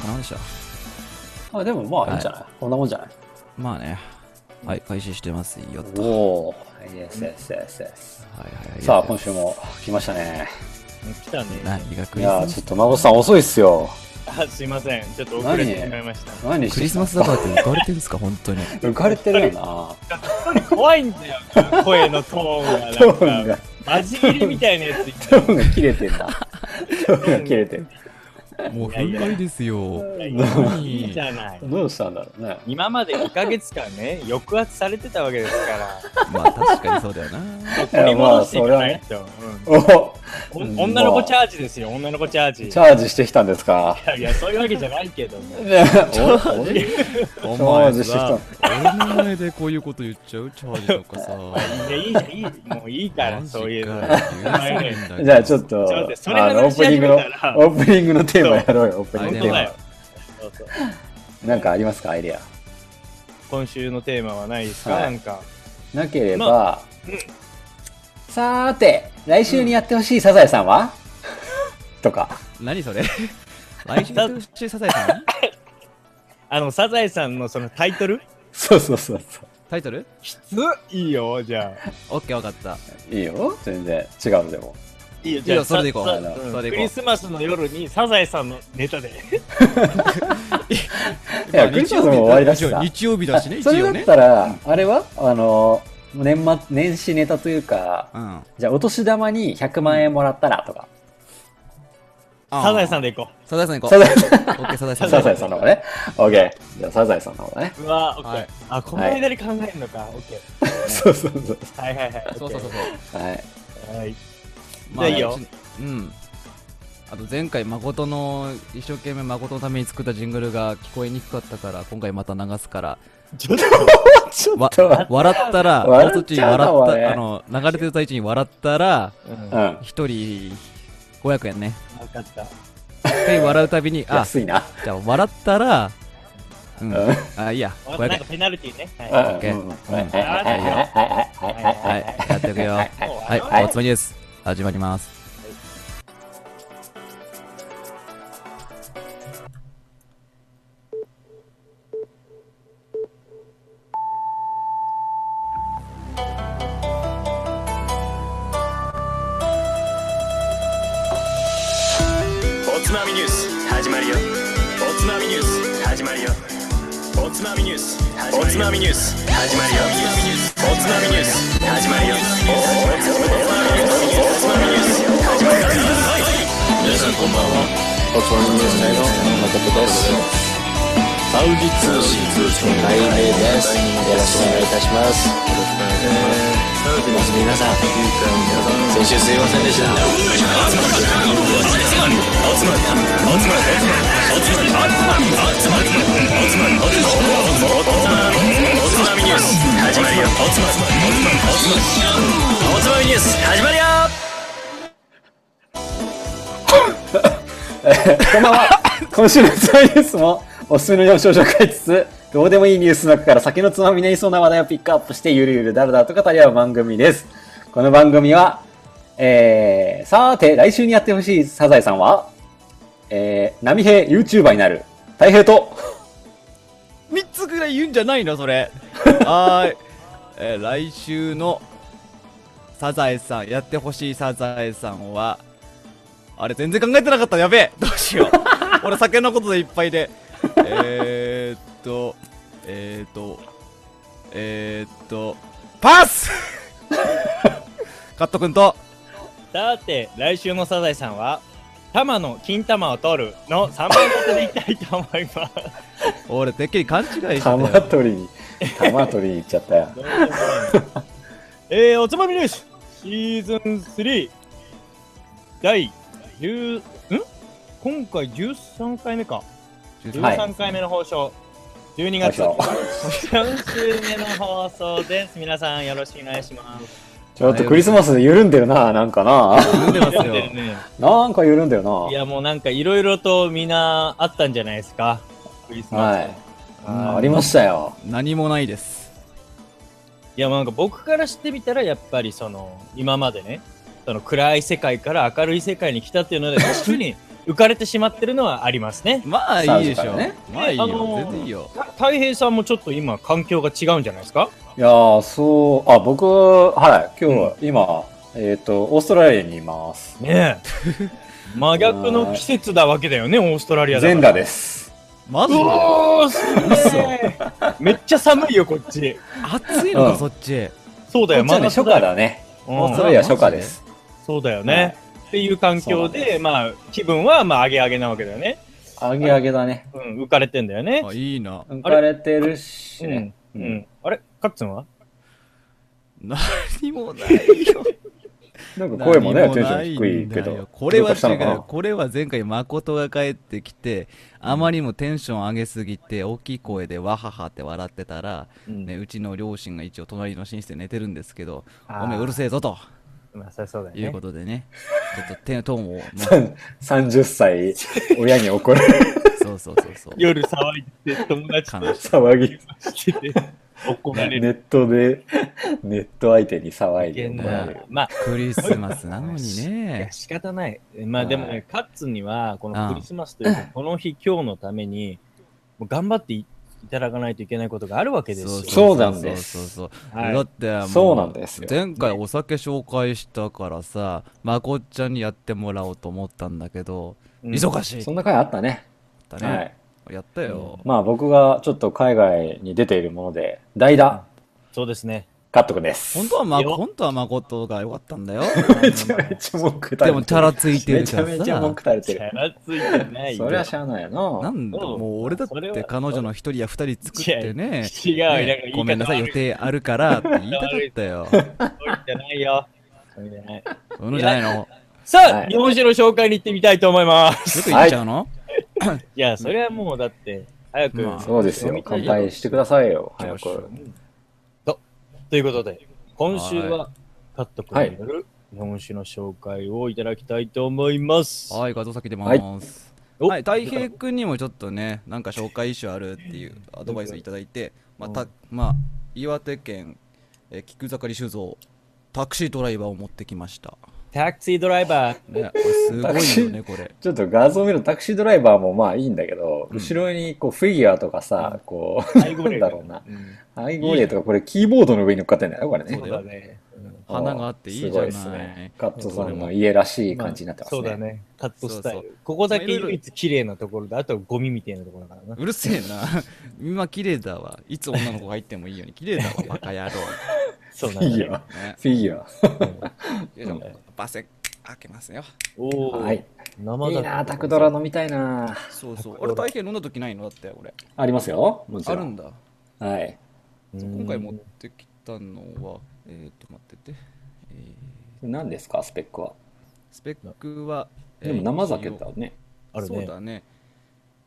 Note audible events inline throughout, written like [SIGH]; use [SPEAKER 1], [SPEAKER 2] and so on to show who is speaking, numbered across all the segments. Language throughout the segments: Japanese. [SPEAKER 1] 感謝。
[SPEAKER 2] あ、でもまあ、いいんじゃない、こんなもんじゃない
[SPEAKER 1] まあね。はい、開始してますよと。
[SPEAKER 2] お
[SPEAKER 1] はい
[SPEAKER 2] おー、yes, yes, yes, yes.
[SPEAKER 1] はいはい。
[SPEAKER 2] さあ、今週も来ましたね。
[SPEAKER 3] 来たね。
[SPEAKER 1] 何がク
[SPEAKER 2] い
[SPEAKER 1] リス
[SPEAKER 2] や
[SPEAKER 1] マ
[SPEAKER 2] ー、ち
[SPEAKER 1] ス
[SPEAKER 2] ょっと孫さん遅いっすよ。
[SPEAKER 3] あすいません。ちょっと遅れてしまいました。
[SPEAKER 2] 何して
[SPEAKER 1] クリスマスだからって浮かれてるんですか、本当に。
[SPEAKER 2] 浮かれてるよ
[SPEAKER 3] 怖いんだよ、声のトーン
[SPEAKER 2] な。
[SPEAKER 3] が。
[SPEAKER 2] トーンが、
[SPEAKER 3] マジ入りみたいなやつい
[SPEAKER 2] トーンが切れてんな。トーンが切れてる。
[SPEAKER 1] もう、ふんばりですよ。
[SPEAKER 3] いじゃない。
[SPEAKER 2] どうしたんだろうね。
[SPEAKER 3] 今まで2ヶ月間ね、抑圧されてたわけですから、
[SPEAKER 1] まあ、確かにそうだよな。
[SPEAKER 3] 取り戻していかないと。
[SPEAKER 2] お
[SPEAKER 3] うんお女の子チャージですよ、女の子チャージ。
[SPEAKER 2] チャージしてきたんですか。
[SPEAKER 3] いやいや、そういうわけじゃないけどね。
[SPEAKER 2] ねおお
[SPEAKER 1] お
[SPEAKER 2] 前
[SPEAKER 1] 前
[SPEAKER 2] さ
[SPEAKER 1] さ、俺の前でこういうこと言っちゃうチャージとかさ。
[SPEAKER 3] いや、いいじゃん、いい。もういいから、そういうの。
[SPEAKER 2] じゃあちょっと、
[SPEAKER 3] ちょっと待ってそれ
[SPEAKER 2] あのオ
[SPEAKER 3] 話
[SPEAKER 2] ー
[SPEAKER 3] し
[SPEAKER 2] プニ
[SPEAKER 3] 始
[SPEAKER 2] ン
[SPEAKER 3] め
[SPEAKER 2] グ
[SPEAKER 3] た
[SPEAKER 2] の、
[SPEAKER 3] ら
[SPEAKER 2] オープニングのテーマやろうよ、オープニン
[SPEAKER 3] 本
[SPEAKER 2] グ
[SPEAKER 3] 当
[SPEAKER 2] テー
[SPEAKER 3] だ
[SPEAKER 2] マ
[SPEAKER 3] よ。。そうそう
[SPEAKER 2] なんかありますか、アイデア。
[SPEAKER 3] 今週のテーマはないですか、
[SPEAKER 2] はい
[SPEAKER 3] なんか。
[SPEAKER 2] なければ、
[SPEAKER 3] ま
[SPEAKER 2] さーて、来週にやってほしいサザエさん [LAUGHS] は、とか。
[SPEAKER 1] 何それ来週の中サザエさん
[SPEAKER 3] あの、サザエさんのそのタイトル
[SPEAKER 2] そうそうそうそ
[SPEAKER 1] タイトル
[SPEAKER 3] きついいよ、じゃあ。
[SPEAKER 1] オッケーわかった。
[SPEAKER 2] う。いいよ、全然違うのでも。
[SPEAKER 3] いいよ、
[SPEAKER 1] いいよそれでいこう
[SPEAKER 3] さ
[SPEAKER 2] うん
[SPEAKER 3] さ
[SPEAKER 1] それでいこう
[SPEAKER 3] クリスマスの夜にサザエさんのネタで。
[SPEAKER 2] いや、クリスマスも終わりだしさ。
[SPEAKER 1] 日曜日だしね、
[SPEAKER 2] あ
[SPEAKER 1] 一
[SPEAKER 2] それ
[SPEAKER 1] 応
[SPEAKER 2] だっ
[SPEAKER 1] ね。
[SPEAKER 2] たら、あれはあの、年末、年始ネタというか、
[SPEAKER 1] うん。
[SPEAKER 2] じゃあ、お年玉に100万円もらったらとか。
[SPEAKER 3] サザエさん
[SPEAKER 1] で。
[SPEAKER 3] でいこ
[SPEAKER 1] サザエさん行こ
[SPEAKER 2] サ
[SPEAKER 1] う。
[SPEAKER 2] ザエさん、
[SPEAKER 1] オッケー、サザエさん。
[SPEAKER 2] サザエさんの方ね。オッケー。じゃあ、サザエさんの方ね。
[SPEAKER 3] う。うわ、オッケー。
[SPEAKER 1] はい
[SPEAKER 3] あ、この間に考えるのか。オッケ
[SPEAKER 2] そうそうそう。
[SPEAKER 3] ー。はいはいはい。
[SPEAKER 1] そうそうそうそう。
[SPEAKER 3] オッ
[SPEAKER 2] そうはい。
[SPEAKER 3] ケー。はい。
[SPEAKER 1] まあ
[SPEAKER 3] いいよ。
[SPEAKER 1] うん。あと前回誠の一生懸命誠のために作ったジングルが聞こえにくかったから今回また流すから
[SPEAKER 3] ちょっと、
[SPEAKER 2] ちょっ
[SPEAKER 1] わ
[SPEAKER 2] と待って
[SPEAKER 1] 笑ったら
[SPEAKER 2] 笑っ
[SPEAKER 1] 放送中に
[SPEAKER 2] ちゃうな
[SPEAKER 1] 笑っ
[SPEAKER 2] 俺
[SPEAKER 1] たあの流れてる最中に笑ったら
[SPEAKER 3] うん、
[SPEAKER 2] う
[SPEAKER 3] わ
[SPEAKER 2] ん。
[SPEAKER 1] 一人500円ね
[SPEAKER 3] かった。
[SPEAKER 1] 一人笑うたびにあ
[SPEAKER 2] 安いな。
[SPEAKER 1] じゃあ笑ったらうん
[SPEAKER 2] うん
[SPEAKER 1] あいいや
[SPEAKER 3] わかっ
[SPEAKER 1] 500
[SPEAKER 3] たなん
[SPEAKER 1] 円
[SPEAKER 3] かペナルティね。
[SPEAKER 2] うん
[SPEAKER 3] は
[SPEAKER 1] ッケー
[SPEAKER 2] うん
[SPEAKER 1] うん
[SPEAKER 2] はいはいはいはいはいはい
[SPEAKER 1] はいやっていくよはい
[SPEAKER 3] い。もう
[SPEAKER 1] お
[SPEAKER 3] 笑わない
[SPEAKER 1] つまみです始まります
[SPEAKER 4] おつまみニュース始まるよおつまみニュース始まるよおつまみニュースおつまみニュース始まるよおつまみニュース始まるよおつまみニュース始まるよ皆さんこんばんはおつまみニュース隊の誠ですサウジ通信通信大名ですよろしくお願いいたしますまず皆さん先週すいませんでしたおつまみニュース始まるよおつまみニュース始まるよ
[SPEAKER 2] こんばんは。今週のつまみニュースもおすすめのニュースを紹介しつつ、どうでもいいニュースの中から先のつまみになりそうな話題をピックアップして、ゆるゆるだらだらと語り合う番組です。この番組は、えー、さーて、来週にやってほしいサザエさんは、えー、波平 YouTuber になる、大平と、
[SPEAKER 1] 3つぐらい言うんじゃないのそれはーい、えー来週のサザエさんやってほしいサザエさんはあれ全然考えてなかったやべえどうしよう俺酒のことでいっぱいでえーっとえーっとえーっとパスカット君と
[SPEAKER 3] さて、来週のサザエさんは、玉の金玉を取るの3番立てでいきたいと思います。
[SPEAKER 1] 俺てっきり勘違いしてた
[SPEAKER 2] 玉
[SPEAKER 1] よ
[SPEAKER 2] 取
[SPEAKER 3] [LAUGHS]
[SPEAKER 2] りに、玉取りに行っちゃったよ。
[SPEAKER 3] [LAUGHS] えー、おつまみニュースシーズン3第10ん今回13回目か
[SPEAKER 2] はい
[SPEAKER 3] 13回目の放送、12月
[SPEAKER 2] 放
[SPEAKER 3] 3週目の放送です皆さんよろしくお願いします
[SPEAKER 2] ちょっとクリスマスで緩んでるな、なんかな。
[SPEAKER 1] 飲んでますよ
[SPEAKER 3] 出てるね
[SPEAKER 2] なんか緩んだよ
[SPEAKER 3] い
[SPEAKER 2] な。
[SPEAKER 3] やもうなんかいろいろとみんなあったんじゃないですかクリスマス、
[SPEAKER 2] はい。
[SPEAKER 3] は
[SPEAKER 2] ありましたよ。
[SPEAKER 1] 何もないです
[SPEAKER 3] いやまあなんか僕からしてみたらやっぱりその今までねその暗い世界から明るい世界に来たっていうので確かに [LAUGHS] 浮かれてしまってるのはありますね。
[SPEAKER 1] まあいいでし
[SPEAKER 2] サウジか
[SPEAKER 1] ょ
[SPEAKER 2] ら
[SPEAKER 1] う、
[SPEAKER 2] ね
[SPEAKER 1] まあいいよ、
[SPEAKER 3] あのー
[SPEAKER 1] 全然いいよ
[SPEAKER 3] た太平さんもちょっと今、環境が違うんじゃないですか
[SPEAKER 2] いやー、そう、あ、僕、はい、今日は、今、えっ、と、オーストラリアにいます。
[SPEAKER 3] ねえ。 [LAUGHS] 真逆の季節だわけだよね、オーストラリアだから。
[SPEAKER 2] 全裸です。
[SPEAKER 1] マジ
[SPEAKER 3] う
[SPEAKER 1] で
[SPEAKER 3] おーすげえめっちゃ寒いよ、こっち。
[SPEAKER 1] 暑いのか、
[SPEAKER 2] うん
[SPEAKER 1] そっち
[SPEAKER 3] そうだ
[SPEAKER 2] こ
[SPEAKER 3] よ、
[SPEAKER 2] っちはね、初
[SPEAKER 3] 真
[SPEAKER 2] 夏
[SPEAKER 3] 夏
[SPEAKER 2] だね。
[SPEAKER 3] うん
[SPEAKER 2] オーストラリア初夏です。
[SPEAKER 3] そうだよね。っていう環境
[SPEAKER 2] そう
[SPEAKER 3] で、まあ、気分は、まあ、上げ上げなわけだよね。
[SPEAKER 2] あげあげだね。
[SPEAKER 3] うん、浮かれてんだよね。
[SPEAKER 1] あいいな
[SPEAKER 2] 浮かれてるし
[SPEAKER 3] うん
[SPEAKER 2] ね。。
[SPEAKER 3] う
[SPEAKER 2] うん
[SPEAKER 3] ん。あれカッツンは
[SPEAKER 1] 何もないよ
[SPEAKER 2] なんか声もね、
[SPEAKER 1] 何
[SPEAKER 2] テンシ
[SPEAKER 1] な
[SPEAKER 2] ョン
[SPEAKER 1] いん
[SPEAKER 2] 低い
[SPEAKER 1] だ
[SPEAKER 2] けど
[SPEAKER 1] よ。これは
[SPEAKER 2] どうかした
[SPEAKER 1] 違
[SPEAKER 2] のか
[SPEAKER 1] う
[SPEAKER 2] な
[SPEAKER 1] これは前回誠が帰ってきてあまりにもテンション上げすぎて大きい声でわははって笑ってたら、
[SPEAKER 3] うん
[SPEAKER 1] ね、うちの両親が一応隣の寝室で寝てるんですけど
[SPEAKER 3] あー
[SPEAKER 1] おめえうるせえぞと
[SPEAKER 3] まあ、そりゃそうだ
[SPEAKER 1] いう
[SPEAKER 3] よ
[SPEAKER 1] こ
[SPEAKER 3] ね。
[SPEAKER 1] とで
[SPEAKER 2] [LAUGHS]
[SPEAKER 1] ねちょっとテントーンを、まあ
[SPEAKER 2] 30歳、親に怒られる
[SPEAKER 1] そうそうそうそう
[SPEAKER 3] 夜騒いで友達と
[SPEAKER 1] 悲しい
[SPEAKER 2] 騒ぎ。
[SPEAKER 3] してて怒られ
[SPEAKER 2] ネ
[SPEAKER 3] る。
[SPEAKER 2] ットで、ネット相手に騒いで怒られる。
[SPEAKER 3] まあ、
[SPEAKER 1] クリスマスなのに
[SPEAKER 3] いや
[SPEAKER 1] ね
[SPEAKER 3] 仕方ない。まあでも
[SPEAKER 2] は
[SPEAKER 3] ね
[SPEAKER 2] い、
[SPEAKER 3] カッツンには、こ
[SPEAKER 1] あ
[SPEAKER 3] の
[SPEAKER 1] あ
[SPEAKER 3] クリスマスというか、この日、今日のために、もう頑張っていただかないといけないことがあるわけですよ。
[SPEAKER 2] そうなんです
[SPEAKER 1] そうそうそう
[SPEAKER 3] はい
[SPEAKER 1] だっても
[SPEAKER 2] そうなんですよ
[SPEAKER 1] 前回お酒紹介したからさまこっちゃんにやってもらおうと思ったんだけど、
[SPEAKER 3] うん
[SPEAKER 1] 忙しい
[SPEAKER 2] そんな回あったね。
[SPEAKER 1] だね、
[SPEAKER 2] はい。
[SPEAKER 1] やったよ、
[SPEAKER 2] まあ僕がちょっと海外に出ているもので、代打、
[SPEAKER 3] そうで
[SPEAKER 1] [LAUGHS]
[SPEAKER 3] すね。
[SPEAKER 2] カット君です。
[SPEAKER 1] 本当はま
[SPEAKER 3] いいよ
[SPEAKER 1] 本当は誠が良かったんだよ
[SPEAKER 2] めちゃめちゃ文句垂れて
[SPEAKER 1] で
[SPEAKER 2] る
[SPEAKER 1] もチャラついてるからさ
[SPEAKER 2] めちゃめちゃ文句垂れて
[SPEAKER 3] チ
[SPEAKER 2] る
[SPEAKER 3] ャ。ラついてないよ。
[SPEAKER 2] そりゃしゃあないよ
[SPEAKER 1] な
[SPEAKER 2] な。
[SPEAKER 1] んだ
[SPEAKER 3] そう
[SPEAKER 1] もう俺だっ
[SPEAKER 3] それは
[SPEAKER 1] て彼女の一人や二人作ってね
[SPEAKER 3] 違う、なんか
[SPEAKER 1] ね
[SPEAKER 3] 言い方
[SPEAKER 1] ごめんなさい予
[SPEAKER 3] 悪
[SPEAKER 1] 定あるからって言いたかったよ
[SPEAKER 3] そういうんじゃないよ。そういうんじゃない
[SPEAKER 1] そういうのじゃないのよ
[SPEAKER 3] さあ、
[SPEAKER 2] はい
[SPEAKER 3] 日本酒の紹介に行ってみたいと思います。
[SPEAKER 1] く言っちゃうの、
[SPEAKER 3] いや、それはもうだって、早く、
[SPEAKER 1] まあ
[SPEAKER 2] そうですよ。乾杯してくださいよ、早
[SPEAKER 1] よ
[SPEAKER 2] く。
[SPEAKER 3] ということで、今週は、カット
[SPEAKER 2] は
[SPEAKER 3] 君
[SPEAKER 2] い
[SPEAKER 3] による日本酒の紹介をいただきたいと思います。
[SPEAKER 1] はい画像先出ます、
[SPEAKER 3] お
[SPEAKER 1] はい、太平君にもちょっとね、なんか紹介一緒あるっていうアドバイスをいただいて、まあ、たまあ、岩手県、えー菊盛酒造、タクシードライバーを持ってきました。
[SPEAKER 3] タクシードライバー。
[SPEAKER 1] ね、これすごいよね、これ。
[SPEAKER 2] ちょっと画像見るタクシードライバーもまあいいんだけど、
[SPEAKER 1] うん
[SPEAKER 2] 後ろにこうフィギュアとかさ、こう、 [LAUGHS]
[SPEAKER 3] アイ
[SPEAKER 2] な
[SPEAKER 3] ゴレ
[SPEAKER 2] ん
[SPEAKER 3] イ
[SPEAKER 2] だろうな。
[SPEAKER 3] うん
[SPEAKER 2] アイゴレイとかこれキーボードの上に乗っかってんだよ、これね
[SPEAKER 3] そう。だね。うん
[SPEAKER 1] 花があっていいじゃない。
[SPEAKER 2] すごですね。カットさんの家らしい感じになってますね。
[SPEAKER 3] そうだね。カットスタイ
[SPEAKER 1] そう
[SPEAKER 3] ル。ここだけ
[SPEAKER 1] まあいろいろ
[SPEAKER 3] 唯一綺麗なところで、あとはゴミみたいなところだからな。
[SPEAKER 1] うるせえな。今綺麗だわ。いつ女の子が入ってもいいように綺麗だわ、バカ野郎。
[SPEAKER 3] そうだ
[SPEAKER 2] フィギ
[SPEAKER 3] ね
[SPEAKER 2] ュア。。 [LAUGHS]
[SPEAKER 1] ね、
[SPEAKER 2] フィギュ
[SPEAKER 1] よいしょバセ開けますよ。
[SPEAKER 3] お
[SPEAKER 2] ア。
[SPEAKER 3] お、
[SPEAKER 2] はい。
[SPEAKER 3] 生
[SPEAKER 2] いい
[SPEAKER 3] だ
[SPEAKER 2] なタクドラ飲みたいな
[SPEAKER 1] そうそう。俺太平飲んだ時ないのだって、俺。
[SPEAKER 2] ありますよ。もち
[SPEAKER 1] あ
[SPEAKER 2] ろ
[SPEAKER 1] る
[SPEAKER 2] ん。
[SPEAKER 1] んだ。
[SPEAKER 2] はい。
[SPEAKER 1] 今
[SPEAKER 3] 今
[SPEAKER 1] 回持ってきたのは、えっ、ー、と、待ってて。えー
[SPEAKER 2] 何ですか、スペックは。
[SPEAKER 1] スペックは、え
[SPEAKER 2] で
[SPEAKER 1] ー
[SPEAKER 2] も生酒
[SPEAKER 1] 一
[SPEAKER 2] だ
[SPEAKER 1] 応
[SPEAKER 2] ね。
[SPEAKER 3] ある
[SPEAKER 1] そう
[SPEAKER 3] ね。
[SPEAKER 1] だね。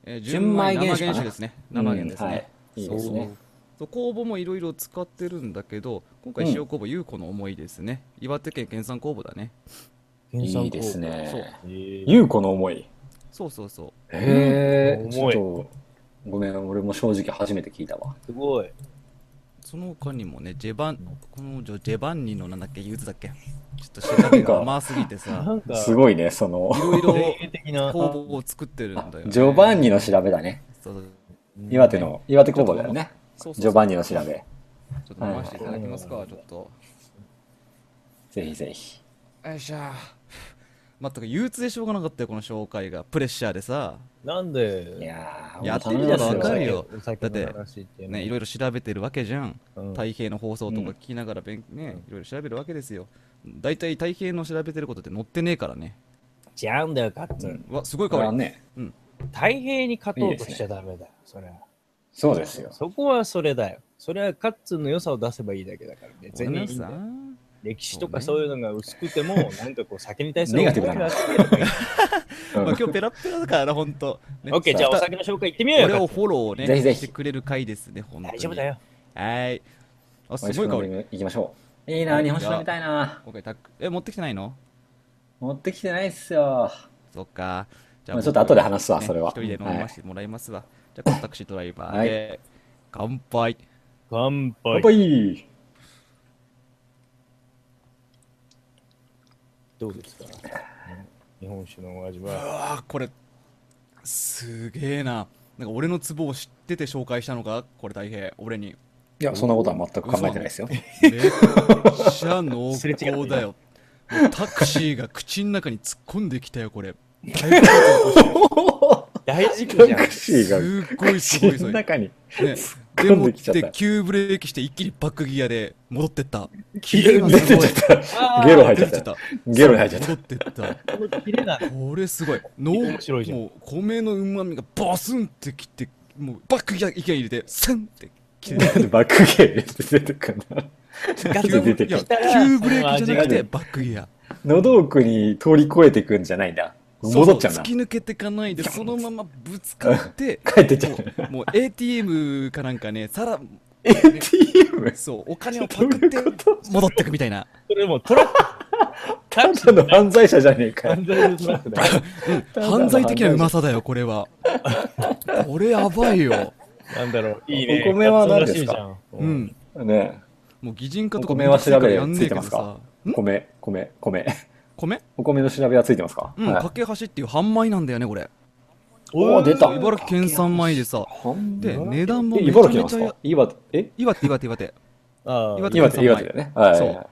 [SPEAKER 1] えー純
[SPEAKER 2] 純米
[SPEAKER 1] 米
[SPEAKER 2] 原
[SPEAKER 1] 生
[SPEAKER 2] 酒か
[SPEAKER 1] 原
[SPEAKER 2] な
[SPEAKER 1] 酒ですね。生原ですね。
[SPEAKER 2] うんはいいいですね。
[SPEAKER 1] そうそう酵母もいろいろ使ってるんだけど今回
[SPEAKER 2] うん
[SPEAKER 1] 塩酵母優子の思いですね、岩手県県産酵母だね
[SPEAKER 3] 原産
[SPEAKER 2] いいです
[SPEAKER 1] そう
[SPEAKER 2] ね。
[SPEAKER 3] 工。へえ
[SPEAKER 2] 優子の思い。
[SPEAKER 1] そうそうそう
[SPEAKER 2] へ
[SPEAKER 3] う
[SPEAKER 2] え。
[SPEAKER 3] ん
[SPEAKER 2] ちょっと、ごめん、俺も正直初めて聞いたわ。
[SPEAKER 3] すごい。
[SPEAKER 1] その他にもねジェバンこの女ジェバンニのなんだっけユーズだっけちょっと調べが甘すぎて
[SPEAKER 3] な
[SPEAKER 1] さ
[SPEAKER 3] んか、
[SPEAKER 2] すごいね、その
[SPEAKER 1] い、ろいろ
[SPEAKER 3] 霊的な。
[SPEAKER 1] 酵母を作ってるんだよ、ね、
[SPEAKER 2] ジョバンニの調べだね。
[SPEAKER 1] そうそう
[SPEAKER 2] 岩手の、岩手工房だよね。
[SPEAKER 1] そうそう
[SPEAKER 2] ジョバンニの調べ。
[SPEAKER 1] ちょっと飲ませていただきます
[SPEAKER 3] は
[SPEAKER 1] か
[SPEAKER 3] い
[SPEAKER 1] ちょっと
[SPEAKER 2] ぜひぜひ。
[SPEAKER 1] よいしょ全く憂鬱でしょうがなかったよこの紹介がプレッシャーでさ
[SPEAKER 3] なんで、
[SPEAKER 2] いやー、
[SPEAKER 1] やって
[SPEAKER 2] る
[SPEAKER 1] み
[SPEAKER 2] だ
[SPEAKER 1] た
[SPEAKER 2] ろ
[SPEAKER 1] らわかるよ
[SPEAKER 3] お酒の話っていうのは
[SPEAKER 1] ねいろいろ調べてるわけじゃん
[SPEAKER 3] うん
[SPEAKER 1] 太平の放送とか聞きながら勉、ねいろいろ調べるわけですよ大体太平の調べてることって載ってねえからね
[SPEAKER 3] ちゃうんだよ、カッツン。
[SPEAKER 1] うわすごい
[SPEAKER 2] こ
[SPEAKER 1] 香
[SPEAKER 2] れ
[SPEAKER 1] り
[SPEAKER 2] はね、
[SPEAKER 3] 太平に勝とうとしちゃダメだよ、それは。
[SPEAKER 2] そうですよ。
[SPEAKER 3] そこはそれだよ。それはカッツンの良さを出せばいいだけだから
[SPEAKER 1] ご
[SPEAKER 3] ね。全
[SPEAKER 1] めんな
[SPEAKER 3] 然いいん
[SPEAKER 1] さ
[SPEAKER 3] だ
[SPEAKER 1] い
[SPEAKER 3] よ歴史とかそういうのが薄くても、なんかこう、酒に対する
[SPEAKER 2] ネガティブだな
[SPEAKER 3] 思いがあって
[SPEAKER 2] うん
[SPEAKER 1] まあ今日ペラッペラだからなほんと、ね
[SPEAKER 3] オッケー、じゃあお
[SPEAKER 1] さ
[SPEAKER 3] 酒の紹介行ってみよう
[SPEAKER 1] 俺
[SPEAKER 3] よ。
[SPEAKER 1] をフォローをね
[SPEAKER 2] ぜひぜひ
[SPEAKER 1] してくれる回ですねほんとに
[SPEAKER 3] 大丈夫だよ。
[SPEAKER 1] はーいあ
[SPEAKER 2] 美味
[SPEAKER 1] す
[SPEAKER 2] し
[SPEAKER 1] ごい
[SPEAKER 2] く
[SPEAKER 1] 香
[SPEAKER 2] 飲ん
[SPEAKER 1] り
[SPEAKER 2] でいきましょう。いいな、日本酒飲みたいな。
[SPEAKER 1] 今回たえ持ってきてないの
[SPEAKER 2] 持ってきてないっすよ。
[SPEAKER 1] そっかじ
[SPEAKER 2] まあ
[SPEAKER 1] 僕
[SPEAKER 2] ちょっと後で話すわそれは
[SPEAKER 1] 一人で飲ませてもらいますわ、じゃあこのタクシードライバーで、乾杯
[SPEAKER 3] 乾
[SPEAKER 2] 乾
[SPEAKER 3] 杯。
[SPEAKER 2] 杯
[SPEAKER 3] どうですか日本酒のお味
[SPEAKER 1] う
[SPEAKER 3] は。
[SPEAKER 1] わーこれすげえななんか俺のツボを知ってて紹介したのかこれ大平俺に
[SPEAKER 2] いや、そんなことは全く考えてないですよ。
[SPEAKER 1] めっちゃ濃厚だよもうタクシーが口の中に突っ込んできたよこれ
[SPEAKER 3] 大事故じ
[SPEAKER 2] タ
[SPEAKER 3] ゃん。
[SPEAKER 2] クシーが
[SPEAKER 1] すっごいすごい
[SPEAKER 2] 口
[SPEAKER 1] そ
[SPEAKER 2] の
[SPEAKER 1] れ、ね、
[SPEAKER 2] 中に。
[SPEAKER 1] で
[SPEAKER 2] 込ん
[SPEAKER 1] もっ
[SPEAKER 2] できちゃった
[SPEAKER 1] て急ブレーキして一気にバックギアで戻ってった
[SPEAKER 2] 出てちゃった。ゲロ入っちゃ
[SPEAKER 1] 出
[SPEAKER 2] っ
[SPEAKER 1] ち
[SPEAKER 2] て。
[SPEAKER 1] ゃったた
[SPEAKER 2] ゲロ入っちゃった。
[SPEAKER 1] 戻ってった
[SPEAKER 3] この切れな
[SPEAKER 1] これすご
[SPEAKER 2] [LAUGHS]
[SPEAKER 1] い。の
[SPEAKER 3] 面白いじゃん
[SPEAKER 1] もう米のうまみがボスンってきて、もうバックギア一回入れて、スンってきて、
[SPEAKER 2] なんでバックゲー出てくんだ。なんで出てく
[SPEAKER 1] いや
[SPEAKER 2] る
[SPEAKER 1] 急ブレーキじゃなくて
[SPEAKER 2] その味がね
[SPEAKER 1] バックギア。
[SPEAKER 2] 喉奥に通り越えてくんじゃないんだ。戻っちゃ
[SPEAKER 1] そ
[SPEAKER 2] うな
[SPEAKER 1] そ。突き抜けてかないで、そのままぶつかって、
[SPEAKER 2] [LAUGHS] 帰ってっちゃう。
[SPEAKER 1] もうもう ATM かなんかね、さら、
[SPEAKER 2] ATM?
[SPEAKER 1] そう、お金をパ
[SPEAKER 2] どう
[SPEAKER 1] クっ
[SPEAKER 2] い
[SPEAKER 1] て
[SPEAKER 2] うこと
[SPEAKER 1] 戻ってくみたいな。
[SPEAKER 3] それもうトラック。タ
[SPEAKER 2] た
[SPEAKER 3] クシー
[SPEAKER 2] だの犯罪者じゃねえかよ
[SPEAKER 3] 完。全にトラックだよ。
[SPEAKER 1] 犯罪的なうまさだよ、これは。これやばい
[SPEAKER 2] [LAUGHS]
[SPEAKER 1] よ。
[SPEAKER 3] なんだろう。いいね。
[SPEAKER 2] お米は何ですか
[SPEAKER 3] 夏らしいじゃん
[SPEAKER 1] う。ん。
[SPEAKER 2] ね
[SPEAKER 1] もう擬人化と
[SPEAKER 2] お
[SPEAKER 1] か
[SPEAKER 2] 米は調べる
[SPEAKER 1] やんねえけど
[SPEAKER 2] ついてま
[SPEAKER 1] さ。
[SPEAKER 2] え
[SPEAKER 1] ん
[SPEAKER 2] 米、米、米。 [LAUGHS]
[SPEAKER 1] 米
[SPEAKER 2] お米の調べはついてますか
[SPEAKER 1] うん、
[SPEAKER 2] はい
[SPEAKER 1] かけはしっていう半米なんだよね、これ。
[SPEAKER 2] おお、出た。
[SPEAKER 1] 茨城県産米でさ、で、値段も
[SPEAKER 2] え
[SPEAKER 1] めちゃ
[SPEAKER 2] 茨城
[SPEAKER 1] め
[SPEAKER 2] なんで
[SPEAKER 1] ちゃ
[SPEAKER 2] す
[SPEAKER 1] や
[SPEAKER 2] か、岩手、え
[SPEAKER 1] 岩手、岩手、岩手。
[SPEAKER 3] ああ
[SPEAKER 1] 今
[SPEAKER 2] 岩手、岩手だよね。はいはいはい。
[SPEAKER 1] そう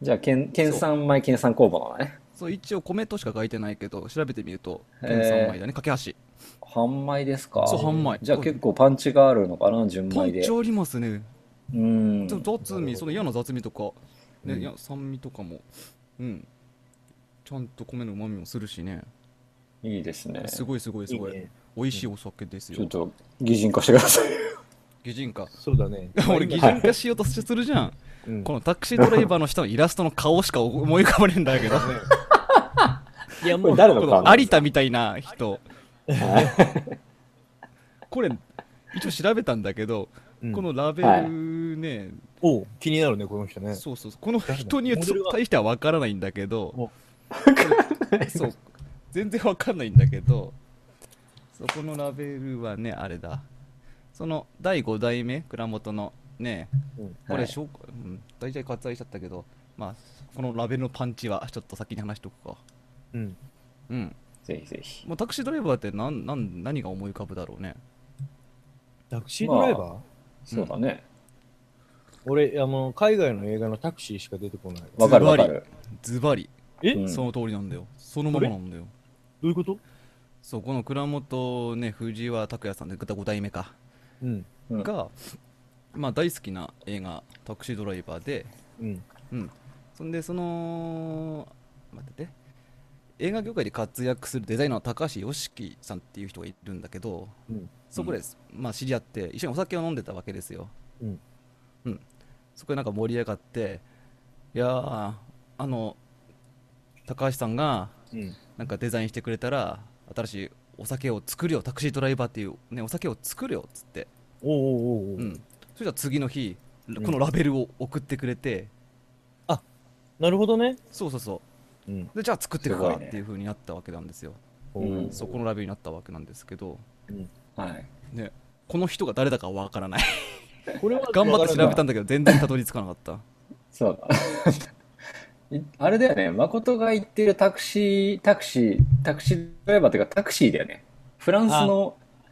[SPEAKER 2] じゃあ、県、県産米、県産工房なのね。
[SPEAKER 1] そう、一応米としか書いてないけど、調べてみると、
[SPEAKER 2] へー
[SPEAKER 1] 県産米だね、かけはし。
[SPEAKER 2] 半米ですか
[SPEAKER 1] そう、半米。
[SPEAKER 2] じゃあ結構パンチがあるのかな、純
[SPEAKER 1] パ
[SPEAKER 2] 米
[SPEAKER 1] ン
[SPEAKER 2] で。
[SPEAKER 1] チありますね。
[SPEAKER 2] うん。
[SPEAKER 1] でも雑
[SPEAKER 3] なるほ
[SPEAKER 1] 味、
[SPEAKER 3] ど
[SPEAKER 1] その嫌な雑味とか、
[SPEAKER 2] う
[SPEAKER 1] ね、
[SPEAKER 2] ん
[SPEAKER 1] いや酸味とかも、うん。ちゃんと米の旨味もするしね。
[SPEAKER 2] いいですね。
[SPEAKER 1] すごいすごいすご
[SPEAKER 3] いい
[SPEAKER 1] い
[SPEAKER 3] ね。
[SPEAKER 1] 美味しいお酒です
[SPEAKER 2] ちょっ
[SPEAKER 1] よ。
[SPEAKER 2] と、擬人化してください。
[SPEAKER 1] 擬人化。。
[SPEAKER 3] そうだね
[SPEAKER 1] 俺、擬人化しようとするじゃん。
[SPEAKER 3] うん
[SPEAKER 1] このタクシードライバーの人のイラストの顔しか思い浮かばねえんだけど。いや
[SPEAKER 2] もう [LAUGHS] これ誰の
[SPEAKER 1] こ
[SPEAKER 2] 顔
[SPEAKER 1] の有田みたいな人。これ、一応調べたんだけど、
[SPEAKER 3] うん
[SPEAKER 1] このラベルね、
[SPEAKER 3] おう気になるね、この人ね。
[SPEAKER 1] そうそうそう、この
[SPEAKER 3] 誰だ
[SPEAKER 1] 人に
[SPEAKER 3] モデルは
[SPEAKER 1] 対しては分からないんだけど
[SPEAKER 3] お、
[SPEAKER 1] [LAUGHS] そう、全然分かんないんだけど、そこのラベルはね、あれだ。その第5代目、蔵元のね、
[SPEAKER 3] うん
[SPEAKER 1] こ
[SPEAKER 2] は
[SPEAKER 1] れ
[SPEAKER 2] い
[SPEAKER 1] 紹介、うん、大体割愛しちゃったけど、まあ、このラベルのパンチはちょっと先に話しとくか。
[SPEAKER 3] うん。
[SPEAKER 1] うん。
[SPEAKER 2] ぜひぜひ。
[SPEAKER 1] もうタクシードライバーって何何何が思い浮かぶだろうね。
[SPEAKER 3] タクシードライバー
[SPEAKER 2] そうだね。
[SPEAKER 3] 俺、あの、海外の映画のタクシーしか出てこない。
[SPEAKER 2] わかるわかる。
[SPEAKER 1] ズバリ、
[SPEAKER 3] え
[SPEAKER 2] うん
[SPEAKER 1] その通りなんだよ。そのままなんだよ。
[SPEAKER 3] どういうこと
[SPEAKER 1] そう、この蔵元ね、藤原拓也さんで5代目か。
[SPEAKER 3] うん。
[SPEAKER 2] うん
[SPEAKER 1] が、まあ大好きな映画、タクシードライバーで、
[SPEAKER 3] うん。
[SPEAKER 1] うん。そんで、その、待ってて。映画業界で活躍するデザイナーの高橋良樹さんっていう人がいるんだけど、
[SPEAKER 3] うん。
[SPEAKER 1] そこです、まあ知り合って一緒にお酒を飲んでたわけですよ
[SPEAKER 3] うん
[SPEAKER 1] うんそこでなんか盛り上がっていやーあの高橋さんが
[SPEAKER 3] うん。
[SPEAKER 1] なんかデザインしてくれたら新しいお酒を作るよタクシードライバーっていうねお酒を作るよっつって
[SPEAKER 3] おうおうおうおう
[SPEAKER 1] うんそしたら次の日このラベルを送ってくれて、
[SPEAKER 3] なるほどね。
[SPEAKER 1] そうそうそ
[SPEAKER 3] うん。
[SPEAKER 1] うでじゃあ作ってくから
[SPEAKER 2] す
[SPEAKER 1] っ
[SPEAKER 2] ごいね
[SPEAKER 1] ていう風になったわけなんですよ
[SPEAKER 2] うん
[SPEAKER 1] そうこのラベルになったわけなんですけど
[SPEAKER 2] はい。
[SPEAKER 1] ねこの人が誰だかわからない
[SPEAKER 3] これは
[SPEAKER 1] 頑張って調べ
[SPEAKER 3] わか
[SPEAKER 1] たんだけど全然たどり着かなかった
[SPEAKER 2] そうだ。 [LAUGHS] いあれだよね。誠が言ってるタクシー、タクシー、タクシードライバーっていうかタクシーだよね。フランスの、
[SPEAKER 3] らない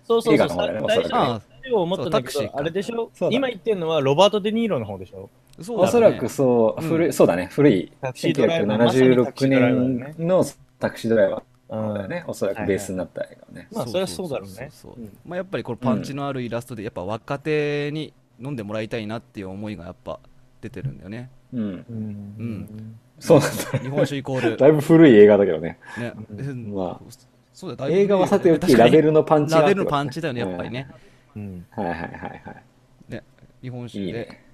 [SPEAKER 3] そうそう
[SPEAKER 2] 映
[SPEAKER 3] そ
[SPEAKER 2] 画
[SPEAKER 3] う。
[SPEAKER 2] の方だよね
[SPEAKER 3] 最
[SPEAKER 2] お
[SPEAKER 3] 初
[SPEAKER 2] そ
[SPEAKER 1] あ
[SPEAKER 2] らく
[SPEAKER 3] の
[SPEAKER 1] あ
[SPEAKER 3] 資料を持ったんだ
[SPEAKER 1] そうタ
[SPEAKER 3] け
[SPEAKER 1] クシー
[SPEAKER 3] ど、
[SPEAKER 1] か
[SPEAKER 3] あれでしょ
[SPEAKER 2] そうだ
[SPEAKER 3] 今言ってんのはロバート・デ・ニーロの方でしょ
[SPEAKER 1] そうだ
[SPEAKER 2] おそらくそう、
[SPEAKER 1] うん
[SPEAKER 2] 古い、そうだね。古い、
[SPEAKER 3] タクシードライバー
[SPEAKER 2] 1976
[SPEAKER 3] まさにタクシードライバーだよ
[SPEAKER 2] 年のタクシードライバ
[SPEAKER 3] う
[SPEAKER 2] ーだよ
[SPEAKER 3] ん。
[SPEAKER 2] ね。おそらくベースになった映画ね。
[SPEAKER 3] まあそりゃそうだろうね
[SPEAKER 1] そう
[SPEAKER 3] うん
[SPEAKER 1] まあやっぱりこのパンチのあるイラストでやっぱ若手に飲んでもらいたいなっていう思いがやっぱ出てるんだよね。
[SPEAKER 2] うん。
[SPEAKER 3] うん
[SPEAKER 1] ん
[SPEAKER 2] そうなんだ。
[SPEAKER 1] 日本酒イコール
[SPEAKER 2] だいぶ古い映画だけどね。
[SPEAKER 1] ね。
[SPEAKER 2] まあ
[SPEAKER 1] そうだよだいぶ
[SPEAKER 2] 映画はさておき、
[SPEAKER 1] 確か
[SPEAKER 2] ラ
[SPEAKER 1] に
[SPEAKER 2] ベルのパンチ
[SPEAKER 1] ラベ
[SPEAKER 2] があって
[SPEAKER 1] ルのパンチだよねやっぱりね。
[SPEAKER 3] うん。
[SPEAKER 2] はいはいはいはい。
[SPEAKER 1] ね日本酒
[SPEAKER 2] いい
[SPEAKER 1] で
[SPEAKER 2] ね。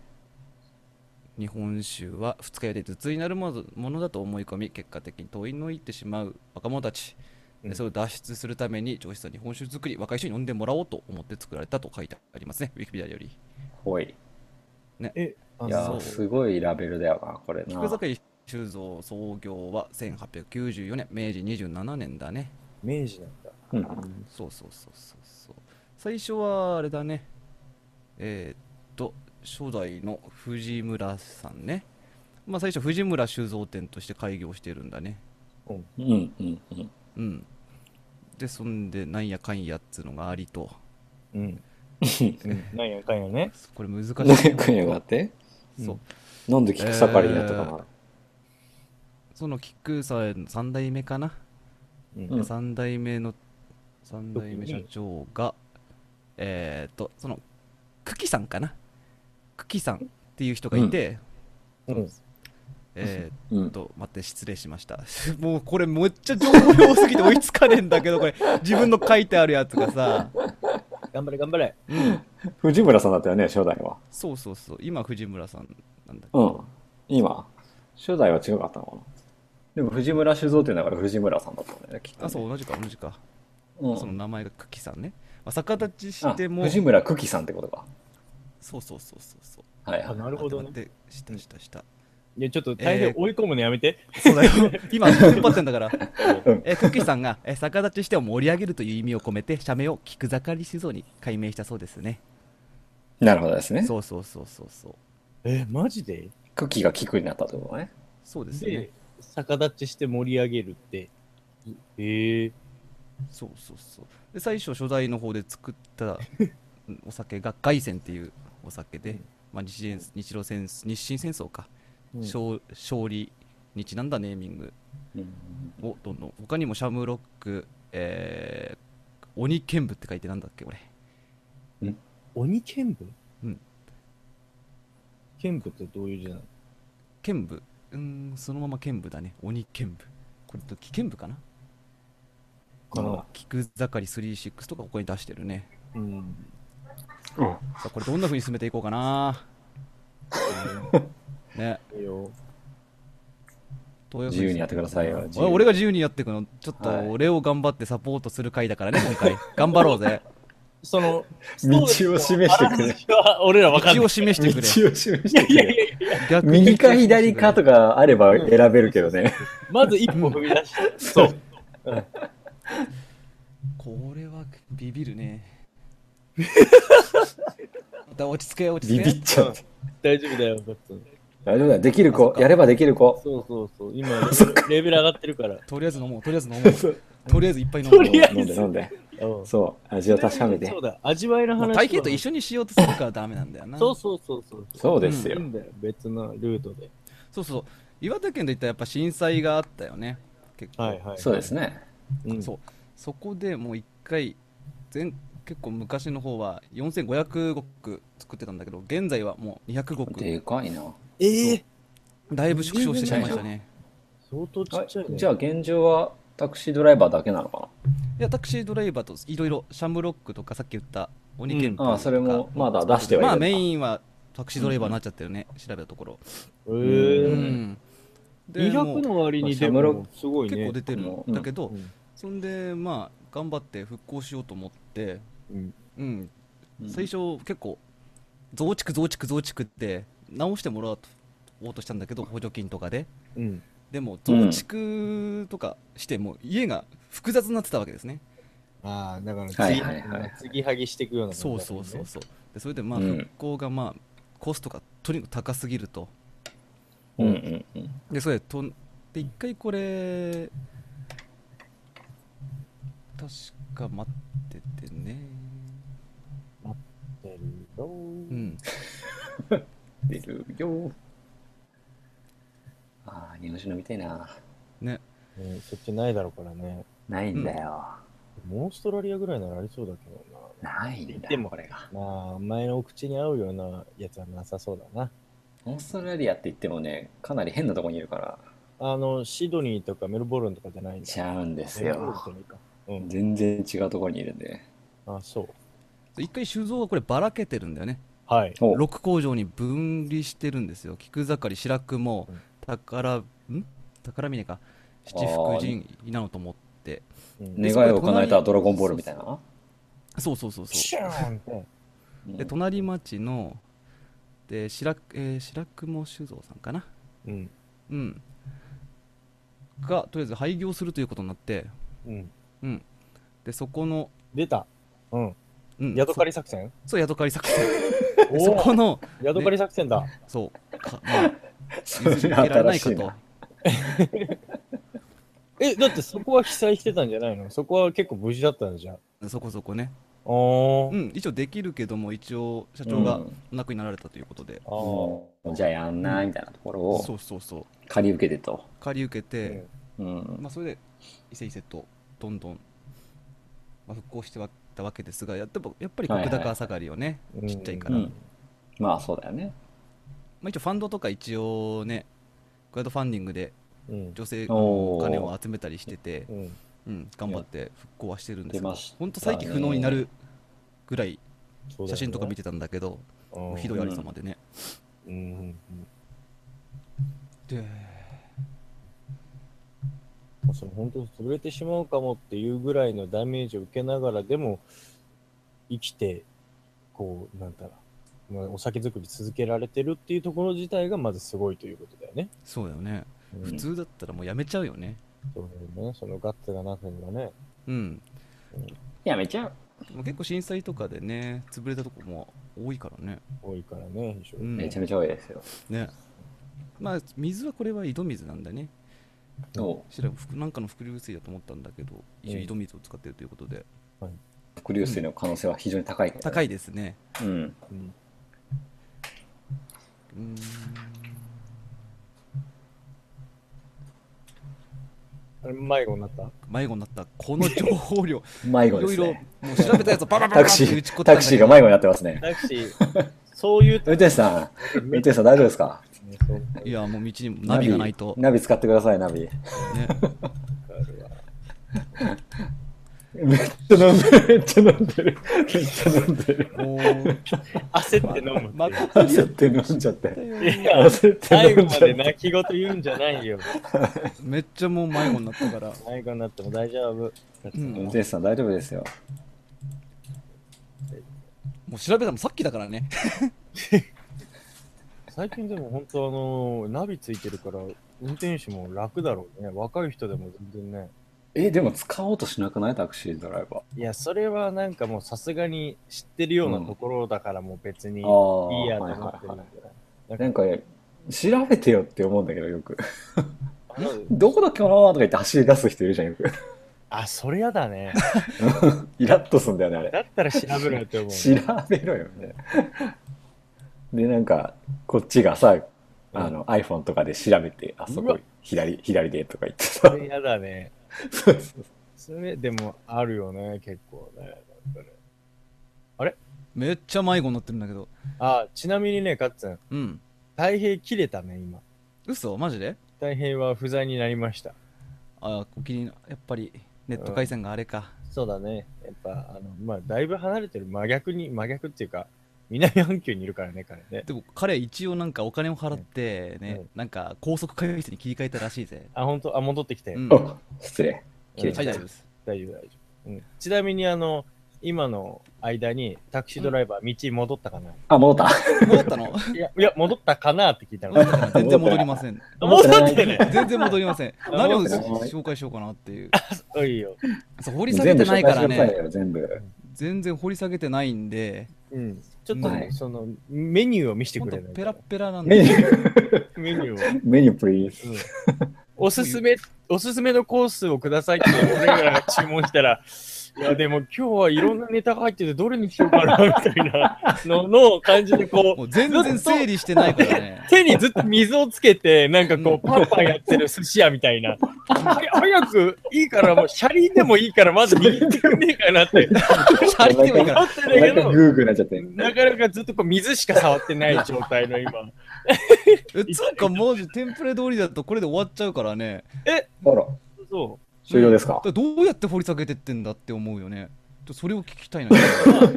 [SPEAKER 1] 日本酒は二日酔いで頭痛になるものものだと思い込み結果的に遠のいてしまう若者たち。
[SPEAKER 3] う
[SPEAKER 1] で
[SPEAKER 3] ん
[SPEAKER 1] それを脱出するために上質な日本酒作り若い人に飲んでもらおうと思って作られたと書いてありますねウィキペディアより。
[SPEAKER 2] ほい。
[SPEAKER 3] え、あ
[SPEAKER 2] いや
[SPEAKER 1] そ
[SPEAKER 2] ー、
[SPEAKER 1] う
[SPEAKER 2] すごいラベルだよな、これな。
[SPEAKER 1] 菊崎酒造創業は1894年明治27年だね
[SPEAKER 3] 明治なんだ。
[SPEAKER 2] うん。
[SPEAKER 1] そうそうそうそうそう最初はあれだねえー、っと初代の藤村さんねまあ最初藤村酒造店として開業してるんだね
[SPEAKER 2] うんうんうん。
[SPEAKER 1] うんでそんでなんやかんやっつうのがありと
[SPEAKER 3] うん。うん [LAUGHS] なんやかんやね。
[SPEAKER 1] これ難しい
[SPEAKER 2] [LAUGHS] 何やかんやがあって
[SPEAKER 1] そう
[SPEAKER 2] なんで菊盛りになったかな、
[SPEAKER 1] その菊さん3代目かな、
[SPEAKER 3] うん
[SPEAKER 2] うん
[SPEAKER 1] 3代目の3代目社長がえっ、ー、とその久喜さんかな久喜さんっていう人がいて、
[SPEAKER 3] うん
[SPEAKER 1] え
[SPEAKER 2] う
[SPEAKER 1] ー、
[SPEAKER 2] ん。
[SPEAKER 1] と待って失礼しました [LAUGHS] もうこれめっちゃ情報量多すぎて追いつかねえんだけどこれ自分の書いてあるやつがさ
[SPEAKER 3] 頑張れ頑張れ。
[SPEAKER 2] 藤村さんだったよね、初代は。
[SPEAKER 1] そうそうそう今藤村さんなんだ
[SPEAKER 2] うん。今。初代は違かったのかなでも藤村酒造っていうのは藤村さんだったんだよね、きっとね、
[SPEAKER 1] あそう同じか同じか、
[SPEAKER 2] うん。
[SPEAKER 1] その名前が久喜さんね、まあ、逆立ち
[SPEAKER 2] あ
[SPEAKER 1] しても
[SPEAKER 2] 藤村久喜さんってことか。
[SPEAKER 1] そうそうそうそうそう
[SPEAKER 2] はい
[SPEAKER 3] あ、
[SPEAKER 2] はい。
[SPEAKER 3] なるほどね
[SPEAKER 1] 待。って待って下下下
[SPEAKER 3] いや、ちょっと大変
[SPEAKER 1] えー
[SPEAKER 3] 追い込むのやめ
[SPEAKER 1] [LAUGHS]
[SPEAKER 3] て。
[SPEAKER 1] そうだよ。今、引っ張ってんだから。
[SPEAKER 2] うん
[SPEAKER 1] えー、クッキーさんが、えー逆立ちしてを盛り上げるという意味を込めて、社名を菊盛り酒造に改名したそうですね。
[SPEAKER 2] なるほどですね。
[SPEAKER 1] そうそうそうそうそう。
[SPEAKER 3] え、マジで
[SPEAKER 2] 久喜が菊になったってことね。
[SPEAKER 1] そうですね
[SPEAKER 3] で。、逆立ちして盛り上げるって。ええ
[SPEAKER 1] そうそうそう。で、最初、初代の方で作ったうんお酒が凱旋っていうお酒で、まあ、日清日露戦日清戦争か、勝勝利にちなんだネーミングをどんどん。他にもシャムロック、えー、鬼剣舞って書いてなんだっけ、これ。
[SPEAKER 3] 鬼剣舞
[SPEAKER 1] うん。
[SPEAKER 3] 剣舞ってどういう字なの
[SPEAKER 1] 剣舞うーんそのまま剣舞だね鬼剣舞これと危剣舞かな
[SPEAKER 3] かな
[SPEAKER 1] 菊盛り36とかここに出してるね
[SPEAKER 3] うん。
[SPEAKER 2] うん。
[SPEAKER 1] さあこれどんな風に進めていこうかなね
[SPEAKER 3] ええよ。
[SPEAKER 1] 東
[SPEAKER 2] 自由にやってくださいよ。自由に
[SPEAKER 1] 俺が自由にやっていくのちょっと
[SPEAKER 2] はい
[SPEAKER 1] 俺を頑張ってサポートする回だからね今
[SPEAKER 2] [LAUGHS]
[SPEAKER 1] 回頑張ろうぜ
[SPEAKER 3] その、
[SPEAKER 2] 道を示してくれ。
[SPEAKER 3] れ。俺らわか
[SPEAKER 1] 道
[SPEAKER 3] んな
[SPEAKER 1] を
[SPEAKER 3] い。
[SPEAKER 1] 示して
[SPEAKER 2] 道
[SPEAKER 1] く
[SPEAKER 2] を
[SPEAKER 1] れ
[SPEAKER 2] 示してく
[SPEAKER 3] いやい
[SPEAKER 2] れ。
[SPEAKER 3] やいや、
[SPEAKER 1] 逆に
[SPEAKER 2] 右か左かとかあれば選べるけどね。
[SPEAKER 3] まず一歩踏み出して。そう。
[SPEAKER 1] これはビビるねまた落ち着け落ち
[SPEAKER 2] ビ
[SPEAKER 1] 着
[SPEAKER 2] ビ
[SPEAKER 1] け
[SPEAKER 2] っちゃって。
[SPEAKER 3] 大丈夫だよ、バッツン
[SPEAKER 2] 大丈夫だよ。できる子
[SPEAKER 1] あそっ。か
[SPEAKER 2] やればできる子。
[SPEAKER 3] そうそうそう。今、
[SPEAKER 1] [LAUGHS]
[SPEAKER 3] レベル上がってるから。
[SPEAKER 1] とりあえず飲もうとりあえず飲もうとりあえずいっぱい飲も
[SPEAKER 3] と
[SPEAKER 1] う
[SPEAKER 3] りあえず
[SPEAKER 2] 飲んで飲んで。
[SPEAKER 3] うん
[SPEAKER 2] そう。味を確かめて
[SPEAKER 3] そう。だ、味わいの
[SPEAKER 1] もう
[SPEAKER 3] 話。
[SPEAKER 1] 体型と一緒にしようとするからダメなんだよな
[SPEAKER 3] そうそうそうそう。
[SPEAKER 2] そうです
[SPEAKER 3] いい
[SPEAKER 2] よ。
[SPEAKER 3] んだよ、別のルートで。
[SPEAKER 1] そうそう岩手県といったらやっぱ震災があったよね結構、
[SPEAKER 3] はいはい。
[SPEAKER 2] そうですね。
[SPEAKER 3] うん。
[SPEAKER 1] そうそこでもう一回全結構昔の方は4500石作ってたんだけど現在はもう200
[SPEAKER 2] でかいな。
[SPEAKER 3] ええ
[SPEAKER 1] 石だいぶ縮小してしまいましたね
[SPEAKER 3] 相当ち
[SPEAKER 2] は
[SPEAKER 3] っちゃいね。
[SPEAKER 2] いじゃあ現状はタクシードライバーだけなのか
[SPEAKER 1] いやタクシードライバーといろいろシャムロックとかさっき言った鬼剣舞と
[SPEAKER 2] な
[SPEAKER 1] か、
[SPEAKER 2] ああ、それもまだ出してはいる。
[SPEAKER 1] まあメインはタクシードライバーになっちゃってるね、調べたところ
[SPEAKER 3] ええ
[SPEAKER 1] う
[SPEAKER 2] うん
[SPEAKER 1] でも
[SPEAKER 3] 200
[SPEAKER 1] う
[SPEAKER 3] の割にで
[SPEAKER 2] シャムロ
[SPEAKER 3] も
[SPEAKER 2] ッ
[SPEAKER 3] すごいね。
[SPEAKER 1] 結構出てるんだけど、
[SPEAKER 3] うん
[SPEAKER 1] そんでまあ頑張って復興しようと思って
[SPEAKER 3] うん
[SPEAKER 1] うん
[SPEAKER 2] うん
[SPEAKER 1] 最初結構増築増築増築って直してもらおうとしたんだけど補助金とかで
[SPEAKER 3] うん。
[SPEAKER 1] でも増築とかしても家が複雑になってたわけですね、
[SPEAKER 3] ああ、だから
[SPEAKER 2] は
[SPEAKER 3] 次
[SPEAKER 2] いはいはい、
[SPEAKER 3] 継ぎはぎしていくような感じだ
[SPEAKER 1] そ
[SPEAKER 3] もん
[SPEAKER 1] う
[SPEAKER 3] ね。
[SPEAKER 1] そうそうそうでそれでまあ
[SPEAKER 2] うん
[SPEAKER 1] 復興がまあコストがとにかく高すぎると
[SPEAKER 2] うんうんうん。
[SPEAKER 1] でそれでとんで一回これ確か待っててね
[SPEAKER 3] 出るよ
[SPEAKER 1] う
[SPEAKER 3] ー。
[SPEAKER 1] ん
[SPEAKER 2] 出るよ。ああ、日本酒飲みたいな。
[SPEAKER 1] ね
[SPEAKER 3] ねそっちないだろうからね。
[SPEAKER 2] ないんだよ。
[SPEAKER 3] オーストラリアぐらいならありそうだけどな。
[SPEAKER 2] ないんだ
[SPEAKER 3] で
[SPEAKER 2] よ、
[SPEAKER 3] も
[SPEAKER 2] これが。
[SPEAKER 3] まあ、お前のお口に合うようなやつはなさそうだな。
[SPEAKER 2] オーストラリアって言ってもね、かなり変なとこにいるから、
[SPEAKER 3] あの、シドニーとかメルボルンとかじゃないんだ。
[SPEAKER 2] ちゃうんです
[SPEAKER 3] メルボルン
[SPEAKER 2] よ。
[SPEAKER 3] じゃないか。うん。
[SPEAKER 2] 全然違うところにいるんで。
[SPEAKER 3] あ、そう。
[SPEAKER 1] 一回酒造がこればらけてるんだよね
[SPEAKER 3] はい。
[SPEAKER 2] お
[SPEAKER 1] 6工場に分離してるんですよ菊盛り白雲
[SPEAKER 3] うん
[SPEAKER 1] 宝ん宝峰か七福神稲野と思って
[SPEAKER 3] うん
[SPEAKER 1] ね
[SPEAKER 2] 願いを叶えたドラゴンボールみたいな。
[SPEAKER 1] そうそうそうそ
[SPEAKER 3] シューンって。
[SPEAKER 1] うで隣町ので白,、えー白雲酒造さんかな
[SPEAKER 3] うん。
[SPEAKER 1] うんがとりあえず廃業するということになって
[SPEAKER 3] うん。
[SPEAKER 1] うんでそこの、
[SPEAKER 3] 出た。うん。
[SPEAKER 1] うん、
[SPEAKER 3] ヤドカリ作戦
[SPEAKER 1] そそう宿刈り作戦でそ
[SPEAKER 3] お
[SPEAKER 1] こ
[SPEAKER 3] お
[SPEAKER 1] の
[SPEAKER 3] ヤドカリ作戦だ。
[SPEAKER 1] そうかまあ
[SPEAKER 2] そ
[SPEAKER 1] 譲り
[SPEAKER 2] れ
[SPEAKER 1] 受けられな
[SPEAKER 2] 新
[SPEAKER 1] い
[SPEAKER 2] し
[SPEAKER 1] か
[SPEAKER 2] い
[SPEAKER 1] と
[SPEAKER 2] な。
[SPEAKER 3] え、だってそこは被災してたんじゃないのそこは結構無事だったんじゃん。あ
[SPEAKER 1] そこそこね。
[SPEAKER 3] あー
[SPEAKER 1] う。ん、一応できるけども、一応社長が
[SPEAKER 2] うん
[SPEAKER 1] お亡くなられたということで。
[SPEAKER 3] あー
[SPEAKER 2] もうじゃあやんないみたいなところ
[SPEAKER 1] そ
[SPEAKER 2] を
[SPEAKER 1] うそうそう。
[SPEAKER 2] 借り受けてと。
[SPEAKER 1] 借り受けて、
[SPEAKER 3] うん
[SPEAKER 2] うん。
[SPEAKER 1] まあ、それで伊勢伊勢とどんどん、まあ、復興してはったわけですがやっぱやっぱり
[SPEAKER 2] はいはい
[SPEAKER 1] 国高下がりをね、
[SPEAKER 3] うん
[SPEAKER 1] ちっちゃいか
[SPEAKER 2] う
[SPEAKER 1] ら、
[SPEAKER 2] ん。まあそうだよね。
[SPEAKER 1] まあ、一応ファンドとか一応ねクラウドファンディングで
[SPEAKER 3] うん。
[SPEAKER 1] 女性の
[SPEAKER 2] お
[SPEAKER 1] お
[SPEAKER 2] ー
[SPEAKER 1] 金を集めたりしてて
[SPEAKER 3] う、ん。
[SPEAKER 1] うん、頑張って復興はしてるんですけ
[SPEAKER 2] 出
[SPEAKER 1] ど
[SPEAKER 2] ましたね
[SPEAKER 1] 本当再起不能になるぐらい
[SPEAKER 3] そうだよね
[SPEAKER 1] 写真とか見てたんだけど
[SPEAKER 3] うん
[SPEAKER 1] ひどいありさまでね、
[SPEAKER 3] うん。
[SPEAKER 1] で
[SPEAKER 3] うんその本当に潰れてしまうかもっていうぐらいのダメージを受けながらでも生きて、こう、なんだろう、まあ、お酒作り続けられてるっていうところ自体がまずすごいということだよね。
[SPEAKER 1] そうだよね
[SPEAKER 3] うん
[SPEAKER 1] 普通だったらもうやめちゃうよね
[SPEAKER 3] そうだよね。そのガッツがなくにはね。
[SPEAKER 1] うん
[SPEAKER 2] やめちゃう。
[SPEAKER 1] もう結構震災とかでね潰れたとこも多いからね、
[SPEAKER 3] 多いからね、非常
[SPEAKER 1] う
[SPEAKER 3] に。
[SPEAKER 1] ん、
[SPEAKER 2] めちゃめちゃ多いですよ。
[SPEAKER 1] ねまあ水はこれは井戸水なんだね
[SPEAKER 2] そ
[SPEAKER 1] 調べふくなんかの伏流水だと思ったんだけど一応井戸水を使ってるということで、
[SPEAKER 2] う。伏流水の可能性は非常に高いから。
[SPEAKER 1] 高
[SPEAKER 2] い。
[SPEAKER 1] いですね
[SPEAKER 2] うん。
[SPEAKER 3] うん
[SPEAKER 1] うーん
[SPEAKER 3] あれ、迷子になった
[SPEAKER 1] 迷子になったこの情報量
[SPEAKER 2] 迷
[SPEAKER 1] い
[SPEAKER 2] 子
[SPEAKER 1] ろ
[SPEAKER 2] で
[SPEAKER 1] い
[SPEAKER 2] す
[SPEAKER 1] ろも
[SPEAKER 2] ね。
[SPEAKER 1] う調べたやつをババババ
[SPEAKER 2] タ
[SPEAKER 1] バっ
[SPEAKER 2] クシ
[SPEAKER 1] て打ち込
[SPEAKER 2] ー、
[SPEAKER 1] んだ
[SPEAKER 2] タクシーが迷子になってますね。
[SPEAKER 3] タクシー、そういう
[SPEAKER 2] 運転手さん、運転手さん大丈夫ですか
[SPEAKER 1] いやもう道にもナビがないと
[SPEAKER 2] ナビ使ってください、ナビ。
[SPEAKER 1] ね
[SPEAKER 2] めっちゃ飲んでる、めっちゃ飲んでる。めっちゃ飲んでる。
[SPEAKER 1] もう
[SPEAKER 3] 焦って飲む。
[SPEAKER 1] また
[SPEAKER 2] 焦って飲んじゃって。
[SPEAKER 3] いや、
[SPEAKER 2] 焦って
[SPEAKER 3] 最
[SPEAKER 2] 飲
[SPEAKER 3] 後
[SPEAKER 2] ん
[SPEAKER 3] ま
[SPEAKER 2] じゃ
[SPEAKER 3] で
[SPEAKER 2] って。
[SPEAKER 3] 泣き言言うんじゃないよ。
[SPEAKER 1] めっちゃもう迷子になったから
[SPEAKER 3] 迷子になっても大丈夫。
[SPEAKER 1] うん
[SPEAKER 2] 運転手さん大丈夫ですよ。
[SPEAKER 1] もう調べたのさっきだからね
[SPEAKER 3] 最近でも本当あのナビついてるから、運転手も楽だろうね。若い人でも全然ね。
[SPEAKER 2] え、でも使おうとしなくないタクシードライバー。
[SPEAKER 3] いや、それはなんかもうさすがに知ってるようなところだからもう別にいいやと
[SPEAKER 2] ああ、
[SPEAKER 3] 思ってるんじゃない
[SPEAKER 2] なんか、調べてよって思うんだけど、よく。
[SPEAKER 3] あの
[SPEAKER 2] どこだっけかなとか言って走り出す人いるじゃん、よく。
[SPEAKER 3] あ、それやだね。
[SPEAKER 2] イラッとすんだよね、あれ。
[SPEAKER 3] だったら調べろよって思
[SPEAKER 2] [LAUGHS]
[SPEAKER 3] う。
[SPEAKER 2] 調べろよね。で、なんか、こっちがさ、あの、iPhone とかで調べて、あそうこ
[SPEAKER 3] わ、
[SPEAKER 2] 左、左でとか言って
[SPEAKER 3] そ
[SPEAKER 2] さ。
[SPEAKER 3] れやだね。
[SPEAKER 2] そうそう
[SPEAKER 3] それでもあるよね、結構ね。なんかね
[SPEAKER 1] めっちゃ迷子になってるんだけど
[SPEAKER 3] あ、ちなみにね、カッツン、
[SPEAKER 1] うん
[SPEAKER 3] 太平切れたね、今。
[SPEAKER 1] 嘘マジで
[SPEAKER 3] 太平は不在になりました。
[SPEAKER 1] あお気に入りやっぱりネット回線があれか、
[SPEAKER 3] そうだね。やっぱ、あの、まあ、だいぶ離れてる真逆に、真逆っていうか、南半球にいるからね、彼ね。
[SPEAKER 1] でも彼一応なんかお金を払ってね、
[SPEAKER 3] うん
[SPEAKER 1] なんか高速回線に切り替えたらしいぜ。
[SPEAKER 3] あ、本当あ、戻ってきて。
[SPEAKER 1] うん。
[SPEAKER 2] お失礼。切れち
[SPEAKER 1] は
[SPEAKER 2] ゃっ
[SPEAKER 1] い、
[SPEAKER 2] た
[SPEAKER 1] 大丈夫です。
[SPEAKER 3] 大丈夫、大丈夫。うん。ちなみに、あの、今の間に、タクシードライバー、道戻ったかな、
[SPEAKER 2] あ、戻った。
[SPEAKER 1] 戻ったの
[SPEAKER 3] いや、いや、戻ったかなって聞いたの。
[SPEAKER 1] 全然戻りません。
[SPEAKER 3] 戻ってね。
[SPEAKER 1] 全然戻りま [LAUGHS] せん。何を
[SPEAKER 3] 戻
[SPEAKER 2] ってない
[SPEAKER 1] 紹介しようかなっていう。
[SPEAKER 3] おいよ。
[SPEAKER 1] そう掘り下げてないから
[SPEAKER 2] 全部紹介してください
[SPEAKER 1] ね。
[SPEAKER 2] よ、全部。
[SPEAKER 1] 全然掘り下げてないんで、
[SPEAKER 3] うん。ちょっとね、
[SPEAKER 2] はい
[SPEAKER 3] その、メニューを見せて
[SPEAKER 1] ほ
[SPEAKER 3] く
[SPEAKER 1] んと
[SPEAKER 3] れない
[SPEAKER 1] ペラッペラなん
[SPEAKER 2] メニ
[SPEAKER 1] で。
[SPEAKER 2] ュー、
[SPEAKER 3] メニューを。
[SPEAKER 2] メニュー、プリーズ。
[SPEAKER 3] うんおすすめ、おすすめのコースをくださいって、俺らが注文し
[SPEAKER 1] [LAUGHS]
[SPEAKER 3] たら、いや、でも今日はいろんなネタが入ってて、どれにしようかな、みたいなのの感じで、こ
[SPEAKER 1] も
[SPEAKER 3] う、
[SPEAKER 1] う全然整理してないから [LAUGHS] ね。
[SPEAKER 3] 手にずっと水をつけて、なんかこう、
[SPEAKER 1] うん
[SPEAKER 3] パンパンやってる寿司屋みたいな。は早く、いいから、もう、車輪でもいいから、まず握ってくんねえかなって、
[SPEAKER 1] シャリでもいいか
[SPEAKER 3] 思
[SPEAKER 1] ら。
[SPEAKER 3] ってんだ
[SPEAKER 2] なん
[SPEAKER 3] け
[SPEAKER 2] か
[SPEAKER 3] ど、
[SPEAKER 2] グーグーなっちゃって。
[SPEAKER 3] なかなかずっとこう、水しか触ってない状態の今。
[SPEAKER 1] えつうか、もうテンプレ通りだとこれで終わっちゃうからね。
[SPEAKER 2] あら、
[SPEAKER 3] そう。
[SPEAKER 2] 終了ですか
[SPEAKER 1] だ。からどうやって掘り下げてってんだって思うよね。ちょっとそれを聞きたいな。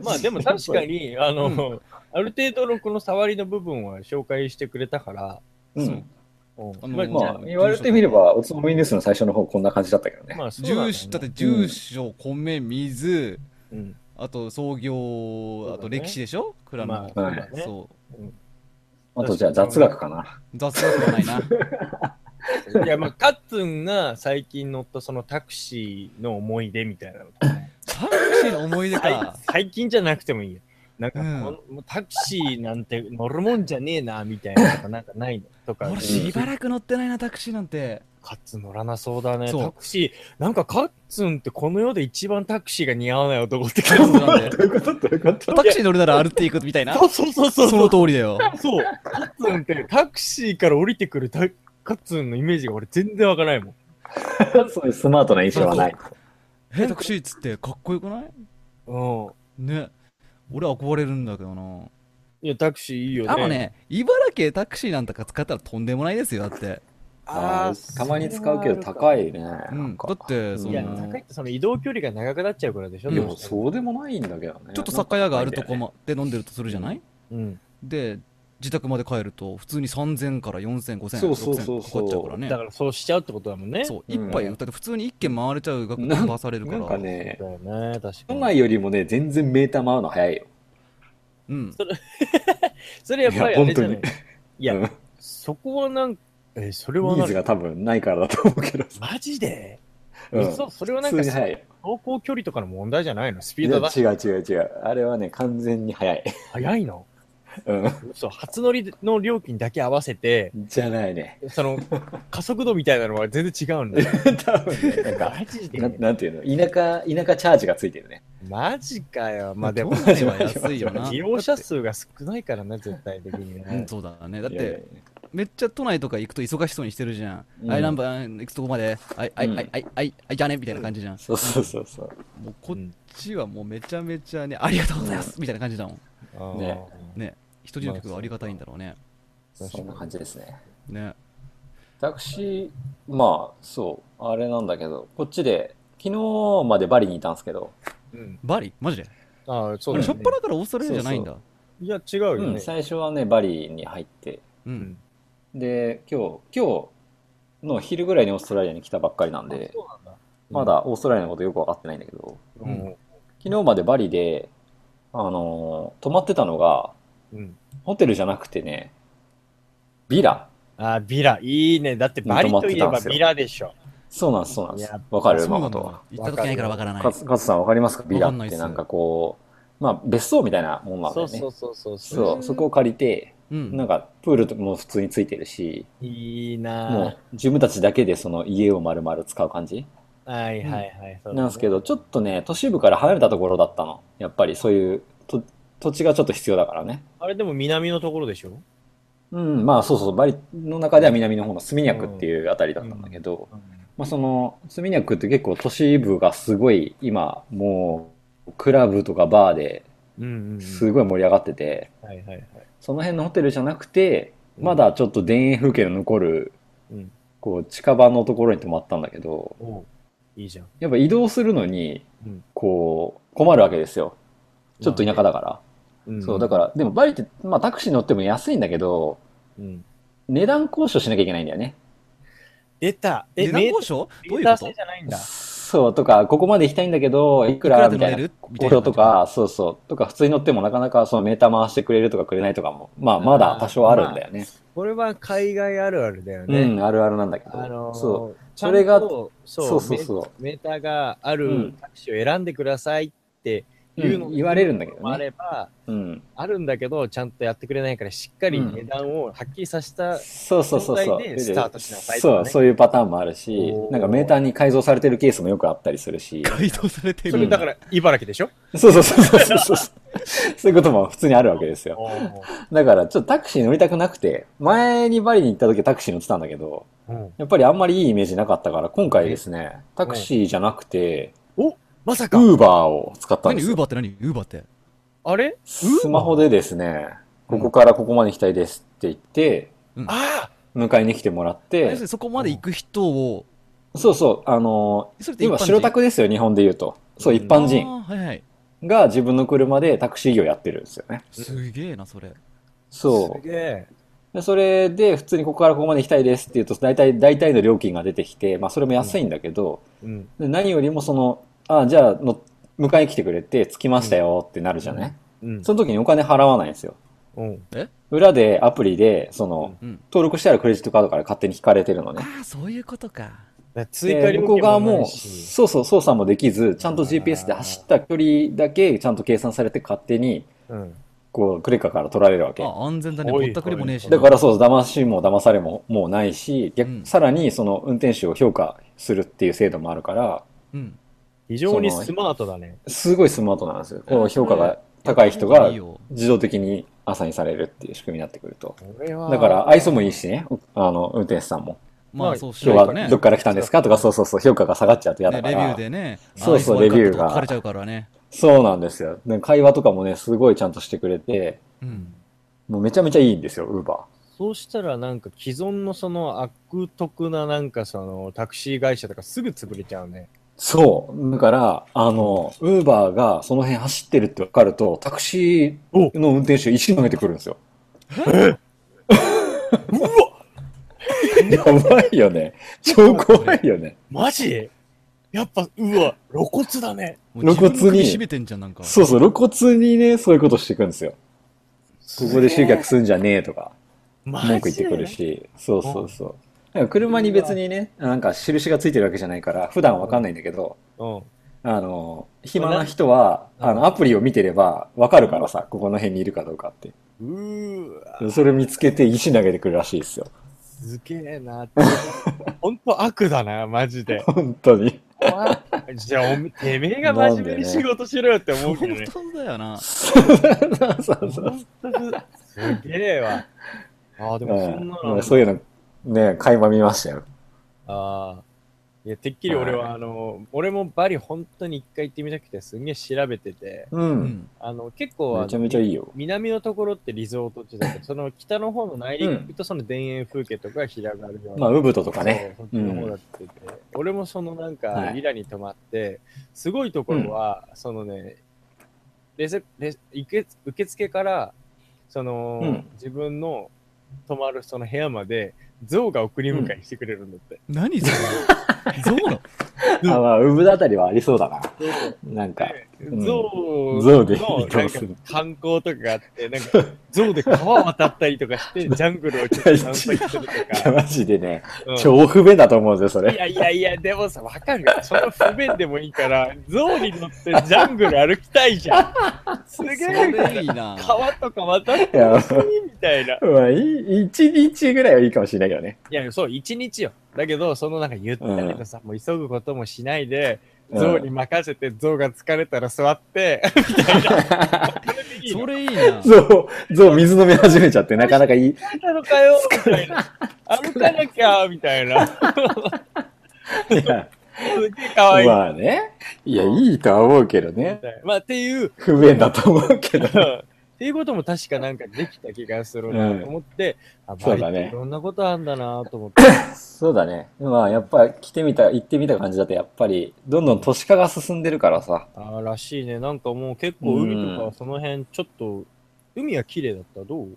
[SPEAKER 3] まあでも確かに、あの、ある程度のこの触りの部分は紹介してくれたから、
[SPEAKER 2] う。
[SPEAKER 1] そうん
[SPEAKER 3] う
[SPEAKER 1] あ
[SPEAKER 3] ん
[SPEAKER 1] の
[SPEAKER 3] まあ、
[SPEAKER 1] ー
[SPEAKER 3] じゃ
[SPEAKER 2] まあ、言われてみれば、おつまみニュースの最初の方、こんな感じだったけど
[SPEAKER 3] あ
[SPEAKER 2] ね。
[SPEAKER 3] まあそうだ、ね
[SPEAKER 1] 住。所、だって住所、米、水、
[SPEAKER 3] うん、
[SPEAKER 1] あと創業、
[SPEAKER 3] そうだね
[SPEAKER 1] あと歴史でしょ蔵の。
[SPEAKER 3] まあ、
[SPEAKER 2] はい
[SPEAKER 3] そうだね
[SPEAKER 1] そ
[SPEAKER 2] あと、じゃあ、雑学
[SPEAKER 1] [LAUGHS]
[SPEAKER 2] かな。
[SPEAKER 1] う。雑学はない
[SPEAKER 3] [LAUGHS]
[SPEAKER 1] な。
[SPEAKER 3] いや、まあ、カッツンが最近乗ったそのタクシーの思い出みたいなのとかね、
[SPEAKER 1] タクシーの思い出
[SPEAKER 3] 最
[SPEAKER 1] か。
[SPEAKER 3] 最近じゃなくてもいいよ。なんか、
[SPEAKER 1] うん
[SPEAKER 3] このもうタクシーなんて乗るもんじゃねえな、みたいなのとか、なんかないのとか、 [LAUGHS]
[SPEAKER 1] 俺、しばらく乗ってないな、タクシーなんて。
[SPEAKER 3] カッツン乗らなそうだね。
[SPEAKER 1] そう
[SPEAKER 3] タクシー、なんかカッツンってこの世で一番タクシーが似合わない男って
[SPEAKER 1] そ
[SPEAKER 3] 感
[SPEAKER 1] う
[SPEAKER 3] じ
[SPEAKER 1] な
[SPEAKER 3] だ
[SPEAKER 1] ん
[SPEAKER 3] ね。
[SPEAKER 1] だよ
[SPEAKER 2] [LAUGHS] どういうことどういうこと
[SPEAKER 1] タクシー乗るなら歩いていくみたいな
[SPEAKER 3] そうそうそうそう。
[SPEAKER 1] その通りだよ
[SPEAKER 3] [LAUGHS] そう。カッツンってタクシーから降りてくるタカッツンのイメージが俺全然わからないもん。
[SPEAKER 2] そういうスマートな印象はない。
[SPEAKER 1] えタクシーっつってかっこよくない
[SPEAKER 3] うん。
[SPEAKER 1] ね俺憧れるんだけどない
[SPEAKER 3] や、タクシーいいよね。
[SPEAKER 1] あの。ね茨城タクシーなんか使ったらとんでもないですよだって
[SPEAKER 3] あ
[SPEAKER 2] ー
[SPEAKER 3] ー
[SPEAKER 2] たまに使うけど高。いね。
[SPEAKER 1] う
[SPEAKER 2] なんん
[SPEAKER 1] だ
[SPEAKER 2] か
[SPEAKER 1] ってそ
[SPEAKER 3] いや、
[SPEAKER 1] の
[SPEAKER 3] 高いってその移動距離が長くなっちゃうからでしょ。
[SPEAKER 1] うん
[SPEAKER 2] でもそうでもないんだけどね。
[SPEAKER 1] ちょっと酒屋があるとこまで飲んでるとするじゃない
[SPEAKER 3] うん。
[SPEAKER 1] で自宅まで帰ると普通に3000から40005000
[SPEAKER 2] そうそうそう
[SPEAKER 1] 6000かかっちゃうからね
[SPEAKER 3] だからそうしちゃうってことだもんね。
[SPEAKER 1] そう
[SPEAKER 2] う
[SPEAKER 1] 一
[SPEAKER 2] ん
[SPEAKER 1] 杯だって普通に一軒回れちゃう額
[SPEAKER 2] なん
[SPEAKER 1] 飛ばされるか
[SPEAKER 2] なんからね、
[SPEAKER 3] だよね、確か
[SPEAKER 2] 都
[SPEAKER 3] に。
[SPEAKER 2] 内よりもね、全然メーター回るの早いよ。
[SPEAKER 1] うん
[SPEAKER 3] それやっぱりあれじゃないい
[SPEAKER 2] や本。
[SPEAKER 3] いや
[SPEAKER 2] う、ん
[SPEAKER 3] そこはなんか、えーそれは
[SPEAKER 2] ニ
[SPEAKER 3] な
[SPEAKER 2] ーズが多分ないからだと思うけど。
[SPEAKER 3] マジで、
[SPEAKER 2] うん
[SPEAKER 3] そう、それはな
[SPEAKER 2] 普
[SPEAKER 3] ん
[SPEAKER 2] 通
[SPEAKER 3] か
[SPEAKER 2] に早いよ。
[SPEAKER 3] 走行距離とかの問題じゃないのスピ
[SPEAKER 2] い
[SPEAKER 3] ー
[SPEAKER 2] や
[SPEAKER 3] ドだし
[SPEAKER 2] 違う違う違う。あれはね、完全に早い。
[SPEAKER 3] 速いの
[SPEAKER 2] うん。
[SPEAKER 3] [LAUGHS] そう初乗りの料金だけ合わせて
[SPEAKER 2] じゃないね。[LAUGHS]
[SPEAKER 3] その加速度みたいなのは全然違うんだよ
[SPEAKER 2] 多分
[SPEAKER 3] [LAUGHS]
[SPEAKER 2] ね、なんか、
[SPEAKER 3] マジ
[SPEAKER 2] な
[SPEAKER 3] で
[SPEAKER 2] なんていうの、田舎、田舎チャージがついてるね。
[SPEAKER 3] マジかよまあで
[SPEAKER 1] でも
[SPEAKER 3] も
[SPEAKER 1] 都内は安いよな
[SPEAKER 3] [LAUGHS] 利用者数が少ないからね絶対的
[SPEAKER 1] う
[SPEAKER 3] に
[SPEAKER 1] ん
[SPEAKER 3] ね
[SPEAKER 1] そうだねだっ
[SPEAKER 2] いやいや
[SPEAKER 1] てめっちゃ都内とか行くと忙しそうにしてるじゃ
[SPEAKER 2] うん
[SPEAKER 1] んあいナンバー行くとこまであいあい
[SPEAKER 2] うん
[SPEAKER 1] あいあいあいあいじゃねみたいな感じじゃん
[SPEAKER 2] そうそうそうそう。
[SPEAKER 1] もうこっちはもうめちゃめちゃねありがとうございますみたいな感じだもん
[SPEAKER 3] あー
[SPEAKER 2] ね
[SPEAKER 1] ね一人の客がありがたいんだろうね
[SPEAKER 2] そんな感じですね。
[SPEAKER 1] ね
[SPEAKER 2] 私、まあ、そう、あれなんだけど、こっちで、昨日までバリにいたんですけど、
[SPEAKER 3] うん
[SPEAKER 1] バリマジで
[SPEAKER 3] ああそう
[SPEAKER 1] あ
[SPEAKER 3] だ
[SPEAKER 1] れ
[SPEAKER 3] よ
[SPEAKER 1] しょっ
[SPEAKER 3] ね
[SPEAKER 1] ぱなからオーストラリアじゃないんだ
[SPEAKER 3] いや違うよ
[SPEAKER 2] うん、
[SPEAKER 3] ね
[SPEAKER 2] 最初はね、バリに入って、
[SPEAKER 1] うん
[SPEAKER 2] で、今日、今日の昼ぐらいにオーストラリアに来たばっかりなんで
[SPEAKER 3] あ、そうなんだ
[SPEAKER 2] まだオーストラリアのことよくわかってないんだけど、
[SPEAKER 3] う
[SPEAKER 1] うん
[SPEAKER 3] ん
[SPEAKER 2] 昨日までバリで、あのー泊まってたのが、
[SPEAKER 3] うん
[SPEAKER 2] ホテルじゃなくてね、ビラ。
[SPEAKER 3] あービラいいねだってバリといえ
[SPEAKER 2] 止ま
[SPEAKER 3] ば
[SPEAKER 2] ってたんですよ
[SPEAKER 3] ビラでしょ
[SPEAKER 2] そうなんです、そうなんで
[SPEAKER 3] いや
[SPEAKER 2] す。わかる
[SPEAKER 1] そうな
[SPEAKER 2] マ
[SPEAKER 1] ん
[SPEAKER 2] コ
[SPEAKER 1] だ
[SPEAKER 2] トは。
[SPEAKER 1] 行った時ないからわからない
[SPEAKER 2] カツカツさんわかりますかビラ
[SPEAKER 1] わかんない
[SPEAKER 2] っ
[SPEAKER 1] ってす
[SPEAKER 2] なんかこう、まあ別荘みたいなもんなんだ
[SPEAKER 3] そ
[SPEAKER 2] よ
[SPEAKER 3] う
[SPEAKER 2] ね。
[SPEAKER 3] そうそうそう
[SPEAKER 2] そう、そこを借りて、
[SPEAKER 1] うん
[SPEAKER 2] なんかプールとかも普通についてるし、
[SPEAKER 3] いいな
[SPEAKER 2] もう自分たちだけでその家を丸々使う感じ
[SPEAKER 3] はいはいはい。そうだね
[SPEAKER 2] なんですけど、ちょっとね、都市部から離れたところだったの。やっぱりそういうと土地がちょっと必要だからね。
[SPEAKER 3] あれでも南のところでしょ
[SPEAKER 2] うん、まあそうそう、バリの中では南の方のスミニャクっていうあたりだったんだけど、まあそのスミニャクって結構都市部がすごい今もうクラブとかバーで
[SPEAKER 3] うんうんうん。
[SPEAKER 2] すごい盛り上がってて、
[SPEAKER 3] はいはいはい。
[SPEAKER 2] その辺のホテルじゃなくて、
[SPEAKER 3] うん
[SPEAKER 2] まだちょっと田園風景の残る
[SPEAKER 3] うん。
[SPEAKER 2] こう近場のところに泊まったんだけど、
[SPEAKER 3] おういいじゃん。
[SPEAKER 2] やっぱ移動するのに
[SPEAKER 3] うん、
[SPEAKER 2] こう、困るわけですよ。ちょっと田舎だから。
[SPEAKER 3] うん
[SPEAKER 2] そう、だから、でもバリって、まあタクシー乗っても安いんだけど、
[SPEAKER 3] うん。
[SPEAKER 2] 値段交渉しなきゃいけないんだよね。
[SPEAKER 3] 出た。
[SPEAKER 1] 値段
[SPEAKER 3] メー
[SPEAKER 1] 交渉どうい
[SPEAKER 3] メータ
[SPEAKER 1] う
[SPEAKER 3] ー
[SPEAKER 1] こと
[SPEAKER 3] 制じゃないんだ。
[SPEAKER 2] そう、とか、ここまで行きたいんだけど、いく
[SPEAKER 1] いく
[SPEAKER 2] ら
[SPEAKER 1] らで
[SPEAKER 2] みたい
[SPEAKER 1] 乗れ
[SPEAKER 2] な
[SPEAKER 1] る、みたいな
[SPEAKER 2] 心
[SPEAKER 1] [LAUGHS]
[SPEAKER 2] とか、そうそう、とか、普通に乗ってもなかなかそのメーター回してくれるとかくれないとかも、まあ、まだ多少あるんだよね。
[SPEAKER 3] これは海外あるあるだよ
[SPEAKER 2] う
[SPEAKER 3] ね。
[SPEAKER 2] ん、あるあるなんだけど。
[SPEAKER 3] あのー、
[SPEAKER 2] そう。
[SPEAKER 3] ちゃんと
[SPEAKER 2] それが
[SPEAKER 3] そう
[SPEAKER 2] そうそうそう
[SPEAKER 3] メメーターがあ
[SPEAKER 2] う
[SPEAKER 3] る
[SPEAKER 2] ん
[SPEAKER 3] タクシーを選んでくださいっていうの
[SPEAKER 2] うん言われるんだけど
[SPEAKER 3] もあ
[SPEAKER 2] ね。
[SPEAKER 3] れば、
[SPEAKER 2] うん。
[SPEAKER 3] あるんだけど、ちゃんとやってくれないから、しっかり
[SPEAKER 2] うん
[SPEAKER 3] 値段をはっきりさせた
[SPEAKER 2] そうそうそうそ
[SPEAKER 3] 状
[SPEAKER 2] う。
[SPEAKER 3] 態でスタートしなさいとか
[SPEAKER 2] そ
[SPEAKER 3] ね
[SPEAKER 2] う、そういうパターンもあるし
[SPEAKER 3] お、ー
[SPEAKER 2] なんかメーターに改造されてるケースもよくあったりするし。
[SPEAKER 1] 改造されて
[SPEAKER 3] そ
[SPEAKER 1] る
[SPEAKER 3] れ
[SPEAKER 1] ん
[SPEAKER 3] だ
[SPEAKER 1] だ
[SPEAKER 3] から茨城でしょ
[SPEAKER 2] そうそうそうそうそう。そういうことも普通にあるわけですよ。
[SPEAKER 3] おー
[SPEAKER 2] だから、ちょっとタクシー乗りたくなくて、前にバリに行った時はタクシー乗ってたんだけど、
[SPEAKER 3] うん
[SPEAKER 2] やっぱりあんまりいいイメージなかったから、今回ですね、タクシーじゃなくて、
[SPEAKER 3] まさか、
[SPEAKER 2] ウーバーを使ったん
[SPEAKER 1] 何
[SPEAKER 2] です
[SPEAKER 1] ウー
[SPEAKER 2] よ。
[SPEAKER 1] バーって何ウーバーって
[SPEAKER 3] あれ
[SPEAKER 2] スマホでですね、ここからここまで行きたいですって言って、
[SPEAKER 3] あ
[SPEAKER 2] 迎えに来てもらっ
[SPEAKER 1] 要
[SPEAKER 2] て
[SPEAKER 1] する、にそこまで行く人を
[SPEAKER 2] そうそう、あの
[SPEAKER 1] それって
[SPEAKER 2] ー、
[SPEAKER 1] 一般
[SPEAKER 2] 今
[SPEAKER 1] 人
[SPEAKER 2] 白タクですよ、日本で言うと。そう、一般人
[SPEAKER 1] あーはいはい
[SPEAKER 2] が自分の車でタクシー業やってるんですよね。
[SPEAKER 1] すげえなそれ
[SPEAKER 3] あ
[SPEAKER 2] そう
[SPEAKER 3] す。げえ。
[SPEAKER 2] で、それで、普通にここからここまで行きたいですって言うと、大体、大体の料金が出てきて、まあ、それも安いんだけど、
[SPEAKER 3] うん。
[SPEAKER 2] で何よりもその、あ、じゃあの、迎えに来てくれて、着きましたよってなるじゃない、
[SPEAKER 3] うん。
[SPEAKER 2] その時にお金払わないんですよ。
[SPEAKER 3] うん。
[SPEAKER 2] 裏で、アプリで、その、
[SPEAKER 1] うん
[SPEAKER 2] 登録したらクレジットカードから勝手に引かれてるの
[SPEAKER 1] あ
[SPEAKER 2] ね。
[SPEAKER 1] あそういうことか
[SPEAKER 3] だから追加
[SPEAKER 2] で、
[SPEAKER 3] 料
[SPEAKER 2] 向こう側
[SPEAKER 3] 金もない
[SPEAKER 2] も、
[SPEAKER 3] し。
[SPEAKER 2] そうそう、操作もできず、ちゃんと
[SPEAKER 3] あー
[SPEAKER 2] GPS で走った距離だけ、ちゃんと計算されて勝手に、
[SPEAKER 3] うん。
[SPEAKER 2] こう、クレカから取られるわけ。
[SPEAKER 1] あ、安全だね。ぼ
[SPEAKER 3] おい
[SPEAKER 1] ったくりもねえし。
[SPEAKER 2] だからそう、騙しも騙されももうないし、逆
[SPEAKER 1] うん
[SPEAKER 2] さらにその運転手を評価するっていう制度もあるから、
[SPEAKER 1] うん。
[SPEAKER 3] 非常にスマートだね。
[SPEAKER 2] すごいスマートなんですよ。こう評価が高い人が
[SPEAKER 1] いいよ
[SPEAKER 2] 自動的にアサインされるっていう仕組みになってくると。
[SPEAKER 3] これは。
[SPEAKER 2] だから、愛想もいいしね、あの、運転手さんも。
[SPEAKER 1] ま
[SPEAKER 3] ま
[SPEAKER 1] あ、
[SPEAKER 3] あ
[SPEAKER 1] そうしない
[SPEAKER 2] 今日
[SPEAKER 1] と
[SPEAKER 2] は
[SPEAKER 1] ね
[SPEAKER 2] ど。っから来たんですかとか、そうそうそう、評価が下がっちゃうと嫌
[SPEAKER 1] ね
[SPEAKER 2] だか
[SPEAKER 1] レビュー
[SPEAKER 2] ら。
[SPEAKER 1] でね。
[SPEAKER 2] そうそう
[SPEAKER 1] あいつ悪かったと
[SPEAKER 2] レビュー
[SPEAKER 1] か
[SPEAKER 2] が
[SPEAKER 1] 書かれちゃうからね。
[SPEAKER 2] そうなんですよ。で会話とかもね、すごいちゃんとしてくれて、
[SPEAKER 1] うん。
[SPEAKER 2] もうめちゃめちゃいいんですよ、ウーバ
[SPEAKER 3] そうしたらなんか既存のその悪徳ななんかそのタクシー会社とかすぐ潰れちゃうね。
[SPEAKER 2] ー。そう。だから、あの、ウーバーがその辺走ってるって分かると、タクシーの運転手石投げてくるんですよ。えうわ [LAUGHS] やばいよね。超怖いよね。
[SPEAKER 3] マジやっぱ、うわ、露骨だね。
[SPEAKER 1] もう自分の
[SPEAKER 2] 露骨に
[SPEAKER 1] 首絞めてんじゃん、なんか。
[SPEAKER 2] そうそう、露骨にね、そういうことしていくんですよ。ここで集客すんじゃねえとか、
[SPEAKER 3] マジ
[SPEAKER 2] 文句言ってくる。し、そうそうそう。なんか車に別にね、なんか印がついてるわけじゃないから、普段わかんないんだけど、
[SPEAKER 3] うん。
[SPEAKER 2] あの、暇な人は、あの、アプリを見てればわかるからさ、ここの辺にいるかどうかって。
[SPEAKER 3] うーわ、
[SPEAKER 2] それ見つけて石投げてくるらしいですよ。 [LAUGHS]
[SPEAKER 3] すげえな。ほんと悪だな、マジで。
[SPEAKER 2] 本当に。
[SPEAKER 3] 怖い [LAUGHS] じゃあおめ、てめえが真面目に仕事しろよって思うけどね
[SPEAKER 1] 本。当だよな。
[SPEAKER 2] そうそうそう。
[SPEAKER 3] 本当だすげえわ。ああ、でもそんなのあるん
[SPEAKER 2] うん
[SPEAKER 3] だ
[SPEAKER 2] そういうの、ね、垣間見ましたよ。
[SPEAKER 3] ああ。いや、てっきり俺は、あの、俺もバリ本当に一回行ってみたくて、すんげえ調べてて、
[SPEAKER 2] う。
[SPEAKER 1] うんん。
[SPEAKER 3] あの、結構あの
[SPEAKER 2] めちゃめちゃいいよ。
[SPEAKER 3] 南のところってリゾート地
[SPEAKER 2] [LAUGHS]
[SPEAKER 3] だけど、その北の方の内陸とその田園風景とかが広がるよう
[SPEAKER 2] ま
[SPEAKER 3] な。
[SPEAKER 2] あ、ウブトとかね。
[SPEAKER 3] そうそっちの方だってて、俺もそのなんか
[SPEAKER 2] は、い
[SPEAKER 3] ビラに泊まって、すごいところは、そのね、レセレ受け受付から、その、
[SPEAKER 2] うん
[SPEAKER 3] 自分の泊まるその部屋まで、象が送り迎えしてくれるんだって。
[SPEAKER 1] 何そ
[SPEAKER 2] [LAUGHS]
[SPEAKER 1] れゾウなの
[SPEAKER 2] あ、まあ、ウブだあたりはありそうだな。なんか。うん
[SPEAKER 3] 象
[SPEAKER 2] 象で移
[SPEAKER 3] のな
[SPEAKER 2] 動
[SPEAKER 3] んか
[SPEAKER 2] する
[SPEAKER 3] 観光とかがあって、なんか象で川渡ったりとかして、ジャングルをちょっ
[SPEAKER 2] [LAUGHS]
[SPEAKER 3] と散策すると
[SPEAKER 2] いや、
[SPEAKER 3] か。
[SPEAKER 2] マジでね、
[SPEAKER 3] うん
[SPEAKER 2] 超不便だと思うんですよ、そ
[SPEAKER 3] い
[SPEAKER 2] れ。
[SPEAKER 3] やいやいや、でもさ、わかるよ。その不便でもいいから、象に乗ってジャングル歩きたいじゃん。すげ
[SPEAKER 1] それ
[SPEAKER 3] え
[SPEAKER 1] いいな。
[SPEAKER 3] 川とか渡って
[SPEAKER 2] いや、
[SPEAKER 3] みたいな。い
[SPEAKER 2] まあ、い一日ぐらいはいいかもしれないけどね。
[SPEAKER 3] や、そう、一日よ。だけど、そのなんかゆったりとさ、もう急ぐこともしないで、
[SPEAKER 2] うん
[SPEAKER 3] 象に任せて、象が疲れたら座って、みたいな。
[SPEAKER 1] それいいな。
[SPEAKER 2] そう、そう、水飲み始めちゃって、なかなかいい。
[SPEAKER 3] 疲れたのかよ、みたいな。歩かなきゃ、みたい
[SPEAKER 2] い
[SPEAKER 3] な。
[SPEAKER 2] や、
[SPEAKER 3] すげえ可愛い。
[SPEAKER 2] まあね。いや、いいとは思うけどね。
[SPEAKER 3] まあ、っていう、
[SPEAKER 2] 不便だと思うけど。
[SPEAKER 3] [LAUGHS] っていうことも確かなんかできた気がするなと思って、あ
[SPEAKER 2] そうだね
[SPEAKER 3] バリっていろんなことあんだなと思って。
[SPEAKER 2] そうだね。まあ、やっぱ来てみた、行ってみた感じだと、やっぱり、どんどん都市化が進んでるからさ。
[SPEAKER 3] あーらしいね。なんかもう結構海とかはその辺ちょっと、海は綺麗だったどう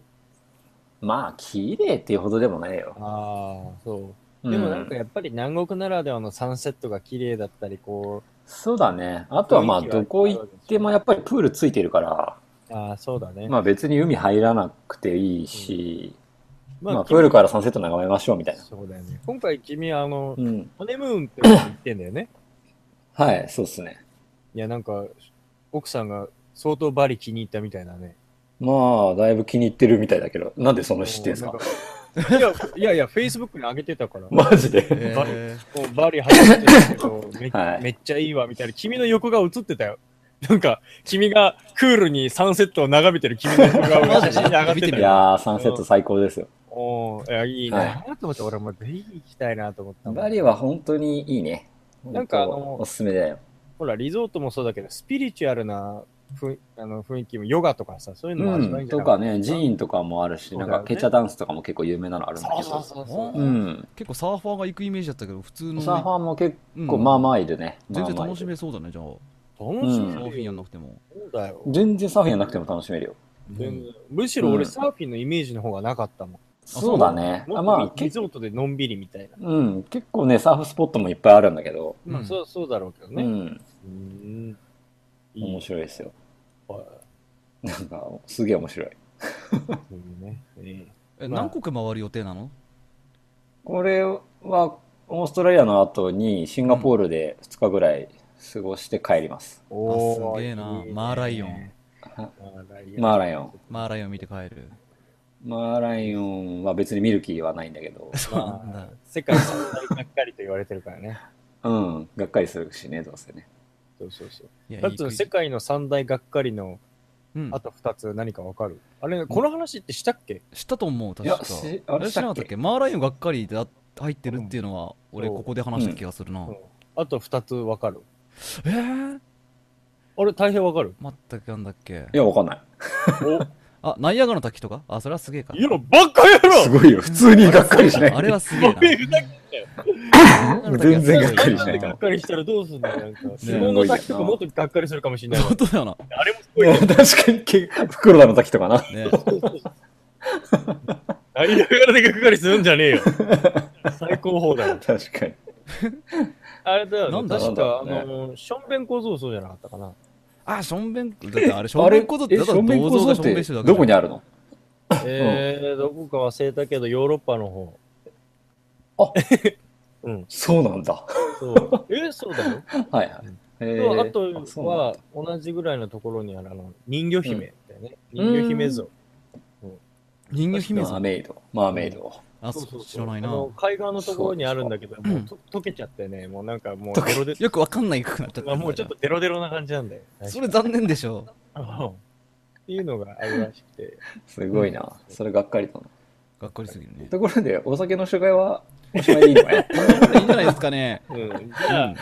[SPEAKER 2] まあ、綺麗っていうほどでもないよ。
[SPEAKER 3] ああ、そう。でもなんか
[SPEAKER 2] うん
[SPEAKER 3] やっぱり南国ならではのサンセットが綺麗だったり、こ
[SPEAKER 2] そうだね。あとはまあ、
[SPEAKER 3] 雰囲気は
[SPEAKER 2] どこ行ってもやっぱりプールついてるから、
[SPEAKER 3] う、ああ、そうだね。
[SPEAKER 2] まあ別に海入らなくていいし、
[SPEAKER 3] ま
[SPEAKER 2] まあプールからサンセット眺めましょうみたいな。
[SPEAKER 3] そうだよね。今回君、あの
[SPEAKER 2] う、ん。
[SPEAKER 3] ハネムーンって言ってんだよね。
[SPEAKER 2] はい、そうっすね。
[SPEAKER 3] いや、なんか、奥さんが相当バリ気に入ったみたいなね。
[SPEAKER 2] まあ、だいぶ気に入ってるみたいだけど、なんでその知ってんすか
[SPEAKER 3] なんかいや、いやいや、Facebook に上げてたから。
[SPEAKER 2] [LAUGHS] マジで。
[SPEAKER 1] えー
[SPEAKER 3] もうバリ始めてるけ
[SPEAKER 2] [LAUGHS]
[SPEAKER 3] どめ、
[SPEAKER 2] はい
[SPEAKER 3] めっちゃいいわみたいな、君の横が映ってたよ。なんか、君がクールにサンセットを眺めてる君の横顔
[SPEAKER 2] [LAUGHS]
[SPEAKER 3] が写真に上がって
[SPEAKER 1] マジ
[SPEAKER 3] た
[SPEAKER 2] い
[SPEAKER 1] で
[SPEAKER 3] よ。
[SPEAKER 2] やー、サンセット最高ですよ。
[SPEAKER 3] おーいや、いい
[SPEAKER 2] は
[SPEAKER 3] なと思って、俺もぜひ行きたいなと思ったもん
[SPEAKER 2] バリは本当にいいね。
[SPEAKER 3] なんかあの
[SPEAKER 2] 本当おすすめだよ。
[SPEAKER 3] ほら、リゾートもそうだけど、スピリチュアルなふあの雰囲気も、ヨガとかさ、そういうのも
[SPEAKER 2] う
[SPEAKER 3] 味わいん
[SPEAKER 2] ん。と
[SPEAKER 3] じゃないか
[SPEAKER 2] かね、寺院とかもあるし、
[SPEAKER 3] そうだ
[SPEAKER 2] な
[SPEAKER 3] よ
[SPEAKER 2] んか
[SPEAKER 3] ね
[SPEAKER 2] ケチャダンスとかも結構有名なのあるんだけ
[SPEAKER 3] そう
[SPEAKER 2] ど。
[SPEAKER 3] そうそうそう。
[SPEAKER 2] うん。
[SPEAKER 1] 結構サーファーが行くイメージだったけど、普通の。
[SPEAKER 2] サーファーも結構
[SPEAKER 1] うん
[SPEAKER 2] まあまあいるね。
[SPEAKER 1] 全然
[SPEAKER 2] まあまあい
[SPEAKER 1] 楽
[SPEAKER 2] る
[SPEAKER 1] しめそうだね、じゃあ。
[SPEAKER 3] 楽し
[SPEAKER 1] サーフィンや
[SPEAKER 3] いよ。
[SPEAKER 1] んなくても。
[SPEAKER 3] そうだよ。
[SPEAKER 2] 全然サーフィンやなくても楽しめるよ。
[SPEAKER 3] 全然むしろ俺、
[SPEAKER 2] うん
[SPEAKER 3] サーフィンのイメージの方がなかったもん。
[SPEAKER 2] そうだね。
[SPEAKER 3] も
[SPEAKER 2] あ
[SPEAKER 3] っ
[SPEAKER 2] まあ、
[SPEAKER 3] とリリ
[SPEAKER 2] 結
[SPEAKER 3] ゾートでのんびりみたいな。
[SPEAKER 2] うん、結構ね、サーフスポットもいっぱいあるんだけど、
[SPEAKER 1] うん
[SPEAKER 3] まあ、そうそうだろうけど
[SPEAKER 2] う
[SPEAKER 3] ね。
[SPEAKER 2] ん、
[SPEAKER 3] うん。い
[SPEAKER 2] 面
[SPEAKER 3] い
[SPEAKER 2] 白いですよ。
[SPEAKER 3] わ
[SPEAKER 2] なんか、すげえ面白い。
[SPEAKER 3] そういうね。え
[SPEAKER 1] え、
[SPEAKER 3] まあ
[SPEAKER 1] 何国回る予定なの
[SPEAKER 2] これは、オーストラリアの後にシンガポールで2日ぐらい過ごして帰ります。
[SPEAKER 3] ー
[SPEAKER 1] あすげえなマーライオン。
[SPEAKER 2] マーライオン。
[SPEAKER 1] マーライオン見て帰る。
[SPEAKER 2] マーライオンは別にミルキーはないんだけど、
[SPEAKER 1] そうな
[SPEAKER 3] ま
[SPEAKER 1] んだ
[SPEAKER 3] あ。、世界最大がっかりと言われてるから
[SPEAKER 1] [LAUGHS]
[SPEAKER 3] ね。
[SPEAKER 2] うん、がっかりするしね、どうせね。
[SPEAKER 3] そうそうそう。
[SPEAKER 1] いや
[SPEAKER 3] だ
[SPEAKER 1] い
[SPEAKER 3] っ
[SPEAKER 1] い
[SPEAKER 3] て
[SPEAKER 1] 国
[SPEAKER 3] 世界の三大がっかりの
[SPEAKER 1] うん
[SPEAKER 3] あ。と二つ何かわかる、あれ、この話ってしたっけ
[SPEAKER 1] 知ったと思う、確
[SPEAKER 2] い
[SPEAKER 1] か
[SPEAKER 2] や。しあれ
[SPEAKER 1] 知らなかったっけマーライオンがっかりだ入ってるっていうのは、俺ここで話した気がするな。
[SPEAKER 3] うんあと二つわかる
[SPEAKER 1] えー
[SPEAKER 3] あれ、大変わ
[SPEAKER 1] [LAUGHS]
[SPEAKER 3] かる
[SPEAKER 1] 全くなんだっけ
[SPEAKER 2] いや、わかんない。
[SPEAKER 1] あ、ナイアガの滝とかあ、それはすげえか。
[SPEAKER 3] や、バカ野
[SPEAKER 2] すごいよ。普通に [LAUGHS] がっかりしない。
[SPEAKER 1] あれはす
[SPEAKER 3] [LAUGHS]
[SPEAKER 1] げえな。
[SPEAKER 2] 全然がっかりし
[SPEAKER 3] な
[SPEAKER 2] なん
[SPEAKER 3] で
[SPEAKER 2] い
[SPEAKER 3] が
[SPEAKER 2] な
[SPEAKER 3] っ。かりしたらどうすんのなんか、相撲の滝とかもっとがっかりするかもしれないわ
[SPEAKER 1] 本。当だよな。
[SPEAKER 3] あれもすごいよ。
[SPEAKER 2] 確かにけ、袋田の滝とかな。
[SPEAKER 1] ね、
[SPEAKER 3] ありながらでがっかりするんじゃねえ
[SPEAKER 1] [LAUGHS]
[SPEAKER 3] よ。最高峰だよ。
[SPEAKER 2] 確かに。
[SPEAKER 3] あれだよ、
[SPEAKER 1] なん
[SPEAKER 3] ね、
[SPEAKER 1] だ
[SPEAKER 3] 確か、
[SPEAKER 2] なんだ
[SPEAKER 3] あの、ションベン小僧そうじゃなかったかな。
[SPEAKER 1] あ、ションベン、だってあれ、ションベン小僧って、
[SPEAKER 2] え
[SPEAKER 1] だから
[SPEAKER 2] 正面
[SPEAKER 1] 銅
[SPEAKER 2] 構
[SPEAKER 1] 像
[SPEAKER 2] 造
[SPEAKER 1] が
[SPEAKER 2] っ
[SPEAKER 1] ションベン
[SPEAKER 2] て
[SPEAKER 1] してるだけ
[SPEAKER 2] どこに
[SPEAKER 1] あ
[SPEAKER 2] あるの
[SPEAKER 3] えー、どこか忘れたけど、ヨーロッパの方。
[SPEAKER 2] あ
[SPEAKER 3] うん、
[SPEAKER 2] そうなんだ。
[SPEAKER 3] そう。えー、そうだよ。
[SPEAKER 2] はいはい。え
[SPEAKER 3] と
[SPEAKER 2] ー
[SPEAKER 3] あと
[SPEAKER 2] そうなんだ
[SPEAKER 3] は、同じぐらいのところにあるあの人魚姫だよね。
[SPEAKER 2] うん
[SPEAKER 3] 人魚姫像。
[SPEAKER 1] 人魚姫
[SPEAKER 2] マ
[SPEAKER 1] さ
[SPEAKER 2] ー
[SPEAKER 1] ん。
[SPEAKER 2] メイド、マーメイド。
[SPEAKER 1] あ、そう知らないな
[SPEAKER 3] あ。の海岸のところにあるんだけど、
[SPEAKER 1] う
[SPEAKER 3] もう
[SPEAKER 1] です
[SPEAKER 3] と溶けちゃってね、もうなんかもう
[SPEAKER 2] 溶け
[SPEAKER 3] デロデ
[SPEAKER 1] よくわかんないくなっちゃった。
[SPEAKER 3] ロ、もうちょっとデロデロな感じなんだよ。
[SPEAKER 1] それ残念でしょ。
[SPEAKER 3] うんっていうのがあるらしくて。
[SPEAKER 2] すごいな。それがっかりだな。
[SPEAKER 1] がっかりすぎるね。
[SPEAKER 2] ところで、お酒の紹介はおしまいでいいの [LAUGHS] かい
[SPEAKER 1] いいんじゃないですかね。
[SPEAKER 3] うん、じ
[SPEAKER 1] う
[SPEAKER 3] ゃあ
[SPEAKER 1] ん、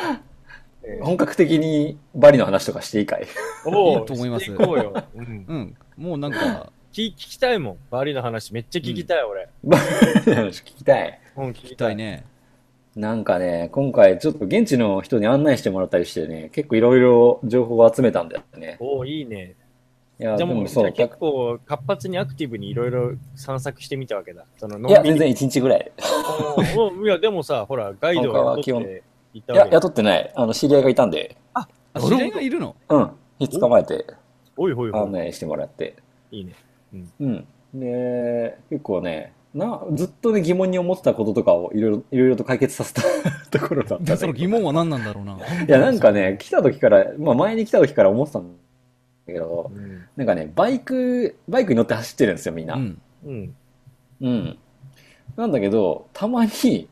[SPEAKER 3] えー
[SPEAKER 2] 本格的にバリの話とかしていいかい
[SPEAKER 3] おう
[SPEAKER 1] いいと思います
[SPEAKER 3] してこうよ、うん
[SPEAKER 1] うん。もうなんか、
[SPEAKER 3] き聞きたいもん、バリの話、めっちゃ聞きたい、俺。
[SPEAKER 2] バリの [LAUGHS] 話聞きたい。
[SPEAKER 3] 本聞き
[SPEAKER 1] 聞きたい。ね。
[SPEAKER 2] なんかね、今回ちょっと現地の人に案内してもらったりしてね、結構いろいろ情報を集めたんだよね。
[SPEAKER 3] おお、いいね。
[SPEAKER 2] いや、
[SPEAKER 3] じ
[SPEAKER 2] で
[SPEAKER 3] ゃあも
[SPEAKER 2] も
[SPEAKER 3] う、じゃ
[SPEAKER 2] そ
[SPEAKER 3] あ
[SPEAKER 2] う、
[SPEAKER 3] 結構活発にアクティブにいろいろ散策してみたわけだ。そのの
[SPEAKER 2] いや、全然1日ぐらい。
[SPEAKER 3] おーいや、でもさ、ほら、ガイドを雇っていた
[SPEAKER 2] い
[SPEAKER 3] わ
[SPEAKER 2] や、
[SPEAKER 3] けだ
[SPEAKER 2] 雇ってない。あの、知り合いがいたんで、
[SPEAKER 1] あ、
[SPEAKER 3] な
[SPEAKER 1] 知
[SPEAKER 3] るほど
[SPEAKER 1] り合いがいるの
[SPEAKER 2] うん、捕まえて
[SPEAKER 3] おいおいお
[SPEAKER 2] 案
[SPEAKER 3] い。
[SPEAKER 2] 内してもらって。
[SPEAKER 3] いいね。
[SPEAKER 2] うん。で、結構ね、な、ずっとね、疑問に思ってたこととかをいろいろ、いろいろと解決させた [LAUGHS] ところだったんだけ
[SPEAKER 1] で、
[SPEAKER 2] ど
[SPEAKER 1] その疑問は何なんだろうな。
[SPEAKER 2] いや、なんかね、来た時から、まあ前に来た時から思ってたんだけど、
[SPEAKER 3] うん。
[SPEAKER 2] なんかね、バイク、バイクに乗って走ってるんですよ、みんな。
[SPEAKER 1] うん。
[SPEAKER 3] うん。
[SPEAKER 2] うん。なんだけど、たまに、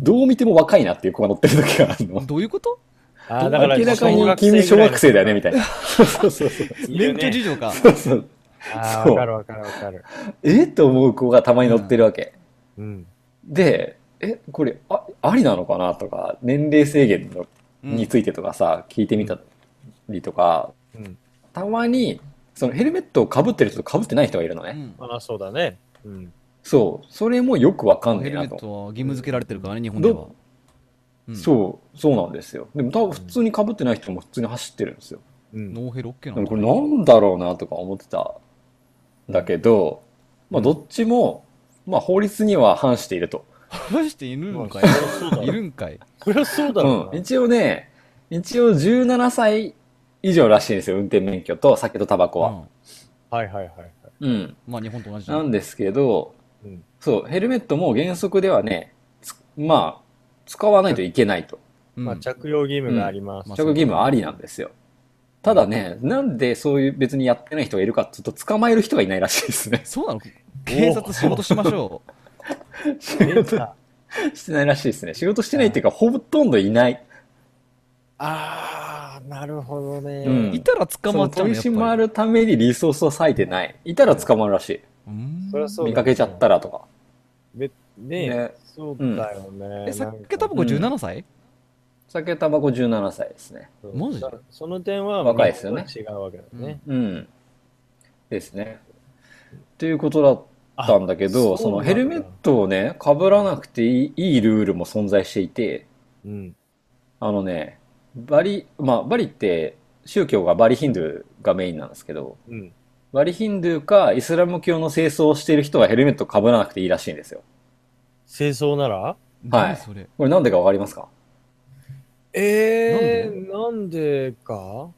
[SPEAKER 2] どう見ても若いなっていう子が乗ってる時があるの。
[SPEAKER 1] どういうこと
[SPEAKER 3] あー
[SPEAKER 2] 明らかに君小学生だよね、みたいな。 [LAUGHS] そうそうそう。
[SPEAKER 1] 免許
[SPEAKER 3] じ
[SPEAKER 1] 事情か。
[SPEAKER 2] そうそう。
[SPEAKER 3] ああ、
[SPEAKER 2] そう
[SPEAKER 3] わかるわかるわかる。
[SPEAKER 2] えっと思う子がたまに乗ってるわけ。
[SPEAKER 3] うん。
[SPEAKER 2] で、え、これ、あ、ありなのかなとか、年齢制限の
[SPEAKER 1] うん
[SPEAKER 2] についてとかさ、聞いてみたりとか、
[SPEAKER 3] うん。
[SPEAKER 2] たまに、そのヘルメットをかぶってる人とかぶってない人がいるの
[SPEAKER 1] う
[SPEAKER 2] ね。
[SPEAKER 1] ん
[SPEAKER 3] ああ、そうだね。うん。
[SPEAKER 2] そう。それもよくわかんね
[SPEAKER 1] ヘ
[SPEAKER 2] え
[SPEAKER 1] ルメ
[SPEAKER 2] な
[SPEAKER 1] ッ
[SPEAKER 2] と。
[SPEAKER 1] トは義務付けられてるからね、日本では
[SPEAKER 2] ど。
[SPEAKER 1] うん
[SPEAKER 2] そう、そうなんですよ。でも多分普通にかぶってない人も普通に走ってるんですよ。
[SPEAKER 3] うん。
[SPEAKER 1] ノーヘルオッケー
[SPEAKER 2] で
[SPEAKER 1] な
[SPEAKER 2] も
[SPEAKER 1] の
[SPEAKER 2] これなんだろうなとか思ってたんだけど、まあどっちも、まあ法律には反していると。
[SPEAKER 1] [LAUGHS] 話しているのか
[SPEAKER 3] まあそりゃそうだ
[SPEAKER 1] いいるんかい
[SPEAKER 3] そりゃそうだろう
[SPEAKER 2] うん、
[SPEAKER 3] な。
[SPEAKER 2] 一応ね、一応17歳以上らしいんですよ、運転免許と酒とタバコは。
[SPEAKER 3] はいはいはいはい。
[SPEAKER 2] うん。
[SPEAKER 1] うんまあ日本と同じだ
[SPEAKER 2] なんですけど、
[SPEAKER 3] うん
[SPEAKER 2] そう、ヘルメットも原則ではね、つまあ、使わないといけないと。
[SPEAKER 1] うん
[SPEAKER 3] まあ、着用義務があります
[SPEAKER 1] うんまあ。。
[SPEAKER 2] 着用義務はありなんですよ。ただね、なんでそういう別にやってない人がいるかっていうと、捕まえる人がいないらしいですね
[SPEAKER 1] [LAUGHS] そうなの警察仕事しましょう。
[SPEAKER 2] 仕事
[SPEAKER 3] あ
[SPEAKER 2] してないらしいですね。仕事してないっていうか、ほとんどいない。
[SPEAKER 3] [LAUGHS] あー、なるほどね。
[SPEAKER 2] うん
[SPEAKER 1] いたら捕
[SPEAKER 2] そ
[SPEAKER 1] ま
[SPEAKER 2] の
[SPEAKER 1] っちゃうの
[SPEAKER 2] 取り
[SPEAKER 1] やっ
[SPEAKER 2] 締ま
[SPEAKER 1] ぱり
[SPEAKER 2] るためにリソースを割いてない。いたら捕まるらしい。
[SPEAKER 1] うん
[SPEAKER 3] そりゃそうだ
[SPEAKER 2] 見かけちゃったらとか。
[SPEAKER 3] べね
[SPEAKER 2] ね
[SPEAKER 3] そうだよね。
[SPEAKER 1] え、
[SPEAKER 3] な
[SPEAKER 1] さ
[SPEAKER 3] ん
[SPEAKER 1] っ
[SPEAKER 3] か
[SPEAKER 1] きタバコ17歳
[SPEAKER 2] 酒タバコ17歳ですね。
[SPEAKER 3] そう
[SPEAKER 1] マジ
[SPEAKER 3] だからその点は、
[SPEAKER 2] 若いですよね
[SPEAKER 3] 違うわけだね。
[SPEAKER 2] うん。ですね。っていうことだったんだけど、
[SPEAKER 3] あ
[SPEAKER 2] そ
[SPEAKER 3] そう
[SPEAKER 2] の
[SPEAKER 3] なんだ
[SPEAKER 2] ヘルメットをね、かぶらなくていいいいルールも存在していて、
[SPEAKER 3] うん。
[SPEAKER 2] あのね、バリ、まあ、バリって宗教がバリヒンドゥーがメインなんですけど、
[SPEAKER 3] うん。
[SPEAKER 2] バリヒンドゥーかイスラム教の清掃をしている人はヘルメットかぶらなくていいらしいんですよ。
[SPEAKER 3] 清掃なら
[SPEAKER 1] 何それ。
[SPEAKER 2] これなんでかわかりますか
[SPEAKER 3] えー、なんでか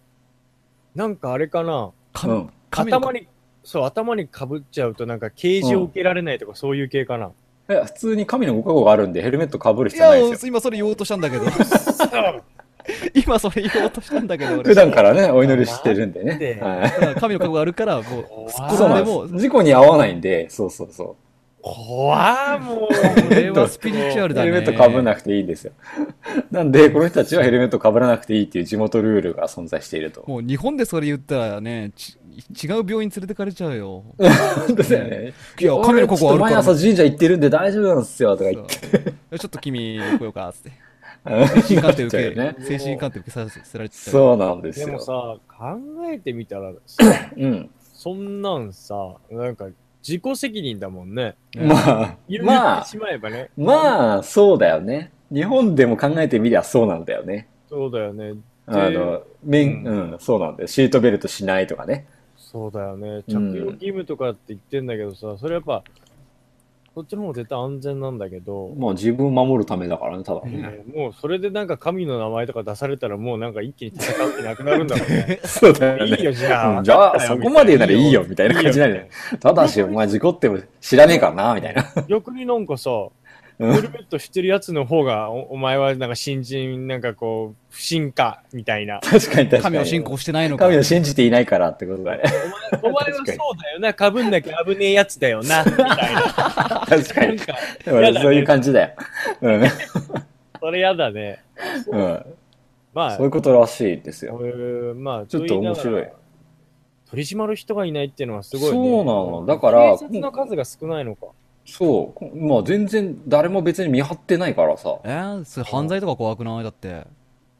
[SPEAKER 3] なんかあれかな
[SPEAKER 1] 神
[SPEAKER 2] うん
[SPEAKER 1] 神の
[SPEAKER 3] 頭に、そう、頭にかぶっちゃうとなんか刑事を受けられないとかそういう系かな。
[SPEAKER 2] いや普通に神のご加護があるんでヘルメットかぶる
[SPEAKER 1] い
[SPEAKER 2] 必
[SPEAKER 1] や
[SPEAKER 2] 要ないですよ。、
[SPEAKER 1] 今それ言おうとしたんだけど。
[SPEAKER 3] あ
[SPEAKER 1] [LAUGHS] 今それ言おうとしたんだけど、俺
[SPEAKER 2] 普段からね、お祈りしてるんでね。はい。
[SPEAKER 1] 普段神の覚悟があるから、こう、すっ
[SPEAKER 3] 怖い
[SPEAKER 2] そ
[SPEAKER 1] 転
[SPEAKER 2] う
[SPEAKER 1] ん
[SPEAKER 2] な
[SPEAKER 1] で
[SPEAKER 2] ん
[SPEAKER 1] も、
[SPEAKER 2] です。事故に遭わないんで、そうそうそ
[SPEAKER 3] 怖っもう。
[SPEAKER 1] これはスピリチュア
[SPEAKER 2] う。
[SPEAKER 1] ルだ
[SPEAKER 2] ヘ
[SPEAKER 1] ね。
[SPEAKER 2] ルメット被らなくていいんですよ。なんで、この人たちはヘルメット被らなくていいっていう地元ルールが存在していると。
[SPEAKER 1] もう日本でそれ言ったらね、ち違う病院連れてかれちゃうよ。
[SPEAKER 2] 本当だよね。
[SPEAKER 1] いや、神の覚悟あるか
[SPEAKER 2] 毎
[SPEAKER 1] ら。
[SPEAKER 2] 朝神社行ってるんで大丈夫なんですよ、とか言って。
[SPEAKER 1] そうちょっと君、来ようか、つって。
[SPEAKER 2] うん
[SPEAKER 1] 精神鑑定受け、
[SPEAKER 2] [LAUGHS] なっちゃうよね
[SPEAKER 1] 精神鑑定受けさせられちゃう。
[SPEAKER 2] そうなんです
[SPEAKER 3] で
[SPEAKER 2] よ。
[SPEAKER 3] もさ、考えてみたらさ、
[SPEAKER 2] うん。
[SPEAKER 3] そんなんさ、なんか、自己責任だもんね。
[SPEAKER 1] うん
[SPEAKER 2] まあ
[SPEAKER 3] 言、
[SPEAKER 2] ま
[SPEAKER 3] っ
[SPEAKER 2] あ
[SPEAKER 3] て、しまえばね。
[SPEAKER 2] まあ、そうだよね。日本でも考えてみりゃそうなんだよね。
[SPEAKER 3] そうだよね。
[SPEAKER 2] あの、面、
[SPEAKER 3] う
[SPEAKER 2] うん、そうなんだよ。シートベルトしないとかね。
[SPEAKER 3] そうだよね。着
[SPEAKER 2] う
[SPEAKER 3] 用
[SPEAKER 2] ん
[SPEAKER 3] 義務とかって言ってんだけどさ、それやっぱ、こっちの方が絶対安全なんだけど、
[SPEAKER 2] まあ、自分を守るためだからね、ただね。。
[SPEAKER 3] ねもうそれでなんか神の名前とか出されたらもうなんか一気に戦う気なくなるんだろうね
[SPEAKER 2] そうだよ
[SPEAKER 3] いい
[SPEAKER 2] [LAUGHS] ね。
[SPEAKER 3] よ、じゃ
[SPEAKER 2] う
[SPEAKER 3] あ。
[SPEAKER 2] んじゃあそこまで言うならいいよみたいな感じになるよねただし、お前事故っても知らねえからな、みたいな。
[SPEAKER 3] 逆になんかさ、
[SPEAKER 2] うん。
[SPEAKER 3] ヘルメットしてるやつの方がお、お前はなんか新人、なんかこう、不信か、みたいな
[SPEAKER 2] 確かに確かに。
[SPEAKER 1] 神を信仰してないのか。
[SPEAKER 2] 神を信じていないからってことだね。
[SPEAKER 3] お前はそうだよな、かぶんなきゃ危ねえやつだよ
[SPEAKER 2] [LAUGHS]
[SPEAKER 3] な、みたいな。
[SPEAKER 2] 確か
[SPEAKER 3] なん
[SPEAKER 2] に。
[SPEAKER 3] か、
[SPEAKER 2] 俺そういう感じ
[SPEAKER 3] [LAUGHS]
[SPEAKER 2] だよ。うん。
[SPEAKER 3] それやだね。
[SPEAKER 2] うん。
[SPEAKER 3] まあ
[SPEAKER 2] そうい、うことらしいですよ。
[SPEAKER 3] これまあ、
[SPEAKER 2] ちょっと面白い
[SPEAKER 3] 言ながら。取り締まる人がいないっていうのはすごい、ね。
[SPEAKER 2] そうなのだから
[SPEAKER 3] 警察の数が少ないのか。
[SPEAKER 2] そう。まあ、全然誰も別に見張ってないからさ。
[SPEAKER 1] えー、それ犯罪とか怖くないだって。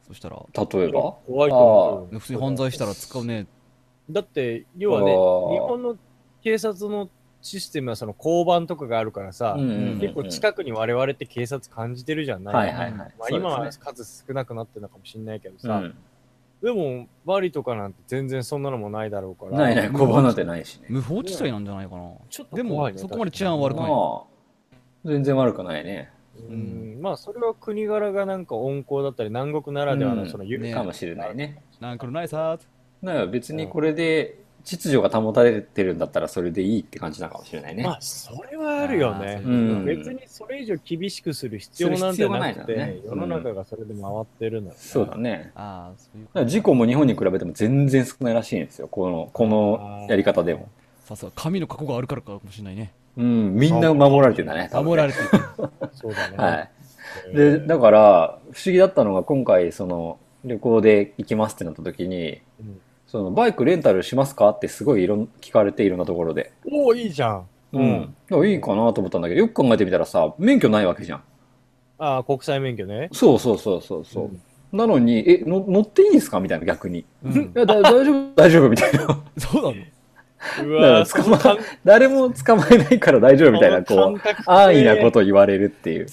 [SPEAKER 1] そしたら。
[SPEAKER 2] 例えば
[SPEAKER 3] 怖いと思うよ。
[SPEAKER 1] 普通に犯罪したら使うね。
[SPEAKER 3] だって、要はね、
[SPEAKER 2] あー
[SPEAKER 3] 日本の警察のシステムはその交番とかがあるからさ、
[SPEAKER 1] うん
[SPEAKER 3] 結構近くに我々って警察感じてるじゃない、
[SPEAKER 2] はいはいはい。
[SPEAKER 3] まあ、今
[SPEAKER 2] そう
[SPEAKER 3] は
[SPEAKER 2] です
[SPEAKER 3] 数少なくなってるのかもしれないけど
[SPEAKER 2] ね
[SPEAKER 3] さ、でもバリとかなんて全然そんなのもないだろうか
[SPEAKER 2] うん
[SPEAKER 3] ら
[SPEAKER 2] ないない、小判なんてないしね。
[SPEAKER 1] 無法地帯なんじゃないかな。
[SPEAKER 3] ちょっと
[SPEAKER 1] でも、
[SPEAKER 3] 怖いね
[SPEAKER 1] そこまで治安悪く
[SPEAKER 2] ま
[SPEAKER 1] ない。
[SPEAKER 2] あ、全然悪くないね。
[SPEAKER 3] うんまあそれは国柄がなんか温厚だったり南国ならでは
[SPEAKER 2] う
[SPEAKER 3] の
[SPEAKER 2] ん
[SPEAKER 3] そのゆ、
[SPEAKER 1] ね
[SPEAKER 2] かもしれないね。
[SPEAKER 1] なんかないさーって
[SPEAKER 2] だから別にこれで秩序が保たれてるんだったらそれでいいって感じなのかもしれないね。
[SPEAKER 3] まあそれはあるよね
[SPEAKER 1] あー、そうい
[SPEAKER 2] ん
[SPEAKER 3] 別にそれ以上厳しくする必要なんてなく
[SPEAKER 2] する必
[SPEAKER 3] て
[SPEAKER 2] 要がないからね
[SPEAKER 3] 世の中がそれで回ってるのよね
[SPEAKER 2] そうだね。
[SPEAKER 1] ああ、そういうこ
[SPEAKER 2] だから事故も日本に比べても全然少ないらしいんですよ。この、このやり方でも。
[SPEAKER 1] とさすが神の過去があるからかもしれないね。
[SPEAKER 2] うん、みんな守られてんだね、多分ね
[SPEAKER 1] 守られていて。
[SPEAKER 3] そうだね、
[SPEAKER 2] はい。
[SPEAKER 3] え
[SPEAKER 2] で、
[SPEAKER 3] ー
[SPEAKER 2] だから、不思議だったのが、今回、その、旅行で行きますってなった時に、
[SPEAKER 3] うん
[SPEAKER 2] その、バイクレンタルしますかってすごいいろん、聞かれていろんなところで。
[SPEAKER 3] おおいいじゃんうん
[SPEAKER 2] だからいいかなと思ったんだけど、よく考えてみたらさ、免許ないわけじゃん。
[SPEAKER 3] ああ国際免許ね
[SPEAKER 2] そうそうそうそうそう。
[SPEAKER 3] ん
[SPEAKER 2] なのに、え、の乗っていいんですかみたいな、逆に。
[SPEAKER 1] う
[SPEAKER 2] い
[SPEAKER 1] ん、
[SPEAKER 2] や、だ大丈夫、大丈夫、みたいな。
[SPEAKER 1] [LAUGHS]
[SPEAKER 2] [LAUGHS]
[SPEAKER 1] そうなの
[SPEAKER 3] う
[SPEAKER 2] だ
[SPEAKER 3] わー
[SPEAKER 2] から捕ま
[SPEAKER 3] その感
[SPEAKER 2] 誰も捕まえないから大丈夫、みたいな、
[SPEAKER 3] その
[SPEAKER 2] こう、
[SPEAKER 3] 感覚性
[SPEAKER 2] 安易なこと言われるっていう。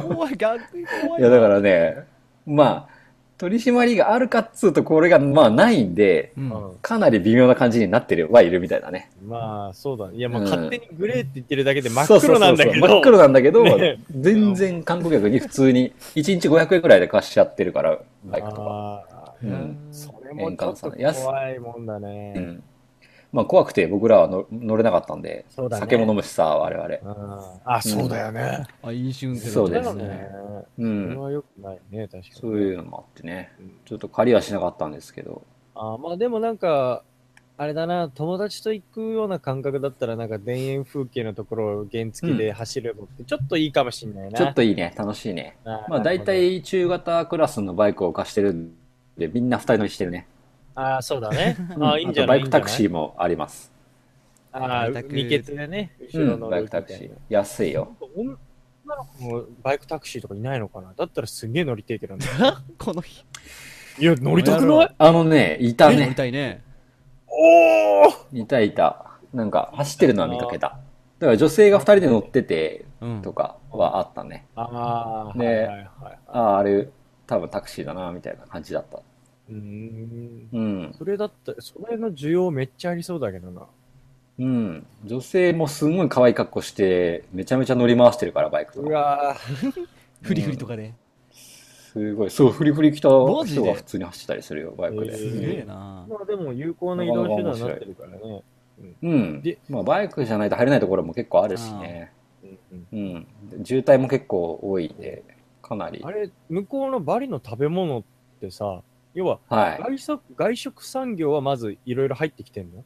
[SPEAKER 1] 怖い、逆に怖い。
[SPEAKER 2] いや、だからね、まあ、取り締まりがあるかっつうと、これが、まあ、ないんで、
[SPEAKER 1] うん、
[SPEAKER 3] う
[SPEAKER 2] かなり微妙な感じになってるはいるみたいだね。
[SPEAKER 3] んまあそうだねいやまあ
[SPEAKER 2] うん
[SPEAKER 3] 勝手にグレーって言ってるだけで真っ黒なんだけ
[SPEAKER 2] そ
[SPEAKER 3] ど
[SPEAKER 2] うそうそう真っ黒なんだけど、
[SPEAKER 3] ね
[SPEAKER 2] 全然観光客に普通に1日500円くらいで貸しちゃってるから、バイクとか。
[SPEAKER 3] あ
[SPEAKER 2] う
[SPEAKER 3] ー
[SPEAKER 2] ん
[SPEAKER 3] それもちょっと
[SPEAKER 2] 円換算
[SPEAKER 3] 怖いもんだね
[SPEAKER 2] う、んまあ怖くて僕らはの乗れなかったんで、
[SPEAKER 3] そうだね
[SPEAKER 2] 酒も飲むしさ、我々。
[SPEAKER 3] うんあそうだよね、
[SPEAKER 1] あ、飲酒運転
[SPEAKER 2] そうですね
[SPEAKER 1] だ
[SPEAKER 3] だよね
[SPEAKER 2] う
[SPEAKER 3] それ
[SPEAKER 2] ん。
[SPEAKER 3] は良くないね確かに
[SPEAKER 2] そういうのもあってね
[SPEAKER 3] うん。
[SPEAKER 2] ちょっと借りはしなかったんですけど。
[SPEAKER 3] あーまあでもなんかあれだな友達と行くような感覚だったらなんか田園風景のところを原付で走ればってちょっといいかもしんないな、
[SPEAKER 2] ちょっといいね。楽しいね。
[SPEAKER 3] あー
[SPEAKER 2] まあ大体中型クラスのバイクを貸してるんで、みんな二人乗りしてるね。
[SPEAKER 3] ああ、そうだ
[SPEAKER 2] [LAUGHS]
[SPEAKER 3] ね。
[SPEAKER 2] うん
[SPEAKER 3] ああ、いいんじゃ
[SPEAKER 2] あとバ
[SPEAKER 3] ない
[SPEAKER 2] イクタクシーもあります。
[SPEAKER 3] ああ
[SPEAKER 1] バイタ
[SPEAKER 3] ー、
[SPEAKER 1] ク
[SPEAKER 3] 二血でね、後
[SPEAKER 2] う
[SPEAKER 3] ろ
[SPEAKER 2] ん、
[SPEAKER 3] の。
[SPEAKER 2] バイクタクシー。。安いよ。
[SPEAKER 3] 女の子もバイクタクシーとかいないのかなだったらすげえ乗りてえけどね。
[SPEAKER 1] この日。
[SPEAKER 3] いや、乗りたく
[SPEAKER 1] やろ
[SPEAKER 3] ないう
[SPEAKER 2] あのね、いた
[SPEAKER 1] 乗り
[SPEAKER 2] ね。
[SPEAKER 1] たいね。
[SPEAKER 3] おー
[SPEAKER 2] いたいた。なんか、走ってるのは見かけた。だから女性が二人で乗ってて、
[SPEAKER 1] うん。
[SPEAKER 2] とかはあったね。
[SPEAKER 3] ああ、
[SPEAKER 2] ね
[SPEAKER 3] はいはいはい。
[SPEAKER 2] ああ、あれ、多分タクシーだな、みたいな感じだった。
[SPEAKER 3] うーん。
[SPEAKER 2] うん。
[SPEAKER 3] それだったら、それの需要めっちゃありそうだけどな。
[SPEAKER 2] うん。女性もすごい可愛い格好して、めちゃめちゃ乗り回してるから、バイクと
[SPEAKER 3] う
[SPEAKER 2] か。
[SPEAKER 3] わー
[SPEAKER 1] フリフリとかで。
[SPEAKER 2] すごい。そう、フリフリ来た
[SPEAKER 1] マジ
[SPEAKER 2] 人
[SPEAKER 1] で
[SPEAKER 2] が普通に走ったりするよ、バイク
[SPEAKER 3] へ
[SPEAKER 1] す
[SPEAKER 2] で。
[SPEAKER 1] げえな。
[SPEAKER 3] まあでも有効な移動手段になってるからね。
[SPEAKER 2] うん
[SPEAKER 3] で。
[SPEAKER 2] まあ、バイクじゃないと入れないところも結構あるしね。
[SPEAKER 3] うんうん
[SPEAKER 2] うん。渋滞も結構多いんで、かなり
[SPEAKER 3] あ。れ、向こうのバリの食べ物ってさ、要は
[SPEAKER 2] はい。
[SPEAKER 3] 外食、外食産業はまずいろいろ入ってきてんの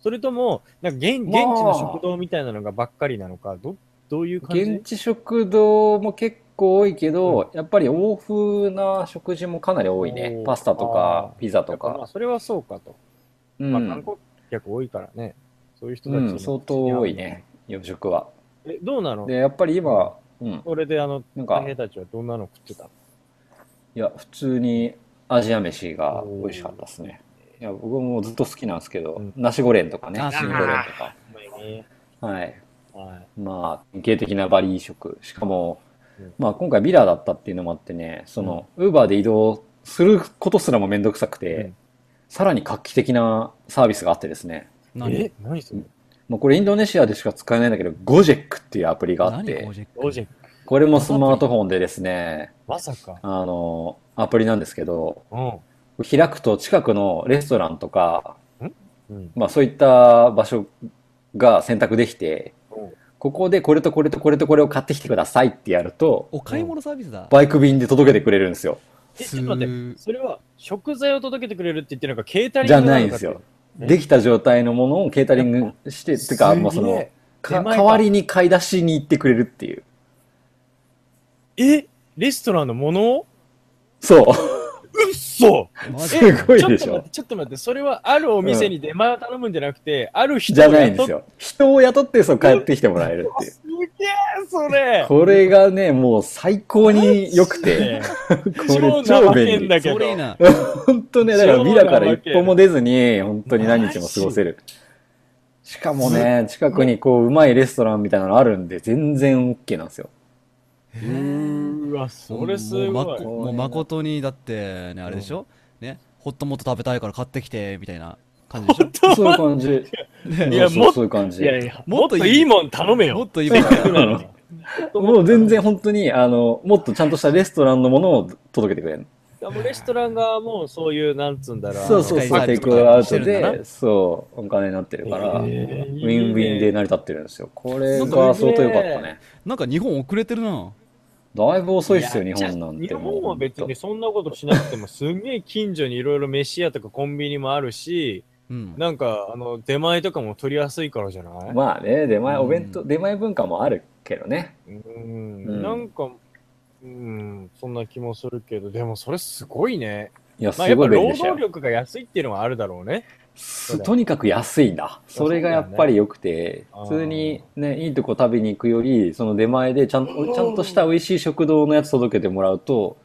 [SPEAKER 3] それとも、なんか現現地
[SPEAKER 2] まあ
[SPEAKER 3] の食堂みたいなのがばっかりなのか、どどういう感じ
[SPEAKER 2] 現地食堂も結構多いけど、やっぱり欧風な食事もかなり多いね
[SPEAKER 3] お。ー
[SPEAKER 2] パスタとか
[SPEAKER 3] あ、ー
[SPEAKER 2] ピザと
[SPEAKER 3] やっぱまあ
[SPEAKER 2] か。
[SPEAKER 3] それはそうかと。
[SPEAKER 2] う
[SPEAKER 3] まあ、
[SPEAKER 2] ん
[SPEAKER 3] 観光客多いからね、そういう人たち
[SPEAKER 2] う
[SPEAKER 3] に、
[SPEAKER 2] ん、相当多いね、洋食は。
[SPEAKER 3] え。どうなの
[SPEAKER 2] で、やっぱり今、うん、
[SPEAKER 3] それであの、
[SPEAKER 2] なんか
[SPEAKER 3] 大、平たちはどんなの食ってたの
[SPEAKER 2] いや、普通にアジア飯が美味しかったですね。いや、僕もずっと好きなんですけど、
[SPEAKER 3] うん
[SPEAKER 2] ナシゴレンとかね、
[SPEAKER 1] ナシ
[SPEAKER 2] シ
[SPEAKER 1] ゴ
[SPEAKER 2] ン
[SPEAKER 1] レン
[SPEAKER 2] ゴレンとか。はい。まあ、典型的なバリ食。しかも
[SPEAKER 3] うん、
[SPEAKER 2] まあ今回ビラだったっていうのもあってね、その、ウーバーで移動することすらもめんどくさくて、
[SPEAKER 3] うん
[SPEAKER 2] さらに画期的なサービスがあってですね、
[SPEAKER 3] はい、
[SPEAKER 1] 何
[SPEAKER 3] え何それ
[SPEAKER 2] まあ、これインドネシアでしか使えないんだけど、ゴジェックっていうアプリがあっ
[SPEAKER 1] 何
[SPEAKER 2] て
[SPEAKER 1] ゴ、ジェック
[SPEAKER 3] オジェック、
[SPEAKER 2] これもスマートフォンでですね、
[SPEAKER 3] まさか。
[SPEAKER 2] あの、アプリなんですけど、
[SPEAKER 3] うん。
[SPEAKER 2] 開くと近くのレストランとか、
[SPEAKER 3] うん。
[SPEAKER 2] まあそういった場所が選択できて、
[SPEAKER 3] おう
[SPEAKER 2] ここでこれとこれとこれとこれを買ってきてくださいってやると、
[SPEAKER 1] お買い物サービスだ
[SPEAKER 2] バイク便で届けてくれるんですよ。
[SPEAKER 3] え、ちょっと待って、それは食材を届けてくれるって言ってるのか、携帯
[SPEAKER 2] じゃないんですよ。
[SPEAKER 3] ね
[SPEAKER 2] できた状態のものをケータリングして、てか、まあそ
[SPEAKER 3] すげ
[SPEAKER 2] の
[SPEAKER 3] え、
[SPEAKER 2] か
[SPEAKER 3] 手前
[SPEAKER 2] 代
[SPEAKER 3] か
[SPEAKER 2] わりに買い出しに行ってくれるっていう。
[SPEAKER 3] えレストランのものを
[SPEAKER 2] そう。
[SPEAKER 3] うっそ
[SPEAKER 1] マ [LAUGHS] ジ
[SPEAKER 2] すご
[SPEAKER 3] ちょ
[SPEAKER 2] いで
[SPEAKER 3] っと
[SPEAKER 2] し
[SPEAKER 3] 待っ
[SPEAKER 2] ょ
[SPEAKER 3] て、。ちょっと待って、それはあるお店に出前を頼むんじゃなくて、ある人
[SPEAKER 2] じゃ
[SPEAKER 3] を
[SPEAKER 2] ないんで
[SPEAKER 3] 雇っ
[SPEAKER 2] すよ。人を雇ってそう帰ってきてもらえる
[SPEAKER 3] [LAUGHS]
[SPEAKER 2] っていう。
[SPEAKER 3] すげえ、それ
[SPEAKER 2] これがね、もう最高に良くて、これ超
[SPEAKER 3] 超生
[SPEAKER 2] 便
[SPEAKER 3] 変
[SPEAKER 2] 利。
[SPEAKER 3] だけ
[SPEAKER 1] そ
[SPEAKER 3] ど。
[SPEAKER 1] れいいな
[SPEAKER 2] 本当ね、だからビラから一歩も出ずに、本当に何日も過ごせる。しかもね、近くにこう、うまいレストランみたいなのあるんで、全然 OK なんですよ。
[SPEAKER 1] へ
[SPEAKER 3] う
[SPEAKER 1] ー
[SPEAKER 3] ーわ、それす
[SPEAKER 1] もうま
[SPEAKER 3] ご
[SPEAKER 1] こ
[SPEAKER 3] い。
[SPEAKER 1] もう誠にだってねあれでしょ、ねホットモット食べたいから買ってきてみたいな感じでし
[SPEAKER 2] [LAUGHS]
[SPEAKER 1] ょ
[SPEAKER 2] そういう感じ。
[SPEAKER 1] ね
[SPEAKER 3] いや
[SPEAKER 2] そう
[SPEAKER 3] もっ
[SPEAKER 2] そういう感じ。
[SPEAKER 3] いやいや、
[SPEAKER 1] も
[SPEAKER 3] も
[SPEAKER 1] っ
[SPEAKER 3] っ
[SPEAKER 1] と
[SPEAKER 3] と
[SPEAKER 1] いい
[SPEAKER 3] いいもん頼めよ。
[SPEAKER 1] もっといいもん
[SPEAKER 3] せっかくなのに
[SPEAKER 2] もう全然本当に、あの、もっとちゃんとしたレストランのものを届けてくれる。
[SPEAKER 3] でもレストラン側もそういう、なんつうんだろう。
[SPEAKER 2] そうそう
[SPEAKER 1] あの
[SPEAKER 2] そう、
[SPEAKER 1] テ
[SPEAKER 2] テ
[SPEAKER 1] イ
[SPEAKER 2] イ
[SPEAKER 1] クアウ
[SPEAKER 2] ク
[SPEAKER 1] ト
[SPEAKER 2] アウト
[SPEAKER 1] してるんだ
[SPEAKER 2] で、そう、お金になってるから、ウィ
[SPEAKER 3] へー
[SPEAKER 2] ンウィンで成り立ってるんですよ。これが相当良かったね。
[SPEAKER 1] なんか日本遅れてるな
[SPEAKER 2] だいぶ遅いっすよ、日本なん
[SPEAKER 3] 日
[SPEAKER 2] てもう。
[SPEAKER 3] 本は別にそんなことしなくても、すんげえ近所にいろいろ飯屋とかコンビニもあるし、
[SPEAKER 1] うん
[SPEAKER 3] なんか、あの、出前とかも取りやすいからじゃない
[SPEAKER 2] まあね、出前、
[SPEAKER 1] うん
[SPEAKER 2] お弁当、出前文化もあるけどね。
[SPEAKER 3] う
[SPEAKER 2] うん
[SPEAKER 3] ん、なんか、うん、そんな気もするけど、でもそれすごいね。
[SPEAKER 2] いや、す
[SPEAKER 3] まあやっ
[SPEAKER 2] ご
[SPEAKER 3] ぱ
[SPEAKER 2] い便利
[SPEAKER 3] 労
[SPEAKER 2] でしたよ
[SPEAKER 3] 働。力が安いっていうのはあるだろうね。
[SPEAKER 2] すとにかく安いんだ。それがやっぱり良くて、
[SPEAKER 3] そうだ
[SPEAKER 2] 普通
[SPEAKER 3] よね
[SPEAKER 2] にね、いいとこ食べに行くより、その出前でちゃんと、ちゃんとした美味しい食堂のやつ届けてもらうと、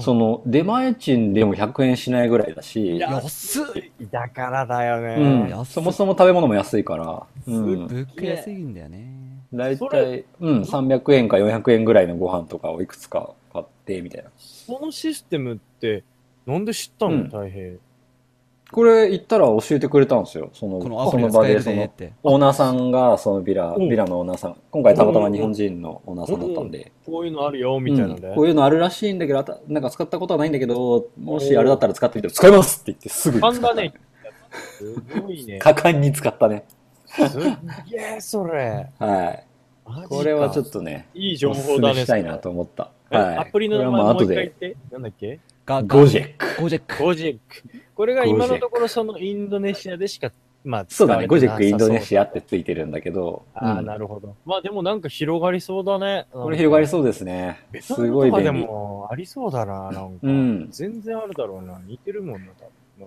[SPEAKER 2] その出前賃でも100円しないぐらいだし、
[SPEAKER 3] や
[SPEAKER 1] 安っ
[SPEAKER 3] だからだよね。
[SPEAKER 2] うん、
[SPEAKER 1] 安い
[SPEAKER 2] そもそも食べ物も安いから、うん、
[SPEAKER 1] 物価安いんだよね
[SPEAKER 2] 大
[SPEAKER 3] そ
[SPEAKER 2] 体
[SPEAKER 3] れ、
[SPEAKER 2] うん、300円か400円ぐらいのご飯とかをいくつか買って、みたいな。
[SPEAKER 3] そのシステムって、なんで知ったの、
[SPEAKER 2] うん
[SPEAKER 3] 大平。
[SPEAKER 2] これ行ったら教えてくれたんですよ、その、
[SPEAKER 1] このア
[SPEAKER 2] そ
[SPEAKER 1] プリ
[SPEAKER 2] の
[SPEAKER 1] が使
[SPEAKER 2] 場
[SPEAKER 1] え
[SPEAKER 2] で、
[SPEAKER 1] る
[SPEAKER 2] そ
[SPEAKER 1] でっ
[SPEAKER 2] の、
[SPEAKER 1] て
[SPEAKER 2] オーナーさんが、そのビラ、
[SPEAKER 3] うん
[SPEAKER 2] ビラのオーナーさん、今回たまたま日本人のオーナーさんだったんで、
[SPEAKER 3] こういうのあるよ、みたいなね。
[SPEAKER 2] うんこういうのあるらしいんだけど、あたなんか使ったことはないんだけど、もしあれだったら使ってみて、使いますって言ってすぐに使
[SPEAKER 3] あ
[SPEAKER 2] っ
[SPEAKER 3] ん
[SPEAKER 2] た。
[SPEAKER 3] だね。すごいね。
[SPEAKER 2] 果敢に使ったね。
[SPEAKER 3] すっげえ、それ。
[SPEAKER 2] はい。
[SPEAKER 3] マジか
[SPEAKER 2] これはちょっ。とね、
[SPEAKER 3] いい情
[SPEAKER 2] お
[SPEAKER 3] 報
[SPEAKER 2] すす
[SPEAKER 3] だ
[SPEAKER 2] め
[SPEAKER 3] ね。
[SPEAKER 2] したいなと思った。
[SPEAKER 3] それ。
[SPEAKER 2] はい。
[SPEAKER 3] えアプリの名
[SPEAKER 2] これ
[SPEAKER 3] 前
[SPEAKER 2] は
[SPEAKER 3] も
[SPEAKER 2] あ
[SPEAKER 3] う
[SPEAKER 2] 後
[SPEAKER 3] 一回言っ
[SPEAKER 2] で、
[SPEAKER 3] て。なんだっけ
[SPEAKER 1] が
[SPEAKER 2] ゴジェック。
[SPEAKER 1] ゴジェック
[SPEAKER 3] ゴジェック。これが今
[SPEAKER 2] ゴジェ
[SPEAKER 3] の
[SPEAKER 2] ック
[SPEAKER 3] ところそのインドネシアでしか、まあ、
[SPEAKER 2] そうだね、ゴジェックインドネシ
[SPEAKER 3] ア。
[SPEAKER 2] アってついてるんだけど、
[SPEAKER 3] あ
[SPEAKER 2] う
[SPEAKER 3] あ、
[SPEAKER 2] ん
[SPEAKER 3] なるほど。まあでもなんか広がりそうだね。
[SPEAKER 2] これ広がり
[SPEAKER 3] そ
[SPEAKER 2] そうですね。す
[SPEAKER 3] ベトナ
[SPEAKER 2] ご
[SPEAKER 3] ム
[SPEAKER 2] い
[SPEAKER 3] とかで
[SPEAKER 2] 便利。
[SPEAKER 3] もありそうだな、なんか。
[SPEAKER 2] うん
[SPEAKER 3] 全然あるだろうな。似てるもんな、多分。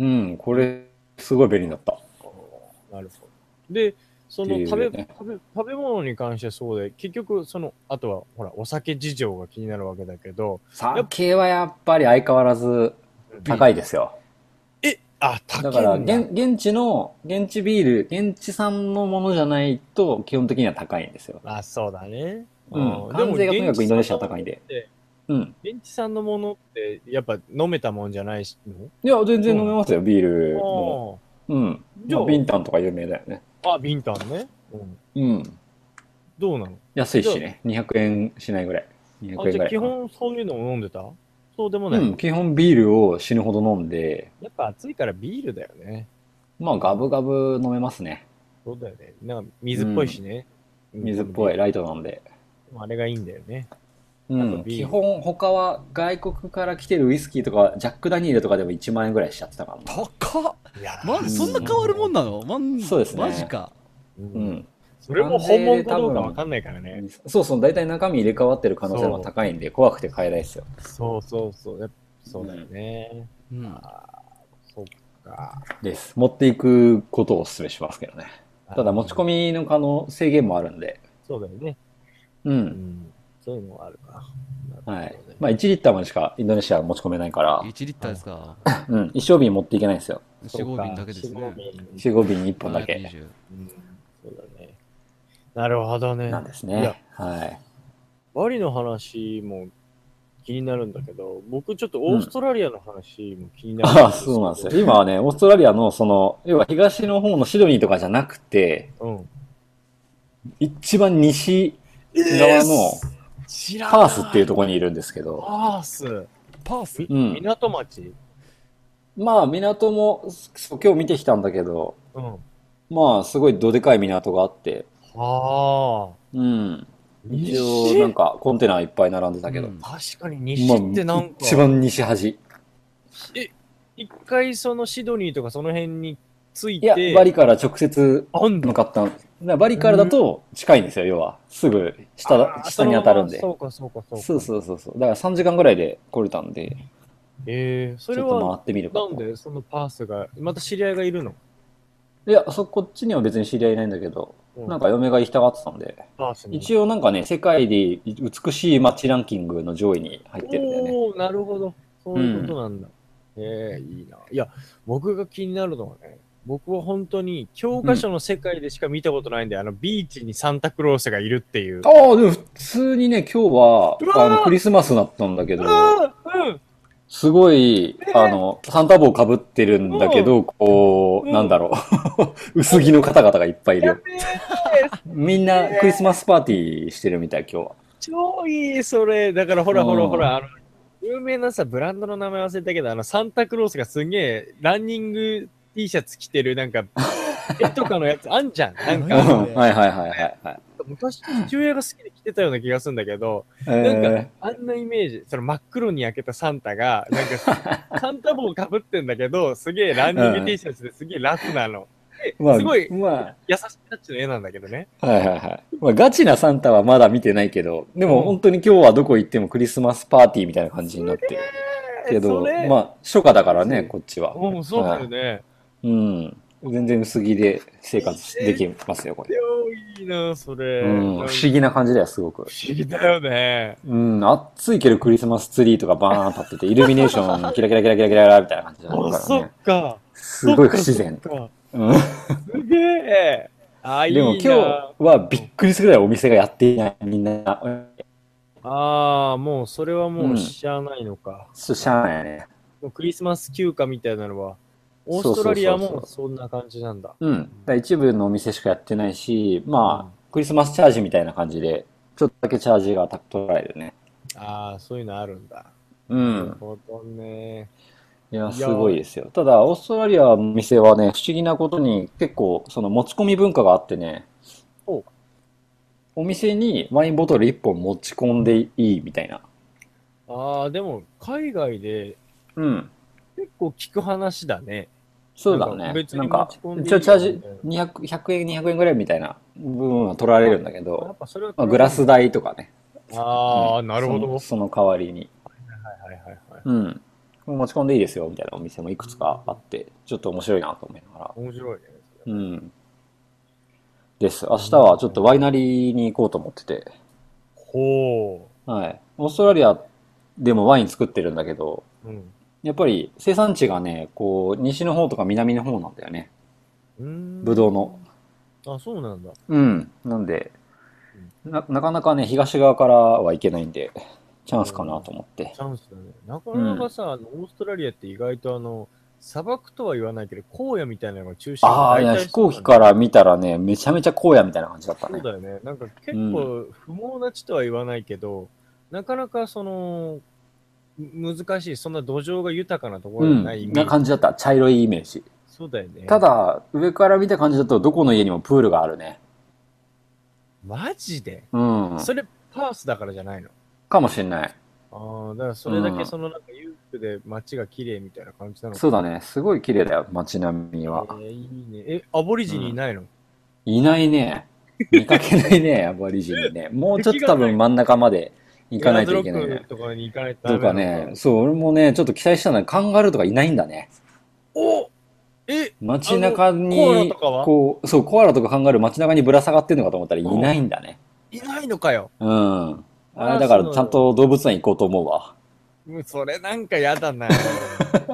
[SPEAKER 2] うん、これ、すごい便利だった。
[SPEAKER 3] なるほど。で、そ
[SPEAKER 2] っ
[SPEAKER 3] の
[SPEAKER 2] ていう
[SPEAKER 3] 食べ,、
[SPEAKER 2] ね
[SPEAKER 3] 食べ食べ物に関してはそうで、結局、その、あとは、ほら、お酒事情が気になるわけだけど、
[SPEAKER 2] 酒はやっぱり相変わらず高いですよ。
[SPEAKER 3] えあ、高
[SPEAKER 2] だ
[SPEAKER 3] いん
[SPEAKER 2] か
[SPEAKER 3] だ
[SPEAKER 2] ら、現、現地の、現地ビール、現地産のものじゃないと、基本的には高いんですよ。
[SPEAKER 3] あ、そうだね。
[SPEAKER 2] うん。
[SPEAKER 3] あー
[SPEAKER 2] 関税がとにかくインドネシア
[SPEAKER 3] 現地産の
[SPEAKER 2] 高いんで。
[SPEAKER 3] で
[SPEAKER 2] うん。
[SPEAKER 3] 現地産のものって、やっぱ飲めたもんじゃないしの
[SPEAKER 2] いや、全然飲めますよ、ビールも。うん。
[SPEAKER 3] じゃあ
[SPEAKER 2] まあビンタンとか有名だよね。
[SPEAKER 3] あーあ、ビンタンね。うん。
[SPEAKER 2] うん。
[SPEAKER 3] どうなの
[SPEAKER 2] 安いしね。200円しないぐらい。200円
[SPEAKER 3] あ、じ
[SPEAKER 2] ぐら
[SPEAKER 3] ゃあ
[SPEAKER 2] い
[SPEAKER 3] 基
[SPEAKER 2] かな。
[SPEAKER 3] 本そういうのを飲んでたそうでもない、
[SPEAKER 2] うん、基本ビールを死ぬほど飲んで、
[SPEAKER 3] やっぱ暑いからビールだよね。
[SPEAKER 2] まあ、ガブガブ飲めますね。
[SPEAKER 3] そうだよね。なんか水っぽいしね。
[SPEAKER 2] 水っぽい、ライトなんで。
[SPEAKER 3] でもあれがいいんだよね。
[SPEAKER 2] う
[SPEAKER 3] あ
[SPEAKER 2] ん
[SPEAKER 3] と、ビー
[SPEAKER 2] 基
[SPEAKER 3] ル
[SPEAKER 2] 本他は外国から来てるウイスキーとかジャック・ダニエルとかでも1万円ぐらいしちゃってたからな
[SPEAKER 1] 高っ
[SPEAKER 3] いやー
[SPEAKER 1] まそんな変わるもんなのまん
[SPEAKER 2] そうですね
[SPEAKER 1] マジか
[SPEAKER 3] う
[SPEAKER 2] うんん、
[SPEAKER 3] それも本物かどうかわかんないからね。
[SPEAKER 2] そうそう大体中身入れ替わってる可能性も高いんで怖くて買えないですよ
[SPEAKER 3] そうそうそう。やっぱそうだよね。
[SPEAKER 1] うん
[SPEAKER 3] そっか。
[SPEAKER 2] です持っていくことをお勧めしますけどねただ持ち込
[SPEAKER 3] み。
[SPEAKER 2] みの可能制限もあるんで
[SPEAKER 3] そうだよね。
[SPEAKER 2] う
[SPEAKER 3] うんん。そういうのはあるか。
[SPEAKER 2] は
[SPEAKER 3] なる
[SPEAKER 2] い
[SPEAKER 3] ほどね
[SPEAKER 2] まあ1リッターまでしかインドネシアは持ち込めないから、
[SPEAKER 1] 1リッターですか
[SPEAKER 2] うん、一生瓶持っていけないんですよ
[SPEAKER 1] 4合瓶だけですね
[SPEAKER 2] 集合瓶に1本だけ
[SPEAKER 1] 720
[SPEAKER 3] うんそうだね。なるほどね。
[SPEAKER 2] なんです
[SPEAKER 3] いや
[SPEAKER 2] ねはい
[SPEAKER 3] バリの話も気になるんだけど、僕ちょっとオーストラリアの話も気になる
[SPEAKER 2] ああ、そうなんですよ。
[SPEAKER 3] よ。
[SPEAKER 2] 今はね、オーストラリアの、その、要は東の方のシドニーとかじゃなくて、
[SPEAKER 3] うん。
[SPEAKER 2] 一番西
[SPEAKER 3] え
[SPEAKER 2] 側
[SPEAKER 3] ー
[SPEAKER 2] のパースっていうところにいるんですけど、
[SPEAKER 3] パース
[SPEAKER 1] パース
[SPEAKER 3] み
[SPEAKER 2] うん
[SPEAKER 3] 港町
[SPEAKER 2] まあ、港も、そう今日見てきたんだけど、
[SPEAKER 3] うん。は
[SPEAKER 2] まあ、すごいどでかい港があって、
[SPEAKER 3] あ。
[SPEAKER 2] うん。一応、
[SPEAKER 3] 西
[SPEAKER 2] なんか、コンテナいっぱい並んでたけど、
[SPEAKER 1] うん
[SPEAKER 3] 確かに西って
[SPEAKER 2] ま
[SPEAKER 3] な
[SPEAKER 2] あ
[SPEAKER 3] んか、
[SPEAKER 2] 一番西端。
[SPEAKER 3] え一回そのシドニーとかその辺につい
[SPEAKER 2] いや、
[SPEAKER 3] て、
[SPEAKER 2] バリから直接
[SPEAKER 3] あんの
[SPEAKER 2] 向かった。だからバリからだと近いんですよ、要は。すぐ下だ、下に当たるんで。
[SPEAKER 3] そうかそうかそうか。
[SPEAKER 2] そうそうそうそう。だから3時間ぐらいで来れたんで、
[SPEAKER 3] えー、そ
[SPEAKER 2] ち
[SPEAKER 3] れ
[SPEAKER 2] ょっと回
[SPEAKER 3] は、
[SPEAKER 2] ってみるか
[SPEAKER 3] なんでそのパースが、また知り合いがいるの、
[SPEAKER 2] いや、そこっちには別に知り合いないんだけど、
[SPEAKER 3] う
[SPEAKER 2] なんか嫁が行きたがってたんで、
[SPEAKER 3] パースに。
[SPEAKER 2] 一応なんかね、世界で美しい街ランキングの上位に入ってるんだよね。
[SPEAKER 3] おおなるほど。そういうことなんだ。ええいいな。いや、僕が気になるのはね、僕は本当に教科書の世界でしか見たことないんで、あの、ビーチにサンタクロースがいるっていう。
[SPEAKER 2] ああ、でも普通にね、今日は
[SPEAKER 3] うわ、ー
[SPEAKER 2] あの、クリスマスだったんだけど、
[SPEAKER 3] うん
[SPEAKER 2] すごい、あの、サンタ帽かぶってるんだけど、こ
[SPEAKER 3] う
[SPEAKER 2] う、
[SPEAKER 3] ん
[SPEAKER 2] なんだろう、 [LAUGHS] 薄着の方々がいっぱいいる
[SPEAKER 3] や
[SPEAKER 2] よ。
[SPEAKER 3] べえ
[SPEAKER 2] みんなクリスマスパーティーしてるみたい、今日は。
[SPEAKER 3] 超いい、それ。だからほらほ
[SPEAKER 2] う
[SPEAKER 3] ら
[SPEAKER 2] ん
[SPEAKER 3] ほら、あの、有名なさ、ブランドの名前忘れたけど、あの、サンタクロースがすんげえ、ランニング T シャツ着てる、なんか、絵とかのやつあんじゃん。なん
[SPEAKER 2] う
[SPEAKER 1] うん
[SPEAKER 3] か、
[SPEAKER 1] ん
[SPEAKER 2] [LAUGHS] はいはいはいはいはい。
[SPEAKER 3] 昔、父親が好きで着てたような気がするんだけど、なんか、
[SPEAKER 2] え
[SPEAKER 3] あんなイメージ、その真っ黒に焼けたサンタが、なんか、サンタ帽かぶってんだけ
[SPEAKER 2] [LAUGHS]
[SPEAKER 3] ど、すげえランニング T シャツですげえラフなの。で
[SPEAKER 2] ー、まあ、
[SPEAKER 3] すごい
[SPEAKER 2] まあ、
[SPEAKER 3] 優しいタッチの絵なんだけどね。
[SPEAKER 2] はいはいはい。まあ、ガチなサンタはまだ見てないけど、でも本当に今日はどこ行ってもクリスマスパーティーみたいな感じになってるけど、
[SPEAKER 3] それ
[SPEAKER 2] まあ、初夏だからね、こっちは。
[SPEAKER 3] うん、そうだよね。
[SPEAKER 2] うん。全然薄着で生活できますよ、これ。
[SPEAKER 3] いやいいな、それ。
[SPEAKER 2] うん、不
[SPEAKER 3] なん
[SPEAKER 2] 思
[SPEAKER 3] か
[SPEAKER 2] 議な感じだよ、すごく。
[SPEAKER 3] 不思議だよね。
[SPEAKER 2] うん、暑いけどクリスマスツリーとかバーン立ってて、イルミネーション、キラキラキラキラキラキラみたいな感じだ
[SPEAKER 3] あ、
[SPEAKER 2] か
[SPEAKER 3] そ
[SPEAKER 2] ら
[SPEAKER 3] っ
[SPEAKER 2] ね。
[SPEAKER 3] か。
[SPEAKER 2] すごい不自然。
[SPEAKER 3] そっか
[SPEAKER 2] うん。
[SPEAKER 3] すげえ。あ、いい
[SPEAKER 2] で
[SPEAKER 3] な。
[SPEAKER 2] も今日はびっくりするぐらいお店がやっていない、みんな。
[SPEAKER 3] ああ、もうそれはも
[SPEAKER 2] う
[SPEAKER 3] うん知らないのか。
[SPEAKER 2] そうしゃあないよね。
[SPEAKER 3] もうクリスマス休暇みたいなのは、オー
[SPEAKER 2] そうそうそうそ
[SPEAKER 3] ス
[SPEAKER 2] う
[SPEAKER 3] トラリアもそんな感じなんだ。
[SPEAKER 2] うん。だから一部のお店しかやってないし、まあ、クリスマスチャージみたいな感じで、ちょっとだけチャージが取られるね。
[SPEAKER 3] ああ、そういうのあるんだ。
[SPEAKER 2] う
[SPEAKER 3] なる
[SPEAKER 2] ん。
[SPEAKER 3] ほどね。
[SPEAKER 2] いや、
[SPEAKER 3] ー
[SPEAKER 2] すごいですよ。ただ、オーストラリアのお店はね、不思議なことに、結構、その持ち込み文化があってね
[SPEAKER 3] お、
[SPEAKER 2] お店にワインボトル1本持ち込んでいいみたいな。
[SPEAKER 3] ああ、でも海外で
[SPEAKER 2] うん。
[SPEAKER 3] 結構聞く話だね。
[SPEAKER 2] そうだ
[SPEAKER 3] なんか
[SPEAKER 2] ね。
[SPEAKER 3] 別に
[SPEAKER 2] なんか
[SPEAKER 3] 持ち込んでいい
[SPEAKER 2] 一応チャー
[SPEAKER 3] み
[SPEAKER 2] ジ
[SPEAKER 3] たいな
[SPEAKER 2] 200、100円、200円ぐらいみたいな部分は取られるんだけ
[SPEAKER 3] や
[SPEAKER 2] ど
[SPEAKER 3] っ、ぱそれは、
[SPEAKER 2] まあ、グラス。代とかね。
[SPEAKER 3] ああ、
[SPEAKER 2] うん
[SPEAKER 3] なるほ
[SPEAKER 2] そ
[SPEAKER 3] ど。は
[SPEAKER 2] のその代わりに。
[SPEAKER 3] いはいはいはい。
[SPEAKER 2] うん。持ち込んでいいですよ、みたいなお店もいくつかあって、ちょっと面白いなと思いながら。
[SPEAKER 3] 面白いね。
[SPEAKER 2] うん。です。明日はちょっとワイナリーに行こうと思ってて。
[SPEAKER 3] ほ
[SPEAKER 2] はい。オーストラリアでもワイン作ってるんだけど、
[SPEAKER 3] う。うん。
[SPEAKER 2] やっぱり生産地がね、こう、西の方とか南の方なんだよね。
[SPEAKER 3] うーん
[SPEAKER 2] ブドウの。
[SPEAKER 3] あ、そうなんだ。
[SPEAKER 2] うん。なんで、な、なかなかね、東側からは行けないんで、チャンスかなと思って
[SPEAKER 3] チ。ャンスだね。なかなかさ、あのオーストラリアって意外とあの、砂漠とは言わないけど、荒野みたいなのが中心。
[SPEAKER 2] ああ、いや、飛行機からら見たらね、めちゃめちゃ荒野みたいな感じだった
[SPEAKER 3] そう
[SPEAKER 2] ね。
[SPEAKER 3] だよね。なんか結構不毛な地とは言わないけど、なかなかその、む難しい、そんな土壌が豊かなとこ
[SPEAKER 2] う
[SPEAKER 3] ろじゃ
[SPEAKER 2] ん。
[SPEAKER 3] ないイメージ
[SPEAKER 2] な感じだった。茶色いイメージ。
[SPEAKER 3] そうだよね。
[SPEAKER 2] た、だ、上から見た感じだと、どこの家にもプールがあるね。
[SPEAKER 3] マジで
[SPEAKER 2] うん。
[SPEAKER 3] それ、パースだからじゃないの。
[SPEAKER 2] かもしれない。
[SPEAKER 3] ああ、だからそれだ
[SPEAKER 2] う
[SPEAKER 3] け
[SPEAKER 2] ん
[SPEAKER 3] そのなんか裕福で街が綺麗みたいな感じなのか
[SPEAKER 2] そうだね。すごい綺麗だよ、街並みは。
[SPEAKER 3] えーいいね。え、アボリジニいないの、
[SPEAKER 2] いないね。見かけない
[SPEAKER 3] [LAUGHS]
[SPEAKER 2] ね、アボリジニね。もうちょっと多分真ん中まで行かないといけない
[SPEAKER 3] ガー
[SPEAKER 2] ね。
[SPEAKER 3] ドロックとかに行かないとダ
[SPEAKER 2] と
[SPEAKER 3] メな
[SPEAKER 2] か
[SPEAKER 3] の
[SPEAKER 2] ね、そう、俺もね、ちょっと期待したのはカンガルーとかいないんだね。
[SPEAKER 3] おえ、
[SPEAKER 2] 街中に、
[SPEAKER 3] あのコアラとかは
[SPEAKER 2] こう、そう、コアラとかカンガルー街中にぶら下がってるのかと思ったらいないんだね。
[SPEAKER 3] いないのかよ。
[SPEAKER 2] うん。あ
[SPEAKER 3] あ
[SPEAKER 2] れだから
[SPEAKER 3] そうなんだ
[SPEAKER 2] ちゃんと動物園行こうと思うわ。
[SPEAKER 3] うんそれなんかやだな。 [LAUGHS]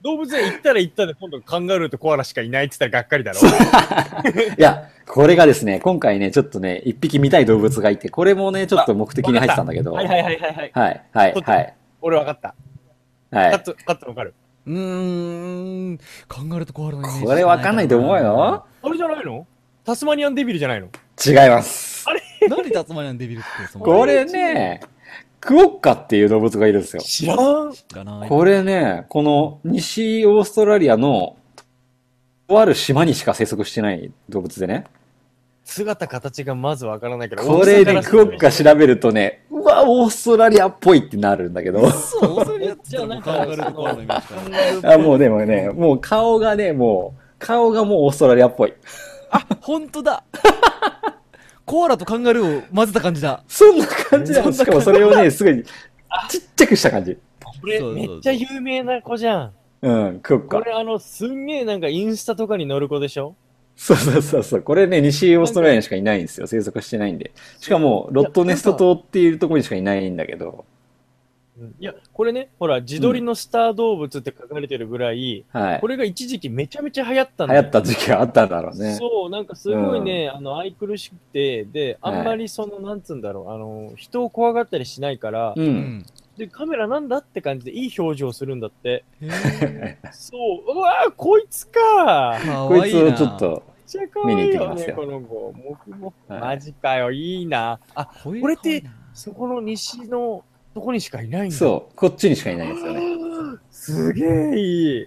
[SPEAKER 3] 動物園行ったら行ったで、今度カンガルーとコアラしかいないって言ったらがっかりだろ。
[SPEAKER 2] いや、これがですね、今回ね、ちょっとね、一匹見たい動物がいて、これもね、ちょっと目的に入ってたんだけど。
[SPEAKER 3] はいはいはいはいはい。
[SPEAKER 2] はい、はい、はい。
[SPEAKER 3] 俺わかった。
[SPEAKER 2] は
[SPEAKER 3] カッ
[SPEAKER 2] い。
[SPEAKER 3] ト、カットわかる。
[SPEAKER 1] うーん、考えるとコアラのイメージ
[SPEAKER 2] これわかんないと思うよ。。
[SPEAKER 3] あれじゃないのタスマニアンデビルじゃないの
[SPEAKER 2] 違います。
[SPEAKER 1] なんで竜巻なんデビルってその
[SPEAKER 2] これね、クオッカっていう動物がいるんですよ。
[SPEAKER 3] 知らん。
[SPEAKER 1] がない。
[SPEAKER 2] これね、この西オーストラリアのとある島にしか生息してない動物でね。
[SPEAKER 3] 姿形がまずわからないけど。
[SPEAKER 2] これでクオッカ
[SPEAKER 3] し
[SPEAKER 2] 調べるとね、うわ、オーストラリアっぽいってなるんだけど。
[SPEAKER 1] そう、オーストラリアって言ったらもうカンガルーとコアラのイメージだね
[SPEAKER 2] あ、もうでもね、もう顔がね、もう、顔がもうオーストラリアっぽい。
[SPEAKER 1] あ、ほんとだコアラとカンガルーを混ぜた感じだ。
[SPEAKER 2] そんな感じなの。しかもそれをね、すぐにちっちゃくした感じ。
[SPEAKER 3] これ
[SPEAKER 1] そうそう
[SPEAKER 3] め
[SPEAKER 1] そう
[SPEAKER 3] っちゃ有名な子じゃん。
[SPEAKER 2] うん、クオッ
[SPEAKER 3] こ
[SPEAKER 2] カ。
[SPEAKER 3] れあの、すんげえなんかインスタとかに載る子でしょ
[SPEAKER 2] そうそうそうそう。これね、西オーストラリアにしかいないんですよ。生息してないんで。しかも、ロットネスト島っていうところにしかいないんだけど。
[SPEAKER 3] いや、これね、ほら、自撮りのスター動物って書かれてるぐらい、
[SPEAKER 2] はい
[SPEAKER 3] こ。れが一時期めちゃめちゃ流行ったん
[SPEAKER 2] 流
[SPEAKER 3] だ
[SPEAKER 2] 行
[SPEAKER 3] よ
[SPEAKER 2] った時期があったんだろうね。
[SPEAKER 3] そう、なんかすごいね、あの、愛くるしくて、で、あんまりその、なんつうんだろう、あの、人を怖がったりしないから、
[SPEAKER 2] う。
[SPEAKER 1] うんん。
[SPEAKER 3] で、カメラなんだって感じでいい表情するんだって。
[SPEAKER 1] へー
[SPEAKER 3] そう、うわー、こいつかめっ
[SPEAKER 1] か
[SPEAKER 2] こ
[SPEAKER 1] わ
[SPEAKER 2] い
[SPEAKER 1] い
[SPEAKER 2] つ
[SPEAKER 1] い
[SPEAKER 2] を
[SPEAKER 1] な。
[SPEAKER 2] ちょっと、
[SPEAKER 3] ちゃ可愛い
[SPEAKER 2] 見に行
[SPEAKER 3] よ
[SPEAKER 2] ってきます
[SPEAKER 3] ね、
[SPEAKER 2] よ
[SPEAKER 3] この子。僕も、
[SPEAKER 2] はい
[SPEAKER 3] マジかよ、いいな。あ、
[SPEAKER 1] こ
[SPEAKER 3] これって、そこの西のとこにしかいないんだ。
[SPEAKER 2] そう、こっちにしかいないんですよね。
[SPEAKER 3] う。すげえいい。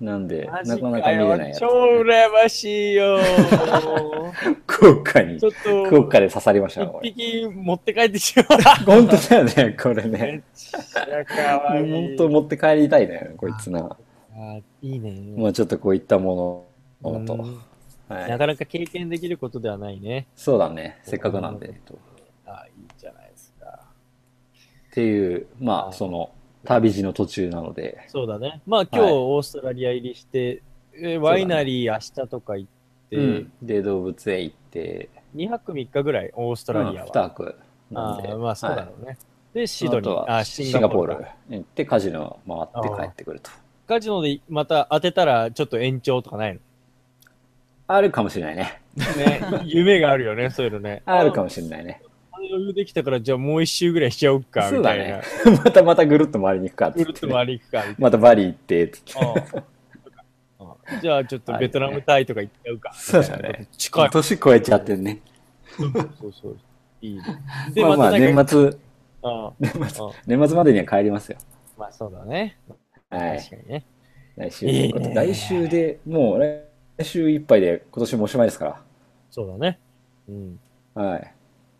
[SPEAKER 2] なんで、
[SPEAKER 3] マ
[SPEAKER 2] な
[SPEAKER 3] ジ
[SPEAKER 2] かな
[SPEAKER 3] か
[SPEAKER 2] か見れ
[SPEAKER 3] よ
[SPEAKER 2] ないやつ。
[SPEAKER 3] 超羨ましいよ。
[SPEAKER 2] [LAUGHS] クオッカに、
[SPEAKER 3] ちょっ
[SPEAKER 2] クオッカ
[SPEAKER 3] と、
[SPEAKER 2] で刺さりました、
[SPEAKER 3] 一
[SPEAKER 2] 俺。
[SPEAKER 3] 匹持って帰ってしまう。
[SPEAKER 2] 本当だよね、これ
[SPEAKER 3] め
[SPEAKER 2] ね。
[SPEAKER 3] っちゃ可愛い。
[SPEAKER 2] [LAUGHS] 本当持って帰りたいね、こいつな。
[SPEAKER 3] あいいね。
[SPEAKER 2] まあちょっとこういったものを
[SPEAKER 3] う
[SPEAKER 2] と。
[SPEAKER 3] ん
[SPEAKER 2] は。
[SPEAKER 3] ないかなか経験できることではないね。
[SPEAKER 2] そうだね、せっかくなんで。と
[SPEAKER 3] あいいじゃないですか。
[SPEAKER 2] っていう、ま
[SPEAKER 3] は
[SPEAKER 2] あ、
[SPEAKER 3] い
[SPEAKER 2] その、旅路の途中なので、
[SPEAKER 3] そうだね。まあ今日、
[SPEAKER 2] はい
[SPEAKER 3] オーストラリア入りして、えーワイナリー明日とか行って、
[SPEAKER 2] うんで、動物園行って、
[SPEAKER 3] 2泊3日ぐらい、オーストラリア
[SPEAKER 2] うん
[SPEAKER 3] は。
[SPEAKER 2] 二泊な
[SPEAKER 3] あ
[SPEAKER 2] んで、
[SPEAKER 3] ーまあそうだ
[SPEAKER 2] はい
[SPEAKER 3] ろうね。で、シドニ
[SPEAKER 2] あと
[SPEAKER 3] ー、
[SPEAKER 2] は
[SPEAKER 3] あ
[SPEAKER 2] シンガポール
[SPEAKER 3] か
[SPEAKER 2] 行って、カジノ回って帰ってくると。
[SPEAKER 3] カジノでまた当てたらちょっと延長とかないの
[SPEAKER 2] あるかもしれないね。
[SPEAKER 3] ね、 [LAUGHS] 夢があるよね、そういうのね。
[SPEAKER 2] あるか
[SPEAKER 3] も。
[SPEAKER 2] もしれないね。
[SPEAKER 3] 余裕できたから、じゃあもう一周ぐらいしちゃおうか、
[SPEAKER 2] そう
[SPEAKER 3] み
[SPEAKER 2] だ
[SPEAKER 3] たいな
[SPEAKER 2] ね。。 [LAUGHS] またまたぐるっと回りに行くかっ
[SPEAKER 3] ぐ
[SPEAKER 2] て
[SPEAKER 3] るっと
[SPEAKER 2] ね。
[SPEAKER 3] 回り行くか、み
[SPEAKER 2] またバリ行って、つって
[SPEAKER 3] たいな。うんうんじゃあちょっとベトナムタイとか行っちゃうか。
[SPEAKER 2] そうだね。
[SPEAKER 3] 近い。
[SPEAKER 2] 年超えちゃってね。
[SPEAKER 3] そうそう。いいね。で、
[SPEAKER 2] まあまあ、
[SPEAKER 3] たな
[SPEAKER 2] 年
[SPEAKER 3] んか
[SPEAKER 2] 末、
[SPEAKER 3] うん
[SPEAKER 2] 年末までには帰りますよ。
[SPEAKER 3] まあそうだね。
[SPEAKER 2] はい
[SPEAKER 3] 確。かにね。
[SPEAKER 2] 来週
[SPEAKER 3] いいね
[SPEAKER 2] 来週で、もう来週いっぱいで今年もおしまいですか
[SPEAKER 3] そうだね。うん。
[SPEAKER 2] ら。はい。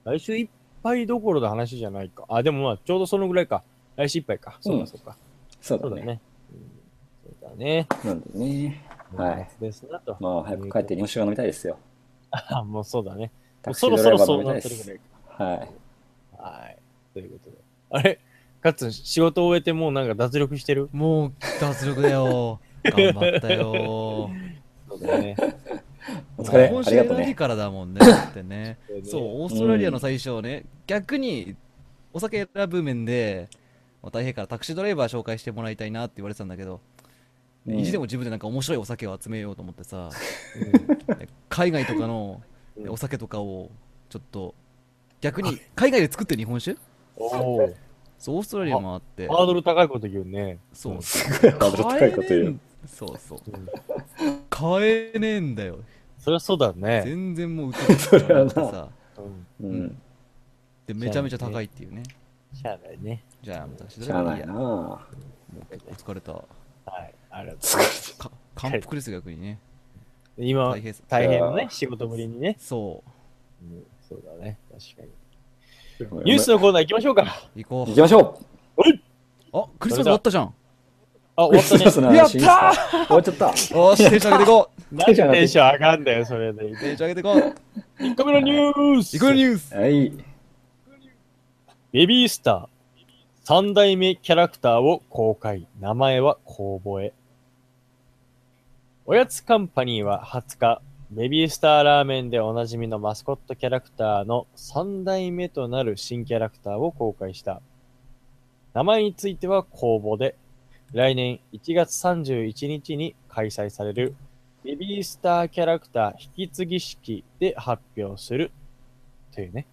[SPEAKER 3] 来週いっぱいどころの話じゃないか。あ、でもまあちょうどそのぐらいか。来週いっぱいか。そう
[SPEAKER 2] う
[SPEAKER 3] か
[SPEAKER 2] ん
[SPEAKER 3] そうか。
[SPEAKER 2] そう
[SPEAKER 3] そ
[SPEAKER 2] だ
[SPEAKER 3] うだ
[SPEAKER 2] ね。
[SPEAKER 3] ね。うんそうだね。
[SPEAKER 2] なんでね。はい。
[SPEAKER 3] ですなと。
[SPEAKER 2] まあ、早く帰って日本酒が飲みたいですよ。
[SPEAKER 3] あ、もうそうだね。
[SPEAKER 2] タクシ
[SPEAKER 3] そ
[SPEAKER 2] ード
[SPEAKER 3] ろ
[SPEAKER 2] ラ
[SPEAKER 3] そ
[SPEAKER 2] イ
[SPEAKER 3] ろ
[SPEAKER 2] バーも
[SPEAKER 3] そう
[SPEAKER 2] 飲み
[SPEAKER 3] な
[SPEAKER 2] たいで
[SPEAKER 3] ってるぐ
[SPEAKER 2] す
[SPEAKER 3] ら。いか。
[SPEAKER 2] はい。
[SPEAKER 3] はい。ということで。あれカッツン、仕事を終えてもうなんか脱力してる
[SPEAKER 1] もう脱力だよ。頑張ったよ。
[SPEAKER 3] そうだね。
[SPEAKER 2] お疲れ。
[SPEAKER 1] もう今
[SPEAKER 2] ありが
[SPEAKER 1] 週
[SPEAKER 2] とう
[SPEAKER 1] 何時
[SPEAKER 2] ね。
[SPEAKER 1] からだもんね。だってね。そう、
[SPEAKER 3] う。
[SPEAKER 1] オーストラリアの最初ね、逆にお酒選ぶ面で、まあ大変からタクシードライバー紹介してもらいたいなって言われてたんだけど、
[SPEAKER 2] うん
[SPEAKER 1] 意地でも自分でなんか面白いお酒を集めようと思ってさ、で海外とかの
[SPEAKER 3] うん
[SPEAKER 1] お酒とかをちょっと、逆に海外で作ってる日本酒
[SPEAKER 3] おおー。
[SPEAKER 1] そう、オーストラリアもあって、
[SPEAKER 3] ハードル高いこと言うね。
[SPEAKER 1] そう、
[SPEAKER 2] す [LAUGHS] ごいハードル高いこと
[SPEAKER 1] 買えね
[SPEAKER 2] 言
[SPEAKER 1] え。
[SPEAKER 2] うん
[SPEAKER 1] そうそう
[SPEAKER 3] うん。
[SPEAKER 1] 買えねえんだよ。
[SPEAKER 3] そりゃそうだね。
[SPEAKER 1] 全然もう売ってなくなって
[SPEAKER 2] それは
[SPEAKER 1] さ。
[SPEAKER 3] うん。
[SPEAKER 2] う
[SPEAKER 1] うんん。で、めちゃめちゃ高いっていうね。
[SPEAKER 3] しゃあないね。
[SPEAKER 1] じゃあ、またし
[SPEAKER 2] しゃあないな。は
[SPEAKER 1] お疲れた。
[SPEAKER 3] はい。ありがとう。
[SPEAKER 1] か感服ですよ、逆にね。
[SPEAKER 3] 今
[SPEAKER 1] 大、変さ
[SPEAKER 3] 大変のね、仕事ぶりにね。
[SPEAKER 1] そ
[SPEAKER 3] うんそうだね。確か
[SPEAKER 2] い
[SPEAKER 3] に。ニュースのコーナー行きましょうか。
[SPEAKER 1] 行こ
[SPEAKER 2] 行きましょ
[SPEAKER 1] う。あ、クリスマス終わったじゃん。
[SPEAKER 3] あ、
[SPEAKER 2] う。
[SPEAKER 3] 終わったね。 [LAUGHS]
[SPEAKER 1] やったー
[SPEAKER 2] 終わっちゃった。
[SPEAKER 1] おーし、テンション上げていこ
[SPEAKER 3] なんで [LAUGHS] テンション上がんだよ、それで
[SPEAKER 1] う。。テンション上げていこう。
[SPEAKER 3] 1個目のニュース
[SPEAKER 1] 行くニュース。
[SPEAKER 2] はい。
[SPEAKER 3] ベビースター、3代目キャラクターを公開。名前は公募え。おやつカンパニーは20日、ベビースターラーメンでおなじみのマスコットキャラクターの3代目となる新キャラクターを公開した。名前については公募で、来年1月31日に開催されるベビースターキャラクター引き継ぎ式で発表する。というね。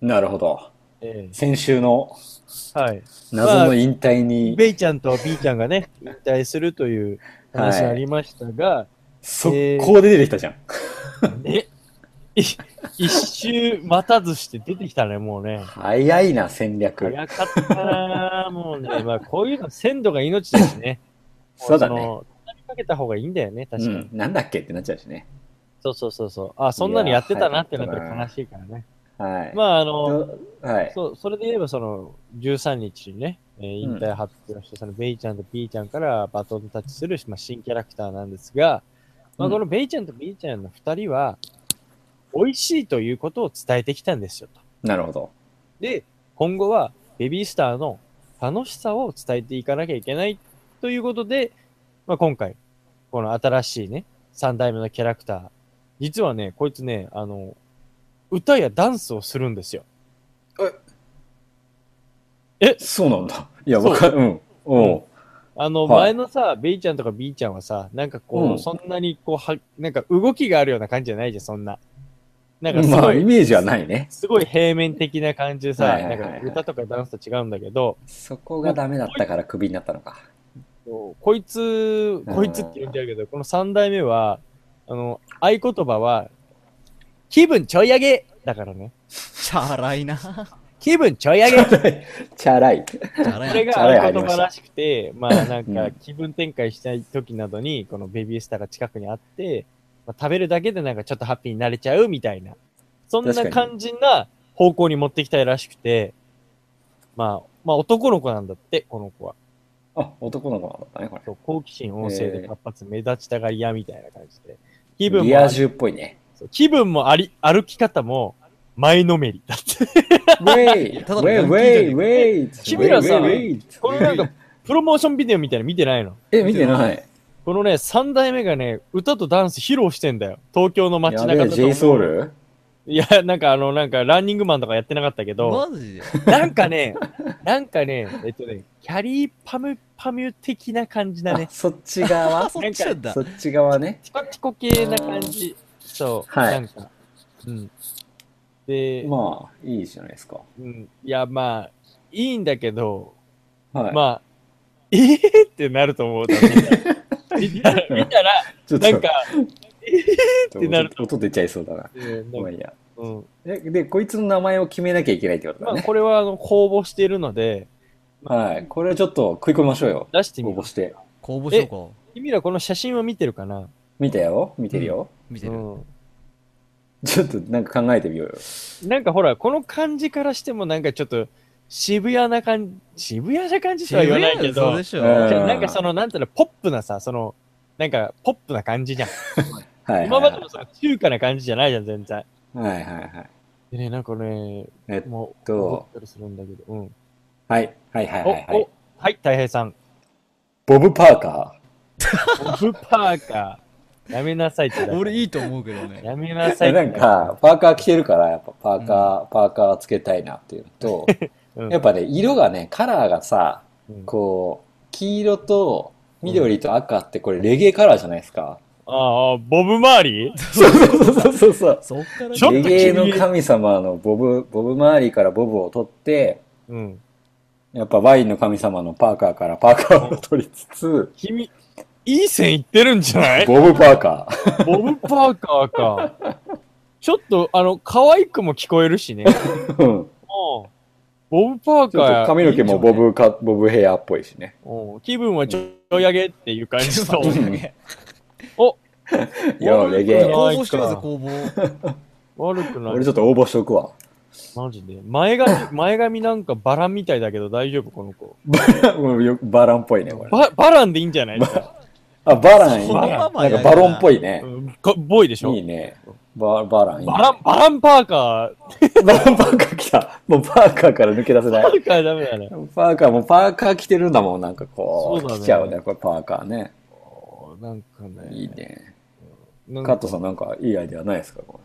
[SPEAKER 2] なるほど。
[SPEAKER 3] え
[SPEAKER 2] 先週の
[SPEAKER 3] ーはい。
[SPEAKER 2] 謎の引退に、
[SPEAKER 3] ベイちゃんと B ちゃんがね、引退するという話
[SPEAKER 2] はい
[SPEAKER 3] ありましたが、
[SPEAKER 2] 速攻で出てきたじゃん。
[SPEAKER 3] え、い一周待たずして出てきたね、もうね。
[SPEAKER 2] 早いな、戦略。
[SPEAKER 3] 早かったなぁも
[SPEAKER 2] [LAUGHS]
[SPEAKER 3] うね。まあ、こういうの鮮度が命だしね。
[SPEAKER 2] そうだね
[SPEAKER 3] もの。畳みかけた方がいいんだよね、確
[SPEAKER 2] う
[SPEAKER 3] かに。
[SPEAKER 2] ん。なんだっけってなっちゃうしね。
[SPEAKER 3] そうそうそうそう。あ、そんなのやってたなって
[SPEAKER 2] い
[SPEAKER 3] な
[SPEAKER 2] や
[SPEAKER 3] っ
[SPEAKER 2] ー
[SPEAKER 3] たら悲しいからね。
[SPEAKER 2] はい。
[SPEAKER 3] まあ、あの、
[SPEAKER 2] はい。
[SPEAKER 3] そう、それで言えばその、13日にね、えー引退発表して、そのベイちゃんと B ちゃんからバトンタッチする、まあ、新キャラクターなんですが、まあ、
[SPEAKER 2] うん
[SPEAKER 3] このベイちゃんと B ちゃんの二人は、美味しいということを伝えてきたんですよと。
[SPEAKER 2] なるほど。
[SPEAKER 3] で、今後はベビースターの楽しさを伝えていかなきゃいけないということで、まあ、今回、この新しいね、三代目のキャラクター、実はね、こいつね、あの、歌やダンスをするんですよ。
[SPEAKER 2] そうなんだ。いや、
[SPEAKER 3] そう
[SPEAKER 2] わかる。うん。おう
[SPEAKER 3] あの、
[SPEAKER 2] はい
[SPEAKER 3] 前のさ、ベイちゃんとか B ちゃんはさ、なんかこう、
[SPEAKER 2] うん
[SPEAKER 3] そんなにこう、は、なんか動きがあるような感じじゃないじゃん、そんな。なんかす
[SPEAKER 2] ま
[SPEAKER 3] ご
[SPEAKER 2] あ、
[SPEAKER 3] い、
[SPEAKER 2] イメージはないね。
[SPEAKER 3] すごい平面的な感じでさ、
[SPEAKER 2] はいはいはいはい
[SPEAKER 3] なんか歌とかダンスと違うんだけど、
[SPEAKER 2] そこがダメだったからクビになったのか。
[SPEAKER 3] こいつ、こいつって言うんだけど、この三代目は、あの、合言葉は、気分ちょい上げだからね。
[SPEAKER 1] チャラいな。チ
[SPEAKER 3] 気分ちょい上げ
[SPEAKER 2] [LAUGHS] チャラい。
[SPEAKER 1] ャラ
[SPEAKER 3] これ
[SPEAKER 1] いな。
[SPEAKER 2] [LAUGHS]
[SPEAKER 3] が
[SPEAKER 2] あれあ
[SPEAKER 3] 合
[SPEAKER 2] り
[SPEAKER 3] 言
[SPEAKER 2] ました
[SPEAKER 3] 葉らしくて、まあなん
[SPEAKER 2] う
[SPEAKER 3] か
[SPEAKER 2] ん
[SPEAKER 3] 気分転換したい時などに、このベビースターが近くにあって、まあ、食べるだけでなんかちょっとハッピーになれちゃうみたいな、そんな
[SPEAKER 2] 確かに
[SPEAKER 3] 感じな方向に持ってきたいらしくて、まあ、まあ男の子なんだって、この子は。
[SPEAKER 2] あ、男の子なんだったね、これ。
[SPEAKER 3] そう好奇心旺盛
[SPEAKER 2] え
[SPEAKER 3] で
[SPEAKER 2] ー
[SPEAKER 3] 活発、目立ちたがり屋みたいな感じで。気分
[SPEAKER 2] リ
[SPEAKER 3] も
[SPEAKER 2] ア
[SPEAKER 3] あ
[SPEAKER 2] 充っぽいね。
[SPEAKER 3] そう気分もあり、歩き方も前のめり
[SPEAKER 2] [LAUGHS]
[SPEAKER 3] だって。
[SPEAKER 2] ウェイウ
[SPEAKER 1] ただの
[SPEAKER 2] ェイ
[SPEAKER 1] ヤン
[SPEAKER 2] ウ
[SPEAKER 1] キー
[SPEAKER 2] ェ
[SPEAKER 1] じ
[SPEAKER 2] イ
[SPEAKER 1] ゃね
[SPEAKER 2] ウェイ
[SPEAKER 3] 君らさ
[SPEAKER 2] ウェイウェイ
[SPEAKER 3] このなんか、プロモーションビデオみたいなの見てないの
[SPEAKER 2] え、見てない。
[SPEAKER 3] このね、三代目がね、歌とダンス披露してんだよ。東京の街
[SPEAKER 2] や
[SPEAKER 3] 中
[SPEAKER 2] べ
[SPEAKER 3] だ
[SPEAKER 2] え、
[SPEAKER 3] と
[SPEAKER 2] j
[SPEAKER 3] 思
[SPEAKER 2] s o
[SPEAKER 3] う
[SPEAKER 2] u l
[SPEAKER 3] いや、なんかあの、なんかランニングマンとかやってなかったけど、
[SPEAKER 1] マジで
[SPEAKER 3] [LAUGHS] なんかね、なんかね、えっとね、キャリーパムパム的な感じだ
[SPEAKER 2] あ
[SPEAKER 3] ね、。
[SPEAKER 2] そっち
[SPEAKER 1] あ、[LAUGHS]
[SPEAKER 2] 側
[SPEAKER 1] そっちなんだ
[SPEAKER 2] そ。っち側ね。
[SPEAKER 3] チコチコ系な感じ。そう、
[SPEAKER 2] はい
[SPEAKER 3] なんか。うん。で、
[SPEAKER 2] まあ、いいじゃないですか。
[SPEAKER 3] うん、いや、まあ、いいんだけど、
[SPEAKER 2] はい。
[SPEAKER 3] まあ、えーってなると思う。
[SPEAKER 2] [LAUGHS]
[SPEAKER 3] 多分見たら、見たら
[SPEAKER 2] ちょっ
[SPEAKER 3] なんか、
[SPEAKER 2] と
[SPEAKER 3] ってなる
[SPEAKER 2] 音音出ちゃいそうだな。
[SPEAKER 3] うん
[SPEAKER 2] ま
[SPEAKER 3] なん
[SPEAKER 2] あ
[SPEAKER 3] か
[SPEAKER 2] いいや。
[SPEAKER 3] うん、
[SPEAKER 2] えで、こいつの名前を決めなきゃいけないってこと
[SPEAKER 3] ま
[SPEAKER 2] だ
[SPEAKER 3] あ、
[SPEAKER 2] ね。
[SPEAKER 3] これはあの公募しているので、
[SPEAKER 2] はい。これをちょっと食い込みましょうよ。
[SPEAKER 3] 出してみ
[SPEAKER 2] 応
[SPEAKER 3] よう
[SPEAKER 2] 募。して。
[SPEAKER 1] 公募しよう
[SPEAKER 3] 君らこの写真は見てるかな
[SPEAKER 2] 見たよ見てるよ
[SPEAKER 1] か。。見て
[SPEAKER 3] う
[SPEAKER 1] る。
[SPEAKER 3] ん。
[SPEAKER 2] ちょっとなんか考えてみようよ。
[SPEAKER 3] なんかほら、この感じからしてもなんかちょっと渋谷な感じ、渋谷な感じとは言わないけ
[SPEAKER 1] そう
[SPEAKER 3] ど
[SPEAKER 1] で、しょ。
[SPEAKER 2] うん
[SPEAKER 3] じゃあなんかその、なんていうの、ポップなさ、その、なんかポップな感じじゃん。
[SPEAKER 2] はい。
[SPEAKER 3] 今までのその中華な感じじゃないじゃん、全然。
[SPEAKER 2] はいはいはい。
[SPEAKER 3] でね、なんかね、
[SPEAKER 2] えっ
[SPEAKER 3] もう、
[SPEAKER 2] と
[SPEAKER 3] 踊ったりするんだけど、うん。
[SPEAKER 2] はい。はいはい
[SPEAKER 3] お、
[SPEAKER 2] はいはい
[SPEAKER 3] お。、はい、たい平さん。
[SPEAKER 2] ボブ・パーカ
[SPEAKER 3] オブパーカー。やめなさいってだから。
[SPEAKER 1] 俺いいと思うけどね。
[SPEAKER 3] やめなさ
[SPEAKER 2] ー。
[SPEAKER 3] いって
[SPEAKER 2] なんか、パーカー着てるから、やっぱパーカー、パーカーつけたいなっていうのと、
[SPEAKER 3] [LAUGHS] うん
[SPEAKER 2] やっぱね、色がね、カラーがさ、
[SPEAKER 3] うん
[SPEAKER 2] こう、黄色と緑と赤ってこれレゲエカラーじゃないですか。
[SPEAKER 3] ああ、ボブ周り
[SPEAKER 2] そうそうそうそうそう。
[SPEAKER 1] そっからね
[SPEAKER 3] ちょっと
[SPEAKER 2] レ
[SPEAKER 3] 君
[SPEAKER 2] ゲエの神様のボブ、ボブ周りからボブを取って、
[SPEAKER 3] うん。
[SPEAKER 2] やっぱワインの神様のパーカーからパーカーを取りつつ、
[SPEAKER 3] 君、いい線いってるんじゃない
[SPEAKER 2] ボブパーカー。
[SPEAKER 3] ボブ・パーカーか。 [LAUGHS] ちょっと、あの、可愛くも聞こえるしね。
[SPEAKER 2] [LAUGHS] うん
[SPEAKER 3] ボブ・パー
[SPEAKER 2] ちょ
[SPEAKER 3] カ
[SPEAKER 2] っ
[SPEAKER 3] ー。
[SPEAKER 2] と髪の毛もボブか、ボブヘアっぽいしね。
[SPEAKER 3] うん。気分はちょい上げっていう感じと。
[SPEAKER 2] よう、レゲエ。
[SPEAKER 1] 公募してるぞ、公募。
[SPEAKER 3] 悪くない
[SPEAKER 2] 俺。ちょっと応募しとくわ。 [LAUGHS]
[SPEAKER 3] マジで。前髪、前髪なんかバランみたいだけど大丈夫この子。
[SPEAKER 2] うんよくバランっぽいね、これ。
[SPEAKER 3] ババランでいいんじゃないですか、
[SPEAKER 2] あ、バランいいね。
[SPEAKER 1] そのま
[SPEAKER 2] なんか
[SPEAKER 1] まやな
[SPEAKER 2] バロンっぽいね
[SPEAKER 3] う。ん、かボーイでしょ
[SPEAKER 2] いいね。ババランいいね。
[SPEAKER 3] バラン、バランパーカー。
[SPEAKER 2] バランパーカー来た。もうパーカーから抜け出せない
[SPEAKER 3] パ。ーカーダメだ [LAUGHS] ね。
[SPEAKER 2] パーカーもパーカー着てるんだもん、なんかこ
[SPEAKER 3] そう
[SPEAKER 2] う。
[SPEAKER 3] だね
[SPEAKER 2] 来ちゃうね、これパーカーね。
[SPEAKER 3] なんかね。
[SPEAKER 2] いいね。
[SPEAKER 3] なん
[SPEAKER 2] カッ
[SPEAKER 3] か
[SPEAKER 2] トさんなんかいいアイデアないですかこれ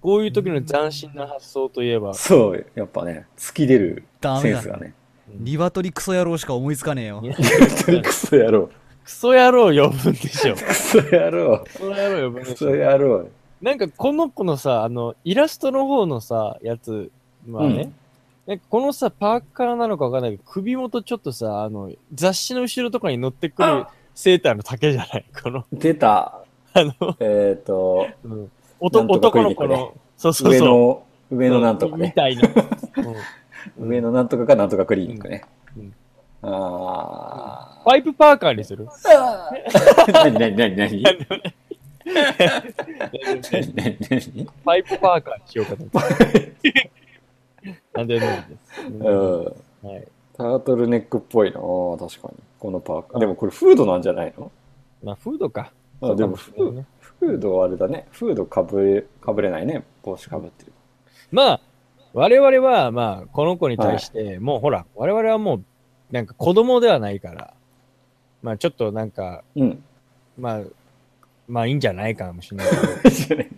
[SPEAKER 3] こういう時の斬新な発想といえば、
[SPEAKER 2] そう、やっぱね、突き出る
[SPEAKER 1] ダ
[SPEAKER 2] セ
[SPEAKER 1] メ
[SPEAKER 2] ン
[SPEAKER 1] だ
[SPEAKER 2] スがね。
[SPEAKER 1] 鶏クソ野郎しか思いつかねえよ
[SPEAKER 3] いや
[SPEAKER 2] 本当にクソ野郎。
[SPEAKER 3] クソ野郎呼ぶんでしょ。
[SPEAKER 2] クソ野郎。
[SPEAKER 3] クソ野
[SPEAKER 2] [LAUGHS]
[SPEAKER 3] 郎呼ぶん
[SPEAKER 2] ク
[SPEAKER 3] でし
[SPEAKER 2] ソ
[SPEAKER 3] ょ。
[SPEAKER 2] 野郎。
[SPEAKER 3] なんかこの子のさ、あの、イラストの方のさ、やつは
[SPEAKER 2] う
[SPEAKER 3] ね
[SPEAKER 2] ん、
[SPEAKER 3] なんかこのさ、パーカーなのかわかんないけど、首元ちょっとさ、あの、雑誌の後ろとかに乗ってくるセーターの丈じゃないこの、
[SPEAKER 2] 出た、
[SPEAKER 3] あの、
[SPEAKER 2] えっと、
[SPEAKER 3] うん
[SPEAKER 2] なんとか
[SPEAKER 3] 男の子
[SPEAKER 2] 食いに
[SPEAKER 3] の、そうそう
[SPEAKER 2] 上
[SPEAKER 3] そう。
[SPEAKER 2] の、上のなんとか
[SPEAKER 3] み
[SPEAKER 2] ね。
[SPEAKER 3] たいな。うん
[SPEAKER 2] [LAUGHS] 上のなんとかかなんとかクリニックね
[SPEAKER 3] うんうん。
[SPEAKER 2] あ
[SPEAKER 3] パイプパーカーにする
[SPEAKER 2] ー。なになになになに何何何
[SPEAKER 3] パイプパーカーにしようかと思
[SPEAKER 2] [LAUGHS]
[SPEAKER 3] って。なんでもいいで
[SPEAKER 2] う
[SPEAKER 3] す。
[SPEAKER 2] ん。
[SPEAKER 3] はい。
[SPEAKER 2] タートルネックっぽいな確かに。このパーカー。でもこれフードなんじゃないの
[SPEAKER 3] まあ、フードか。
[SPEAKER 2] あでもフ
[SPEAKER 3] そう
[SPEAKER 2] ー
[SPEAKER 3] かね
[SPEAKER 2] フードはあれだね。フードかぶれ、かぶれないね。帽子かぶってる。
[SPEAKER 3] まあ、我々は、まあ、この子に対して、もうほら、我々はもう、なんか子供ではないから、まあ、ちょっとなんか、
[SPEAKER 2] うん。
[SPEAKER 3] まあ、まあ、いいんじゃないかもしれないけ
[SPEAKER 2] [LAUGHS]
[SPEAKER 3] ど、
[SPEAKER 2] じゃね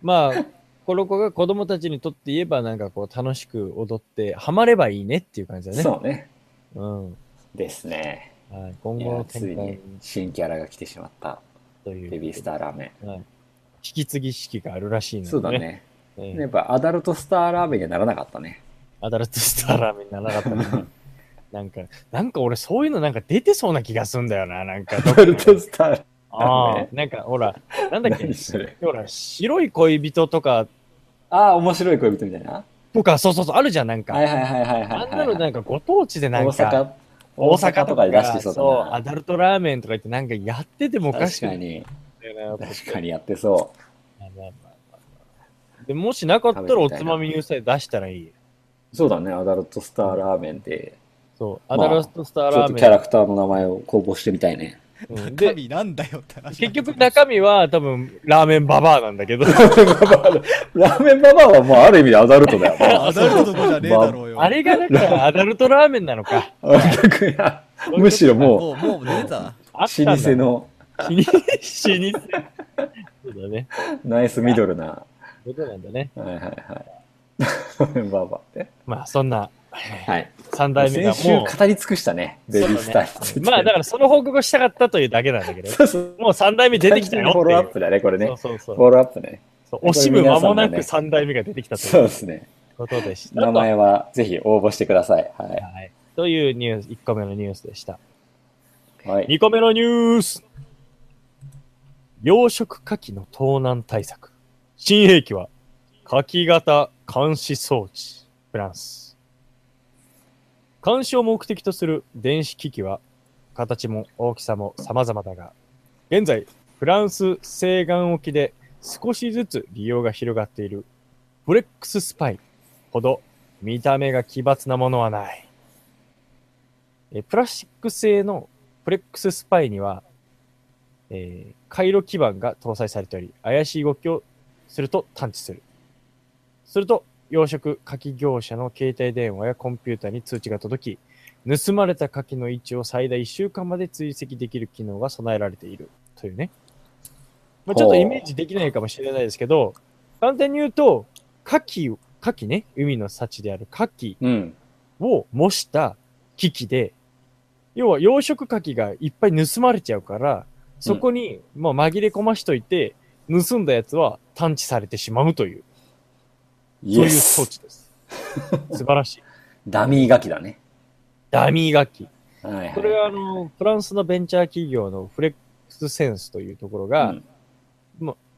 [SPEAKER 3] まあ、この子が子供たちにとって言えば、なんかこう、楽しく踊って、ハマればいいねっていう感じだね。
[SPEAKER 2] そうね。
[SPEAKER 3] う。ん。
[SPEAKER 2] ですね。
[SPEAKER 3] はい、今
[SPEAKER 2] い
[SPEAKER 3] 後の
[SPEAKER 2] や、
[SPEAKER 3] 展
[SPEAKER 2] つい
[SPEAKER 3] 開
[SPEAKER 2] に新キャラが来てしまった。
[SPEAKER 3] という。
[SPEAKER 2] ベビースターラーメ
[SPEAKER 3] 引き継ぎ式があるらしいの
[SPEAKER 2] ン。
[SPEAKER 3] で、
[SPEAKER 2] そうだ。ね。
[SPEAKER 3] ええ
[SPEAKER 2] やっぱアダルトスターラーメンにはならなかったね。
[SPEAKER 3] アダルトスターラーメンにならなかった
[SPEAKER 2] [LAUGHS]
[SPEAKER 3] な。なんか、なんか俺そういうのなんか出てそうな気がすんだよな、なんか。
[SPEAKER 2] アダルトスター
[SPEAKER 3] あ
[SPEAKER 2] ラーメ
[SPEAKER 3] あ、なんかほら、
[SPEAKER 2] [LAUGHS]
[SPEAKER 3] なんだっけ
[SPEAKER 2] 何それ、
[SPEAKER 3] ほら、白い恋人とか、
[SPEAKER 2] ああ、面白い恋人みたいな。
[SPEAKER 3] とか、そうそうそう、あるじゃん、なんか。
[SPEAKER 2] はいはいはいはいはいはい。
[SPEAKER 3] あんなのなんかご当地でなん
[SPEAKER 2] 大
[SPEAKER 3] か、
[SPEAKER 2] 阪、大阪とかで出してそう
[SPEAKER 3] そう
[SPEAKER 2] だ
[SPEAKER 3] ア
[SPEAKER 2] な。
[SPEAKER 3] ダルトラーメンとか言ってなんかやっててもおか
[SPEAKER 2] 確
[SPEAKER 3] しくな
[SPEAKER 2] か
[SPEAKER 3] いん
[SPEAKER 2] に、
[SPEAKER 3] だよな。
[SPEAKER 2] [LAUGHS] 確かにやってそ
[SPEAKER 3] まあまあまあまあでもしなかったらおつまみニュースで出したらいい。
[SPEAKER 2] う。そうだね、アダルトスターラーメンで。
[SPEAKER 3] そう、ア
[SPEAKER 2] まあ
[SPEAKER 3] ダルトスター
[SPEAKER 2] ちょ
[SPEAKER 3] ラ
[SPEAKER 2] っ
[SPEAKER 3] ー
[SPEAKER 2] と
[SPEAKER 3] メン。
[SPEAKER 2] キャラクターの名前を公募してみたい
[SPEAKER 3] [LAUGHS]
[SPEAKER 2] ね。
[SPEAKER 3] うんで
[SPEAKER 1] 中、身なんだよって話
[SPEAKER 3] 結局中身は多分ラーメンババアなんだ
[SPEAKER 2] [LAUGHS]
[SPEAKER 3] けど、
[SPEAKER 2] ラーメンババアはもうある意味でアダルトだ
[SPEAKER 3] [LAUGHS]
[SPEAKER 2] よ。
[SPEAKER 1] アダルトとかじゃねえだろうよ、
[SPEAKER 3] あれがだからアダルトラーメンなのか。
[SPEAKER 2] 逆にむしろも
[SPEAKER 1] もうもう出てた
[SPEAKER 2] う
[SPEAKER 3] あ
[SPEAKER 2] 老
[SPEAKER 3] ったんだ
[SPEAKER 2] 舗。の
[SPEAKER 3] 老舗。そうだね。
[SPEAKER 2] ナイスミドルな。
[SPEAKER 3] そういうことなんだね。
[SPEAKER 2] はいはいはい。ラーメンババアって。
[SPEAKER 3] まあそんな [LAUGHS]
[SPEAKER 2] はい。
[SPEAKER 3] 三代目が
[SPEAKER 2] 先週
[SPEAKER 3] も、
[SPEAKER 2] 語り尽くしたね、ベビースターについうて。
[SPEAKER 3] まあだからその報告をしたかったというだけなんだけど、
[SPEAKER 2] そうそう
[SPEAKER 3] もう三代目出てきたよって
[SPEAKER 2] フ
[SPEAKER 3] い
[SPEAKER 2] ォ
[SPEAKER 3] う。
[SPEAKER 2] ローアップだね、これね。
[SPEAKER 3] そうそう
[SPEAKER 2] フ
[SPEAKER 3] そう
[SPEAKER 2] ォローアップね。
[SPEAKER 3] そう。惜しむ間もなく三代目が出てきたと
[SPEAKER 2] そう
[SPEAKER 3] い
[SPEAKER 2] で
[SPEAKER 3] う
[SPEAKER 2] すね。
[SPEAKER 3] ことでした。
[SPEAKER 2] 名前はぜひ応募してください。は
[SPEAKER 3] はい。というニュース、1個目のニュースでした。
[SPEAKER 2] い。はい。
[SPEAKER 3] 2個目のニュース養殖牡蠣の盗難対策新兵器は牡蠣型監視装置フランス監視を目的とする電子機器は形も大きさも様々だが現在フランス西岸沖で少しずつ利用が広がっているフレックススパイほど見た目が奇抜なものはないえプラスチック製のフレックススパイには、えー回路基板が搭載されており、怪しい動きをすると探知する。すると、養殖牡蠣業者の携帯電話やコンピューターに通知が届き、盗まれた牡蠣の位置を最大1週間まで追跡できる機能が備えられているというね。まあ、ちょっと
[SPEAKER 2] ほう
[SPEAKER 3] イメージできないかもしれないですけど、簡単に言うと、牡蠣を、牡蠣ね、海の幸である牡蠣
[SPEAKER 2] うん。
[SPEAKER 3] を模した機器で、要は養殖牡蠣がいっぱい盗まれちゃうから、そこに、まあ、紛れ込ましといて、盗んだやつは探知されてしまうという、
[SPEAKER 2] イ
[SPEAKER 3] そうい
[SPEAKER 2] エ
[SPEAKER 3] う装
[SPEAKER 2] ス。
[SPEAKER 3] 置
[SPEAKER 2] [LAUGHS]
[SPEAKER 3] です。素晴らしい。
[SPEAKER 2] ダミーガキだね。
[SPEAKER 3] ダミー楽器。
[SPEAKER 2] はいはい。
[SPEAKER 3] これはあの、フランスのベンチャー企業のフレックスセンスというところが、
[SPEAKER 2] うん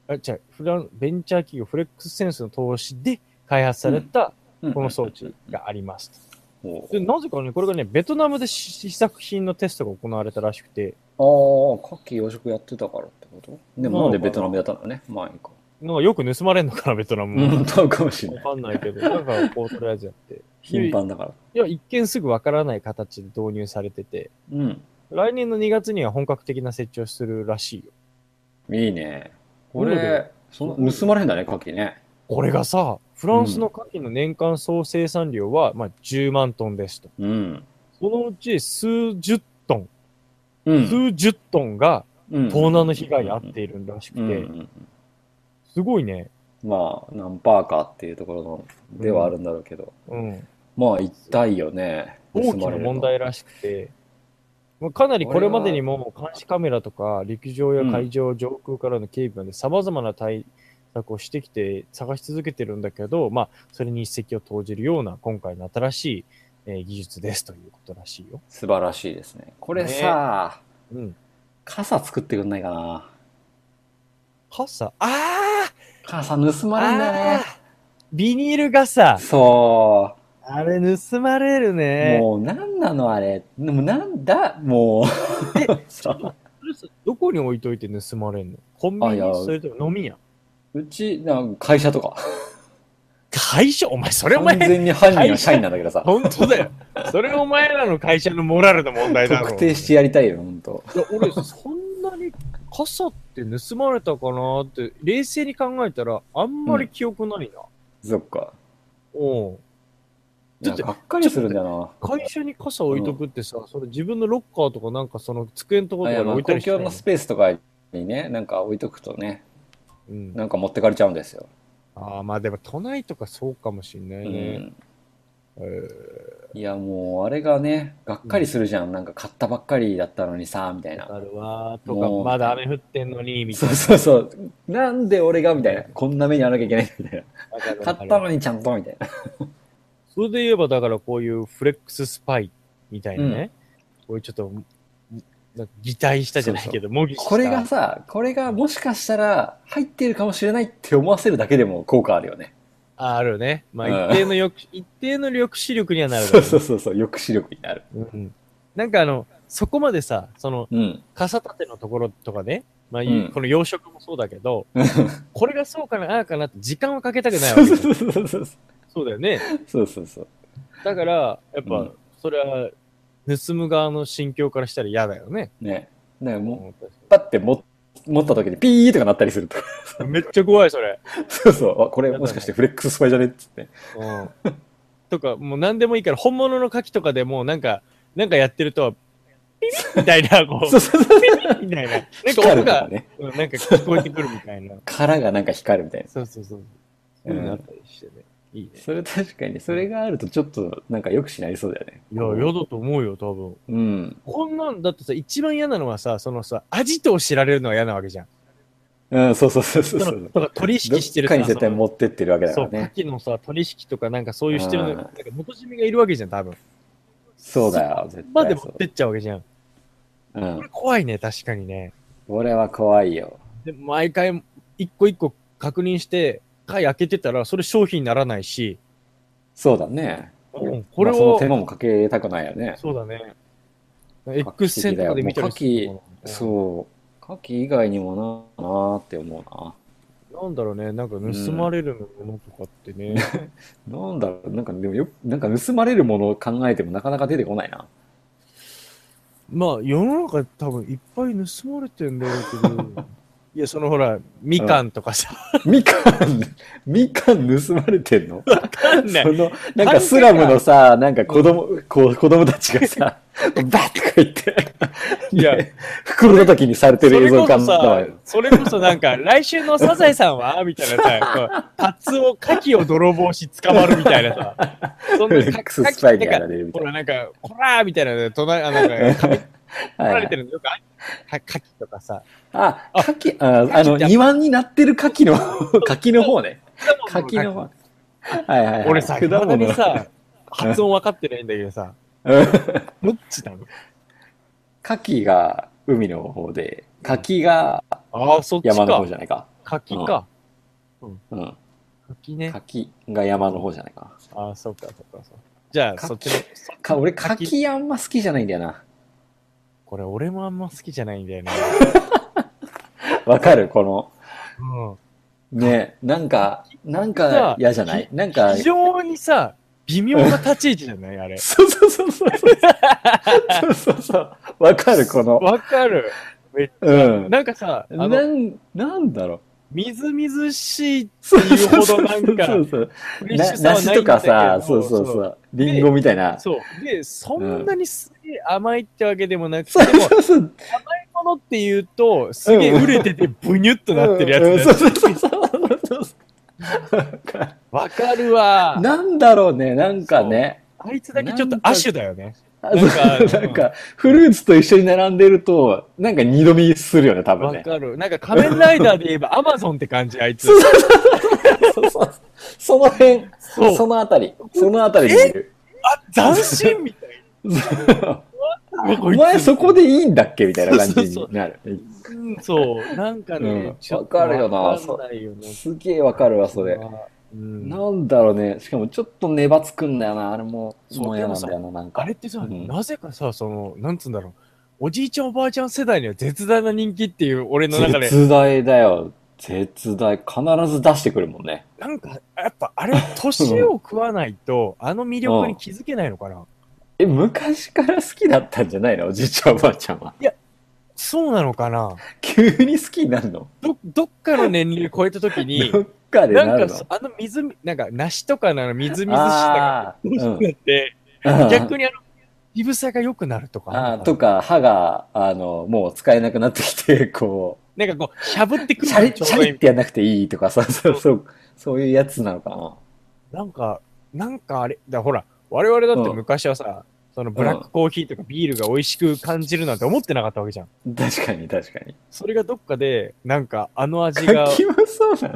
[SPEAKER 3] あ、違う、フラン、ベンチャー企業フレックスセンスの投資で開発された
[SPEAKER 2] うん
[SPEAKER 3] この装置があります。
[SPEAKER 2] お
[SPEAKER 3] で、なぜかね、これがね、ベトナムで試作品のテストが行われたらしくて、
[SPEAKER 2] ああ、牡蠣養殖やってたからってことでもなんで
[SPEAKER 3] なのかな
[SPEAKER 2] ベトナムやったのね。まあいいか。
[SPEAKER 3] なんかよく盗まれんのかな、ベトナ
[SPEAKER 2] う
[SPEAKER 3] ム
[SPEAKER 2] ん、そうかもしれない。
[SPEAKER 3] わか [LAUGHS] んないけど、なんかこう、とりあえずやって。
[SPEAKER 2] 頻繁だから。
[SPEAKER 3] いや、一見すぐわからない形で導入されてて、
[SPEAKER 2] うん。
[SPEAKER 3] 来年の2月には本格的な設置をするらしいよ。
[SPEAKER 2] いいね。こ
[SPEAKER 3] そうだ
[SPEAKER 2] れ、その、盗まれんだね、牡蠣ね。
[SPEAKER 3] これがさ、フランスの牡蠣の年間総生産量は、まあ、10万トンですと。
[SPEAKER 2] うん。
[SPEAKER 3] そのうち数十トン、
[SPEAKER 2] うん。
[SPEAKER 3] 数十トンが
[SPEAKER 2] うん。
[SPEAKER 3] 盗難の被害に遭っているらしく
[SPEAKER 2] うんう
[SPEAKER 3] て、
[SPEAKER 2] ん
[SPEAKER 3] すごいね。
[SPEAKER 2] まあ、何パーかっていうところのではあるんだろうけど。
[SPEAKER 3] うん。
[SPEAKER 2] まあ、痛いよね。
[SPEAKER 3] 大
[SPEAKER 2] 盗
[SPEAKER 3] き
[SPEAKER 2] ま
[SPEAKER 3] な
[SPEAKER 2] れると
[SPEAKER 3] 問題らしくて、まあ、かなりこれまでにも監視カメラとか陸上や海上、上空からの警備まで様々な対策をしてきて探し続けてるんだけど、まあ、それに一石を投じるような今回の新しい、えー技術ですということらしいよ。
[SPEAKER 2] 素晴らしいですね。これさ、
[SPEAKER 3] うん。
[SPEAKER 2] 傘作ってくんないかな。
[SPEAKER 3] 傘あー
[SPEAKER 2] 傘盗まれんだよ
[SPEAKER 3] あ
[SPEAKER 2] ね。
[SPEAKER 3] ービニール傘
[SPEAKER 2] そ
[SPEAKER 3] あれ盗まれる
[SPEAKER 2] う。
[SPEAKER 3] ね。
[SPEAKER 2] もう、なんなのあれ。でもなんだも
[SPEAKER 3] え
[SPEAKER 2] [LAUGHS] う。そう
[SPEAKER 3] それさどこに置いといて盗まれんのコンビ
[SPEAKER 2] あいや
[SPEAKER 3] ニそれとも飲み屋
[SPEAKER 2] うち、なんか会社とか。
[SPEAKER 3] 会社お前、それお
[SPEAKER 2] 完
[SPEAKER 3] 前、
[SPEAKER 2] 全に犯人は社員なんだけどさ。
[SPEAKER 3] [LAUGHS] 本当だよ。それお前らの会社のモラルの問題だろ。
[SPEAKER 2] 特定してやりたいよ、ほんと。
[SPEAKER 3] いや俺、そんなに傘って盗まれたかなって、冷静に考えたら、あんまり記憶ないな。
[SPEAKER 2] そっか。
[SPEAKER 3] おうん。
[SPEAKER 2] いや
[SPEAKER 3] だって
[SPEAKER 2] がっかりするんだよ
[SPEAKER 3] 会社に傘置いとくってさ、それ自分のロッカーとかなんかその机のとこ
[SPEAKER 2] な。い
[SPEAKER 3] ろと
[SPEAKER 2] や、
[SPEAKER 3] かに
[SPEAKER 2] まあ
[SPEAKER 3] 置いた
[SPEAKER 2] 公
[SPEAKER 3] りして
[SPEAKER 2] 共
[SPEAKER 3] ない
[SPEAKER 2] のスペースとかにね、なんか置いとくとね、
[SPEAKER 3] うん、
[SPEAKER 2] なんか持ってかれちゃうんですよ。
[SPEAKER 3] ああ、まあでも都内とかそうかもしんな
[SPEAKER 2] う
[SPEAKER 3] いね。
[SPEAKER 2] ん。
[SPEAKER 3] えー
[SPEAKER 2] いや、もう、あれがね、がっかりするじゃん。なんか買ったばっかりだったのにさ、みたいな。
[SPEAKER 3] あるわーと
[SPEAKER 2] も
[SPEAKER 3] か、
[SPEAKER 2] う
[SPEAKER 3] まだ雨降ってんのに、みた
[SPEAKER 2] そ
[SPEAKER 3] いう
[SPEAKER 2] そうそう。なんで俺がみたいな。こんな目に遭わなきゃいけないみたい
[SPEAKER 3] な。買
[SPEAKER 2] な。買ったのにちゃんとみたいな。
[SPEAKER 3] それで言えば、だからこういうフレックススパイみたいなね、こういうちょっと、んなんか擬態したじゃないけど、模擬した。
[SPEAKER 2] これがさ、これがもしかしたら入ってるかもしれないって思わせるだけでも効果あるよね。
[SPEAKER 3] あ、あるね。まあ、
[SPEAKER 2] うん
[SPEAKER 3] 一定の抑、
[SPEAKER 2] [LAUGHS]
[SPEAKER 3] 一定の抑止力にはなるだ
[SPEAKER 2] そ
[SPEAKER 3] ろ
[SPEAKER 2] う
[SPEAKER 3] ね
[SPEAKER 2] そうそうそう、抑止力になる。
[SPEAKER 3] うんなんかあの、そこまでさ、その、
[SPEAKER 2] うん。
[SPEAKER 3] 傘立てのところとかね、まあ、
[SPEAKER 2] うん
[SPEAKER 3] この養殖もそうだけど、これがそうかな、ああかなって時間はかけたくないわ
[SPEAKER 2] そう
[SPEAKER 3] けよ
[SPEAKER 2] そうそうそう。
[SPEAKER 3] そうだよね。
[SPEAKER 2] そうそうそう。
[SPEAKER 3] だから、やっぱ、
[SPEAKER 2] うん
[SPEAKER 3] それは、盗む側の心境からしたら嫌だよね。
[SPEAKER 2] ね。だからも
[SPEAKER 3] 思った
[SPEAKER 2] う、パッても持った時にピーとかなったりすると。
[SPEAKER 3] しめっちゃ怖い、それ。
[SPEAKER 2] そうそう。あこれもしかしてフレックススパイじゃねっつって。
[SPEAKER 3] うんとか、もう何でもいいから、本物の牡蠣とかでもうなんか、なんかやってると、ピピッみたい [LAUGHS] な、こ
[SPEAKER 2] そう
[SPEAKER 3] う、
[SPEAKER 2] そうそう。
[SPEAKER 3] みたいな。なんか
[SPEAKER 2] 光
[SPEAKER 3] 音
[SPEAKER 2] るとか
[SPEAKER 3] が、
[SPEAKER 2] ね。
[SPEAKER 3] うんなんか聞こえてくるみたいな。
[SPEAKER 2] 殻がなんか光るみたいな。
[SPEAKER 3] そうそうそう。
[SPEAKER 2] うん
[SPEAKER 3] そういうのあったりしてね。いいね。
[SPEAKER 2] それ確かに、それがあるとちょっとなんか良くしなりそうだよね。
[SPEAKER 3] いや、嫌だと思うよ、多分。
[SPEAKER 2] うん。
[SPEAKER 3] こんなんだってさ、一番嫌なのはさ、そのさ、アジトを知られるのは嫌なわけじゃん。
[SPEAKER 2] うん、そうそうそうそ
[SPEAKER 3] そう
[SPEAKER 2] そ
[SPEAKER 3] の
[SPEAKER 2] う。
[SPEAKER 3] とか取引してる
[SPEAKER 2] どっか
[SPEAKER 3] さ
[SPEAKER 2] に絶対
[SPEAKER 3] その
[SPEAKER 2] 持ってってるわけだか
[SPEAKER 3] そう、
[SPEAKER 2] らね。
[SPEAKER 3] 牡蠣のさ、取引とかなんかそういうしてるの、
[SPEAKER 2] うん
[SPEAKER 3] なんか元締めがいるわけじゃん、多分。
[SPEAKER 2] そうだよ、絶
[SPEAKER 3] まあで
[SPEAKER 2] 対
[SPEAKER 3] 持
[SPEAKER 2] そ
[SPEAKER 3] っ
[SPEAKER 2] う。
[SPEAKER 3] てっちゃうわけじゃん。
[SPEAKER 2] う
[SPEAKER 3] これ
[SPEAKER 2] ん。
[SPEAKER 3] 怖いね、確かにね。
[SPEAKER 2] 俺は怖いよ。
[SPEAKER 3] で、毎回、一個一個確認して、貝開けてたら、それ商品にならないし、
[SPEAKER 2] そうだね。
[SPEAKER 3] うんこれ
[SPEAKER 2] まあその
[SPEAKER 3] を
[SPEAKER 2] 手、間もかけたくないよね。
[SPEAKER 3] そうだね。X 線とかで見たり
[SPEAKER 2] もうそう。牡蠣以外にもな、なーって思う
[SPEAKER 3] う。なんだろうね、なんか盗まれるものとかってね。
[SPEAKER 2] な。なんだろう、なんかでもよ、なんか盗まれるものを考えてもなかなか出てこないな。 [LAUGHS]
[SPEAKER 3] [LAUGHS] まあ、世の中多分いっぱい盗まれてんだろう
[SPEAKER 2] [LAUGHS]
[SPEAKER 3] けど、いや、そのほら、みかんとかさ、
[SPEAKER 2] みかん、みかん盗まれてんの
[SPEAKER 3] わかんない
[SPEAKER 2] その、なんかスラムのさ、なんか子供、こう、子供たちが
[SPEAKER 3] [LAUGHS]
[SPEAKER 2] さ、バッて書いて、
[SPEAKER 3] いや、
[SPEAKER 2] 袋の時にされて
[SPEAKER 3] そ
[SPEAKER 2] る映
[SPEAKER 3] れ
[SPEAKER 2] 像
[SPEAKER 3] こ
[SPEAKER 2] か
[SPEAKER 3] そ
[SPEAKER 2] ん
[SPEAKER 3] さ、それこそなんか、来週のサザエさんはみたいなさ、こうカツオ、カキを泥棒し捕まるみたいなさ、そ
[SPEAKER 2] フレックススパイにやられるみた
[SPEAKER 3] ほ
[SPEAKER 2] いな。
[SPEAKER 3] ら、なんか、ほらーみ [LAUGHS] たいなね、隣、あ、なんか、
[SPEAKER 2] は
[SPEAKER 3] 取
[SPEAKER 2] いは
[SPEAKER 3] ら
[SPEAKER 2] い
[SPEAKER 3] れてるのよくある。か、きとかさ。
[SPEAKER 2] あ、
[SPEAKER 3] あ
[SPEAKER 2] 牡蠣、ああの、
[SPEAKER 3] 牡蠣って
[SPEAKER 2] 庭になってる牡蠣
[SPEAKER 3] [LAUGHS]
[SPEAKER 2] の、牡蠣の方ね。牡蠣の方。はいはいはい。
[SPEAKER 3] 俺さ、
[SPEAKER 2] 果
[SPEAKER 3] いまだ
[SPEAKER 2] 物
[SPEAKER 3] にさ、発音分かってないんだけどさ、
[SPEAKER 2] うん
[SPEAKER 3] どっちなの
[SPEAKER 2] 牡蠣が海の方で、牡蠣が
[SPEAKER 3] ああ、そっち
[SPEAKER 2] 山の方
[SPEAKER 3] か
[SPEAKER 2] じ。ゃないか。
[SPEAKER 3] 柿か。
[SPEAKER 2] うん。
[SPEAKER 3] 柿ね。
[SPEAKER 2] 牡蠣が山の方じゃないか。
[SPEAKER 3] ああ、そっか、そっか、そっか。じゃあ、
[SPEAKER 2] 柿
[SPEAKER 3] そっちの、
[SPEAKER 2] か俺、牡蠣あんま好きじゃないんだよな。
[SPEAKER 3] これ俺もあんま好きじゃないんだよね。
[SPEAKER 2] わかるこの、
[SPEAKER 3] うん。
[SPEAKER 2] ねえ、なんか、なんか
[SPEAKER 3] さ
[SPEAKER 2] 嫌じゃないなんか
[SPEAKER 3] 非、常にさ、微妙な立ち位置じゃないあれ。
[SPEAKER 2] そうそうそうそう。そうそうそう。わかる、この。
[SPEAKER 3] わかる。
[SPEAKER 2] うん。
[SPEAKER 3] なんかさ、あ
[SPEAKER 2] な
[SPEAKER 3] の、
[SPEAKER 2] ん、なんだろう。
[SPEAKER 3] みずみずしい、
[SPEAKER 2] そう
[SPEAKER 3] いうほどなんか
[SPEAKER 2] そうそう
[SPEAKER 3] フレッシュ
[SPEAKER 2] な
[SPEAKER 3] さはない
[SPEAKER 2] 梨
[SPEAKER 3] んだ
[SPEAKER 2] と
[SPEAKER 3] け
[SPEAKER 2] か
[SPEAKER 3] ど
[SPEAKER 2] さ、そうそうそう。リンゴみたいな。そ
[SPEAKER 3] そう。で、そんなにすげえ甘いってわけでもなくて、
[SPEAKER 2] う
[SPEAKER 3] でも
[SPEAKER 2] そうそう。
[SPEAKER 3] ものっていうと、すげえ熟れてて、ブニュッとなってるやつ
[SPEAKER 2] うん
[SPEAKER 3] だ
[SPEAKER 2] そう
[SPEAKER 3] よ。
[SPEAKER 2] そうそうそうそう。
[SPEAKER 3] わかるわ。
[SPEAKER 2] なんだろうね、なんかね。
[SPEAKER 3] あいつだけちょっと亜種だよね。
[SPEAKER 2] あ
[SPEAKER 3] ん
[SPEAKER 2] そう
[SPEAKER 3] か
[SPEAKER 2] なんか、フルーツと一緒に並んでると、なんか二度見するよね、多分
[SPEAKER 3] わ
[SPEAKER 2] ね。
[SPEAKER 3] かる。なんか仮面ライダーで言
[SPEAKER 2] [LAUGHS]
[SPEAKER 3] えばアマゾンって感じ、あいつ。
[SPEAKER 2] そうそうその辺、
[SPEAKER 3] そう
[SPEAKER 2] そのあたり、そのあたりにいる。
[SPEAKER 3] あ、斬新みたいな。
[SPEAKER 2] お前そこ
[SPEAKER 3] で。
[SPEAKER 2] でいいんだっけみたいな感じ
[SPEAKER 3] そうそう
[SPEAKER 2] になる。
[SPEAKER 3] うんそう。なんか
[SPEAKER 2] うん
[SPEAKER 3] ね、ちょっと
[SPEAKER 2] わかるよな
[SPEAKER 3] わかんないよね。
[SPEAKER 2] すげえわかるわ、それ。
[SPEAKER 3] うん
[SPEAKER 2] なんだろうね。しかもちょっとネバつくんだよな。あれも、
[SPEAKER 3] そう
[SPEAKER 2] もう嫌なんだよな、なんか。
[SPEAKER 3] あれってさ、
[SPEAKER 2] うん
[SPEAKER 3] なぜかさ、その、なんつうんだろう。おじいちゃんおばあちゃん世代には絶大な人気っていう俺の中で、
[SPEAKER 2] 絶大だよ。絶大。必ず出してくるもんね。
[SPEAKER 3] なんか、やっぱあれ、年を食わないと、あの魅力に気づけないのかな。
[SPEAKER 2] え、昔から好きだったんじゃないのおじいちゃんおばあちゃんは。 [LAUGHS]
[SPEAKER 3] そうなのかな
[SPEAKER 2] 急に好きになるの
[SPEAKER 3] ど、どっかの年齢超えた時に、
[SPEAKER 2] どっかで
[SPEAKER 3] [LAUGHS] な
[SPEAKER 2] なんる
[SPEAKER 3] か
[SPEAKER 2] の
[SPEAKER 3] そ、あの水み、なんか、梨とかのあのみずみずしさ
[SPEAKER 2] あ
[SPEAKER 3] が、
[SPEAKER 2] ー
[SPEAKER 3] 欲しくなって、
[SPEAKER 2] うん
[SPEAKER 3] 逆にあの、いぶさが良くなるとか。
[SPEAKER 2] あーとか、歯が、あの、もう使えなくなってきて、 [LAUGHS] こ
[SPEAKER 3] なんかこう、しゃぶってく
[SPEAKER 2] う、
[SPEAKER 3] る
[SPEAKER 2] シャリ、
[SPEAKER 3] ちょう
[SPEAKER 2] シ
[SPEAKER 3] ど
[SPEAKER 2] ャ
[SPEAKER 3] いい
[SPEAKER 2] リってやんなくていいとか
[SPEAKER 3] [LAUGHS]
[SPEAKER 2] さ、そうそう、そういうやつなのかな。
[SPEAKER 3] なんか、なんかあれ、だからほら、我々だって昔はさ、そのブラックコーヒーとかビールが美味しく感じるなんて思ってなかったわけじゃん。
[SPEAKER 2] 確かに、確かに。
[SPEAKER 3] それがどっかで、なんかあの味が、
[SPEAKER 2] 柿もそうなの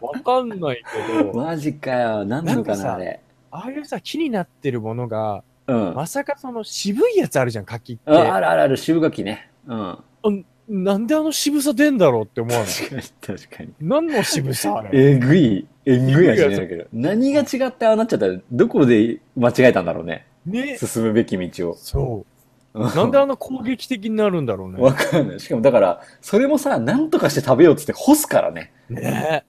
[SPEAKER 3] わかんないけど、
[SPEAKER 2] マジかよ。なんなのかな、
[SPEAKER 3] なんかさ
[SPEAKER 2] あれ。
[SPEAKER 3] ああいうさ、気になってるものが、
[SPEAKER 2] うん。
[SPEAKER 3] まさかその渋いやつあるじゃん、柿って。
[SPEAKER 2] ああるあるある、渋柿ね。うん。
[SPEAKER 3] なんであの渋さ出んだろうって思わない。
[SPEAKER 2] 確かに、確かに。
[SPEAKER 3] 何の渋さあれ。
[SPEAKER 2] [LAUGHS] えぐい、えぐい味になるけど。何が違ってああなっちゃったら、どこで間違えたんだろうね。
[SPEAKER 3] ね。
[SPEAKER 2] 進むべき道を。
[SPEAKER 3] そう。
[SPEAKER 2] うん
[SPEAKER 3] なんであの攻撃的になるんだろう
[SPEAKER 2] [LAUGHS]
[SPEAKER 3] ね
[SPEAKER 2] わかんない。しかもだから、それもさ、なんとかして食べようっつって干すからね。。
[SPEAKER 3] ね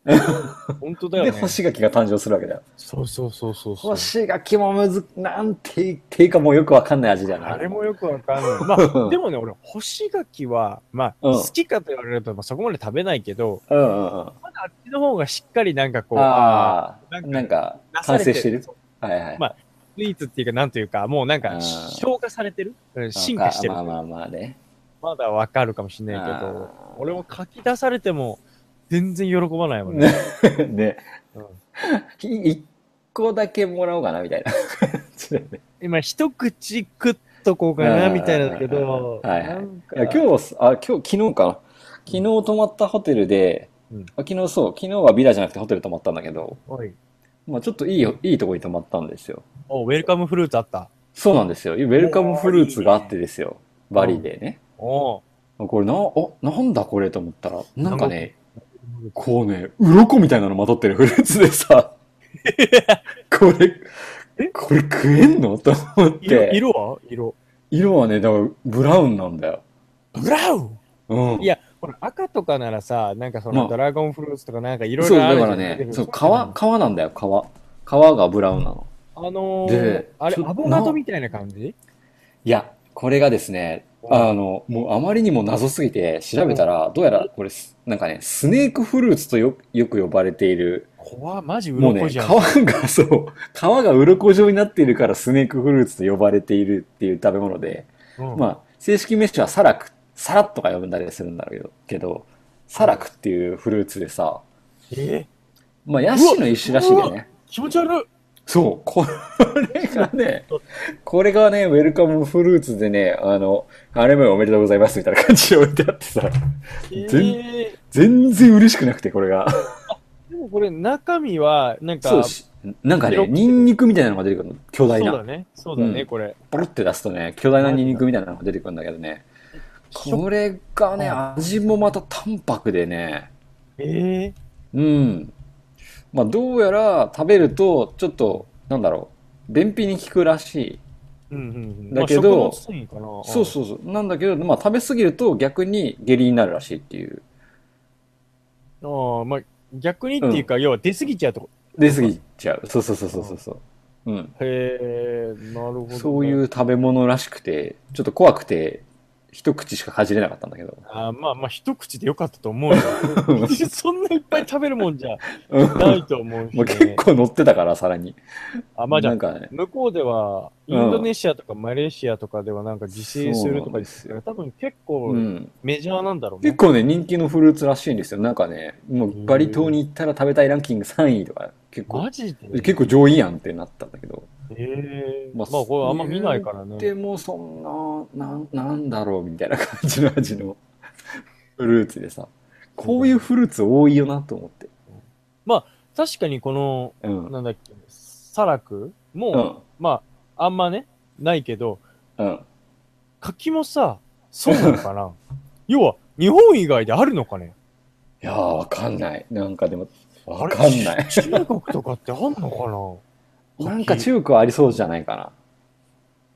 [SPEAKER 3] 本当だ
[SPEAKER 2] で、
[SPEAKER 3] よね
[SPEAKER 2] 干。し柿が誕生するわけだよ。
[SPEAKER 3] そうそうそうそうそう
[SPEAKER 2] 干。し柿もむず、なんて言っていいかもうよくわかんない味だよな。
[SPEAKER 3] あれもよくわかんない。ま
[SPEAKER 2] [LAUGHS] う
[SPEAKER 3] あ、
[SPEAKER 2] ん
[SPEAKER 3] でもね、俺、干し柿は、まあ、
[SPEAKER 2] うん
[SPEAKER 3] 好きかと言われると、まあ、そこまで食べないけど、
[SPEAKER 2] うんうんうん。あ
[SPEAKER 3] まだあっちの方がしっかりなんかこう、あ
[SPEAKER 2] あ
[SPEAKER 3] な
[SPEAKER 2] ー、
[SPEAKER 3] んか
[SPEAKER 2] なんか、
[SPEAKER 3] ー
[SPEAKER 2] 完成してる
[SPEAKER 3] そう
[SPEAKER 2] はいはい。
[SPEAKER 3] まあスイーツっていうか、なんというか、もうなん
[SPEAKER 2] あ
[SPEAKER 3] か、
[SPEAKER 2] ー
[SPEAKER 3] 消化されてるうん進化してる
[SPEAKER 2] まあ。まあまあね。
[SPEAKER 3] まだわかるかもしれないけど、
[SPEAKER 2] あー
[SPEAKER 3] 俺も書き出されても、全然喜ばないもんね。
[SPEAKER 2] [LAUGHS] ね
[SPEAKER 3] うん。
[SPEAKER 2] い [LAUGHS] 一個だけもらおうかな、みたいな感じだよね。
[SPEAKER 3] 今、一口食っとこうかな、みたいなんだけど、
[SPEAKER 2] あーはいはい
[SPEAKER 3] なんか
[SPEAKER 2] いや今日す、あ、今日、昨日かな。昨日泊まったホテルで、
[SPEAKER 3] うん
[SPEAKER 2] あ昨日そう、昨日はビラじゃなくてホテル泊まったんだけど、
[SPEAKER 3] おい、
[SPEAKER 2] まあちょっといいよ、いいとこに泊まったんですよ。
[SPEAKER 3] おウェルカムフルーツあった。
[SPEAKER 2] そうなんですよ。ウェルカムフルーツがあってですよ。バリでね。
[SPEAKER 3] おう
[SPEAKER 2] これな、お、なんだこれと思ったら、なんかね、こうね、鱗みたいなのまとってるフルーツで
[SPEAKER 3] [LAUGHS]
[SPEAKER 2] さ、こ
[SPEAKER 3] え
[SPEAKER 2] れ、これ食えんのと思っ
[SPEAKER 3] 色
[SPEAKER 2] て。
[SPEAKER 3] 色は色。
[SPEAKER 2] 色はね、だからブラウンなんだよ。
[SPEAKER 3] ブラウン
[SPEAKER 2] うん。
[SPEAKER 3] いや、ほら、赤とかならさ、なんかそ
[SPEAKER 2] ま
[SPEAKER 3] の
[SPEAKER 2] あ
[SPEAKER 3] ドラゴンフルーツとかなんかいろい
[SPEAKER 2] そう、
[SPEAKER 3] ろ
[SPEAKER 2] だ
[SPEAKER 3] あるじ
[SPEAKER 2] か
[SPEAKER 3] ゃ
[SPEAKER 2] ら
[SPEAKER 3] ん
[SPEAKER 2] ね、そう、皮、皮
[SPEAKER 3] あ
[SPEAKER 2] なんだよ、皮。皮がブラウンなの。
[SPEAKER 3] のー
[SPEAKER 2] で、
[SPEAKER 3] あれ
[SPEAKER 2] ちょ、っと
[SPEAKER 3] アボカドみたいな感じ
[SPEAKER 2] いや、これがですね、あの、もうあまりにも謎すぎて調べたら、どうやらこれす、なんかね、スネークフルーツとよ、よく呼ばれている、
[SPEAKER 3] 怖っマジ
[SPEAKER 2] もうね、
[SPEAKER 3] 鱗
[SPEAKER 2] 皮
[SPEAKER 3] じゃん。
[SPEAKER 2] がそう、皮が鱗状になっているからスネークフルーツと呼ばれているっていう食べ物で、
[SPEAKER 3] うん
[SPEAKER 2] まあ、正式名称はサラク、サラッとか呼んだりするんだろうけど、サラクっていうフルーツでさ、
[SPEAKER 3] えー
[SPEAKER 2] まあ、ヤシの一種らしいんだよね。
[SPEAKER 3] 気持ち悪い
[SPEAKER 2] そう、これがね、これがね、ウェルカムフルーツでね、あの、あれもおめでとうございますみたいな感じで置いてあってさ、全
[SPEAKER 3] え
[SPEAKER 2] 全然嬉しくなくて、これが。
[SPEAKER 3] ーでもこれ中身は、なん
[SPEAKER 2] [LAUGHS]
[SPEAKER 3] か、
[SPEAKER 2] そうし、なんかね、ニンニクみたいなのが出てくるの。巨大
[SPEAKER 3] そう
[SPEAKER 2] な
[SPEAKER 3] だ。ね。そうだね、
[SPEAKER 2] うん
[SPEAKER 3] これ。
[SPEAKER 2] ポロって出すとね、巨大なニンニクみたいなのが出てくるんだけどね。これがね、味もまた淡白でね、
[SPEAKER 3] え
[SPEAKER 2] うん。まあ、どうやら食べると、ちょっと、なんだろう、便秘に効くらしい。
[SPEAKER 3] ーうんうんうん。
[SPEAKER 2] だけど
[SPEAKER 3] まあ食物繊維かな。
[SPEAKER 2] そうそうそう。なんだけど、まあ、食べ過ぎると逆に下痢になるらしいっていう。
[SPEAKER 3] うまあ、逆にっていうか、要は出過ぎちゃうとこ。
[SPEAKER 2] 出過ぎちゃう。そうそうそうそうそうそう。うん。
[SPEAKER 3] へえ、なるほどね、
[SPEAKER 2] そういう食べ物らしくて、ちょっと怖くて、一口しかかじれなかったんだけど。
[SPEAKER 3] あーまあまあ、一口でよかった
[SPEAKER 2] [LAUGHS]
[SPEAKER 3] と思うよ。 [LAUGHS] そんないっぱい食べるもんじゃ
[SPEAKER 2] うん
[SPEAKER 3] ないと思う
[SPEAKER 2] [LAUGHS]
[SPEAKER 3] し、
[SPEAKER 2] もう結
[SPEAKER 3] ね。
[SPEAKER 2] 構乗ってたから、さらに。
[SPEAKER 3] あ、まあじゃ
[SPEAKER 2] な
[SPEAKER 3] あ
[SPEAKER 2] ん、かね、
[SPEAKER 3] 向こうでは、インドネシアとかマレーシアとかではなんか自生するとか言ってたから多分結構
[SPEAKER 2] うん。
[SPEAKER 3] メジャーなんだろうね
[SPEAKER 2] 結。構ね、人気のフルーツらしいんですよ。なんかね、もうバリ島に行ったら食べたいランキング3位とか、結構
[SPEAKER 3] マ、ジで
[SPEAKER 2] 結構上位やんってなったんだけど。
[SPEAKER 3] ええ
[SPEAKER 2] まあ
[SPEAKER 3] まあ、これあんま見ないからね。
[SPEAKER 2] でもそんな、なん、なんだろうみたいな感じの味のフルーツでさ、こういうフルーツ多いよなと思って。
[SPEAKER 3] 確かにこの、
[SPEAKER 2] うん。うん。
[SPEAKER 3] なんだっけ、サラクも、
[SPEAKER 2] う
[SPEAKER 3] まあ、あんまね、ないけど、
[SPEAKER 2] ん。
[SPEAKER 3] 柿もさ、そうなのか
[SPEAKER 2] [LAUGHS]
[SPEAKER 3] な要は、日本以外であるのかね
[SPEAKER 2] いやー、わかんない。なんかでも、わ
[SPEAKER 3] あれ
[SPEAKER 2] かんない。
[SPEAKER 3] 中国とかってあんのかな
[SPEAKER 2] なんか中国はありそうじゃないかな。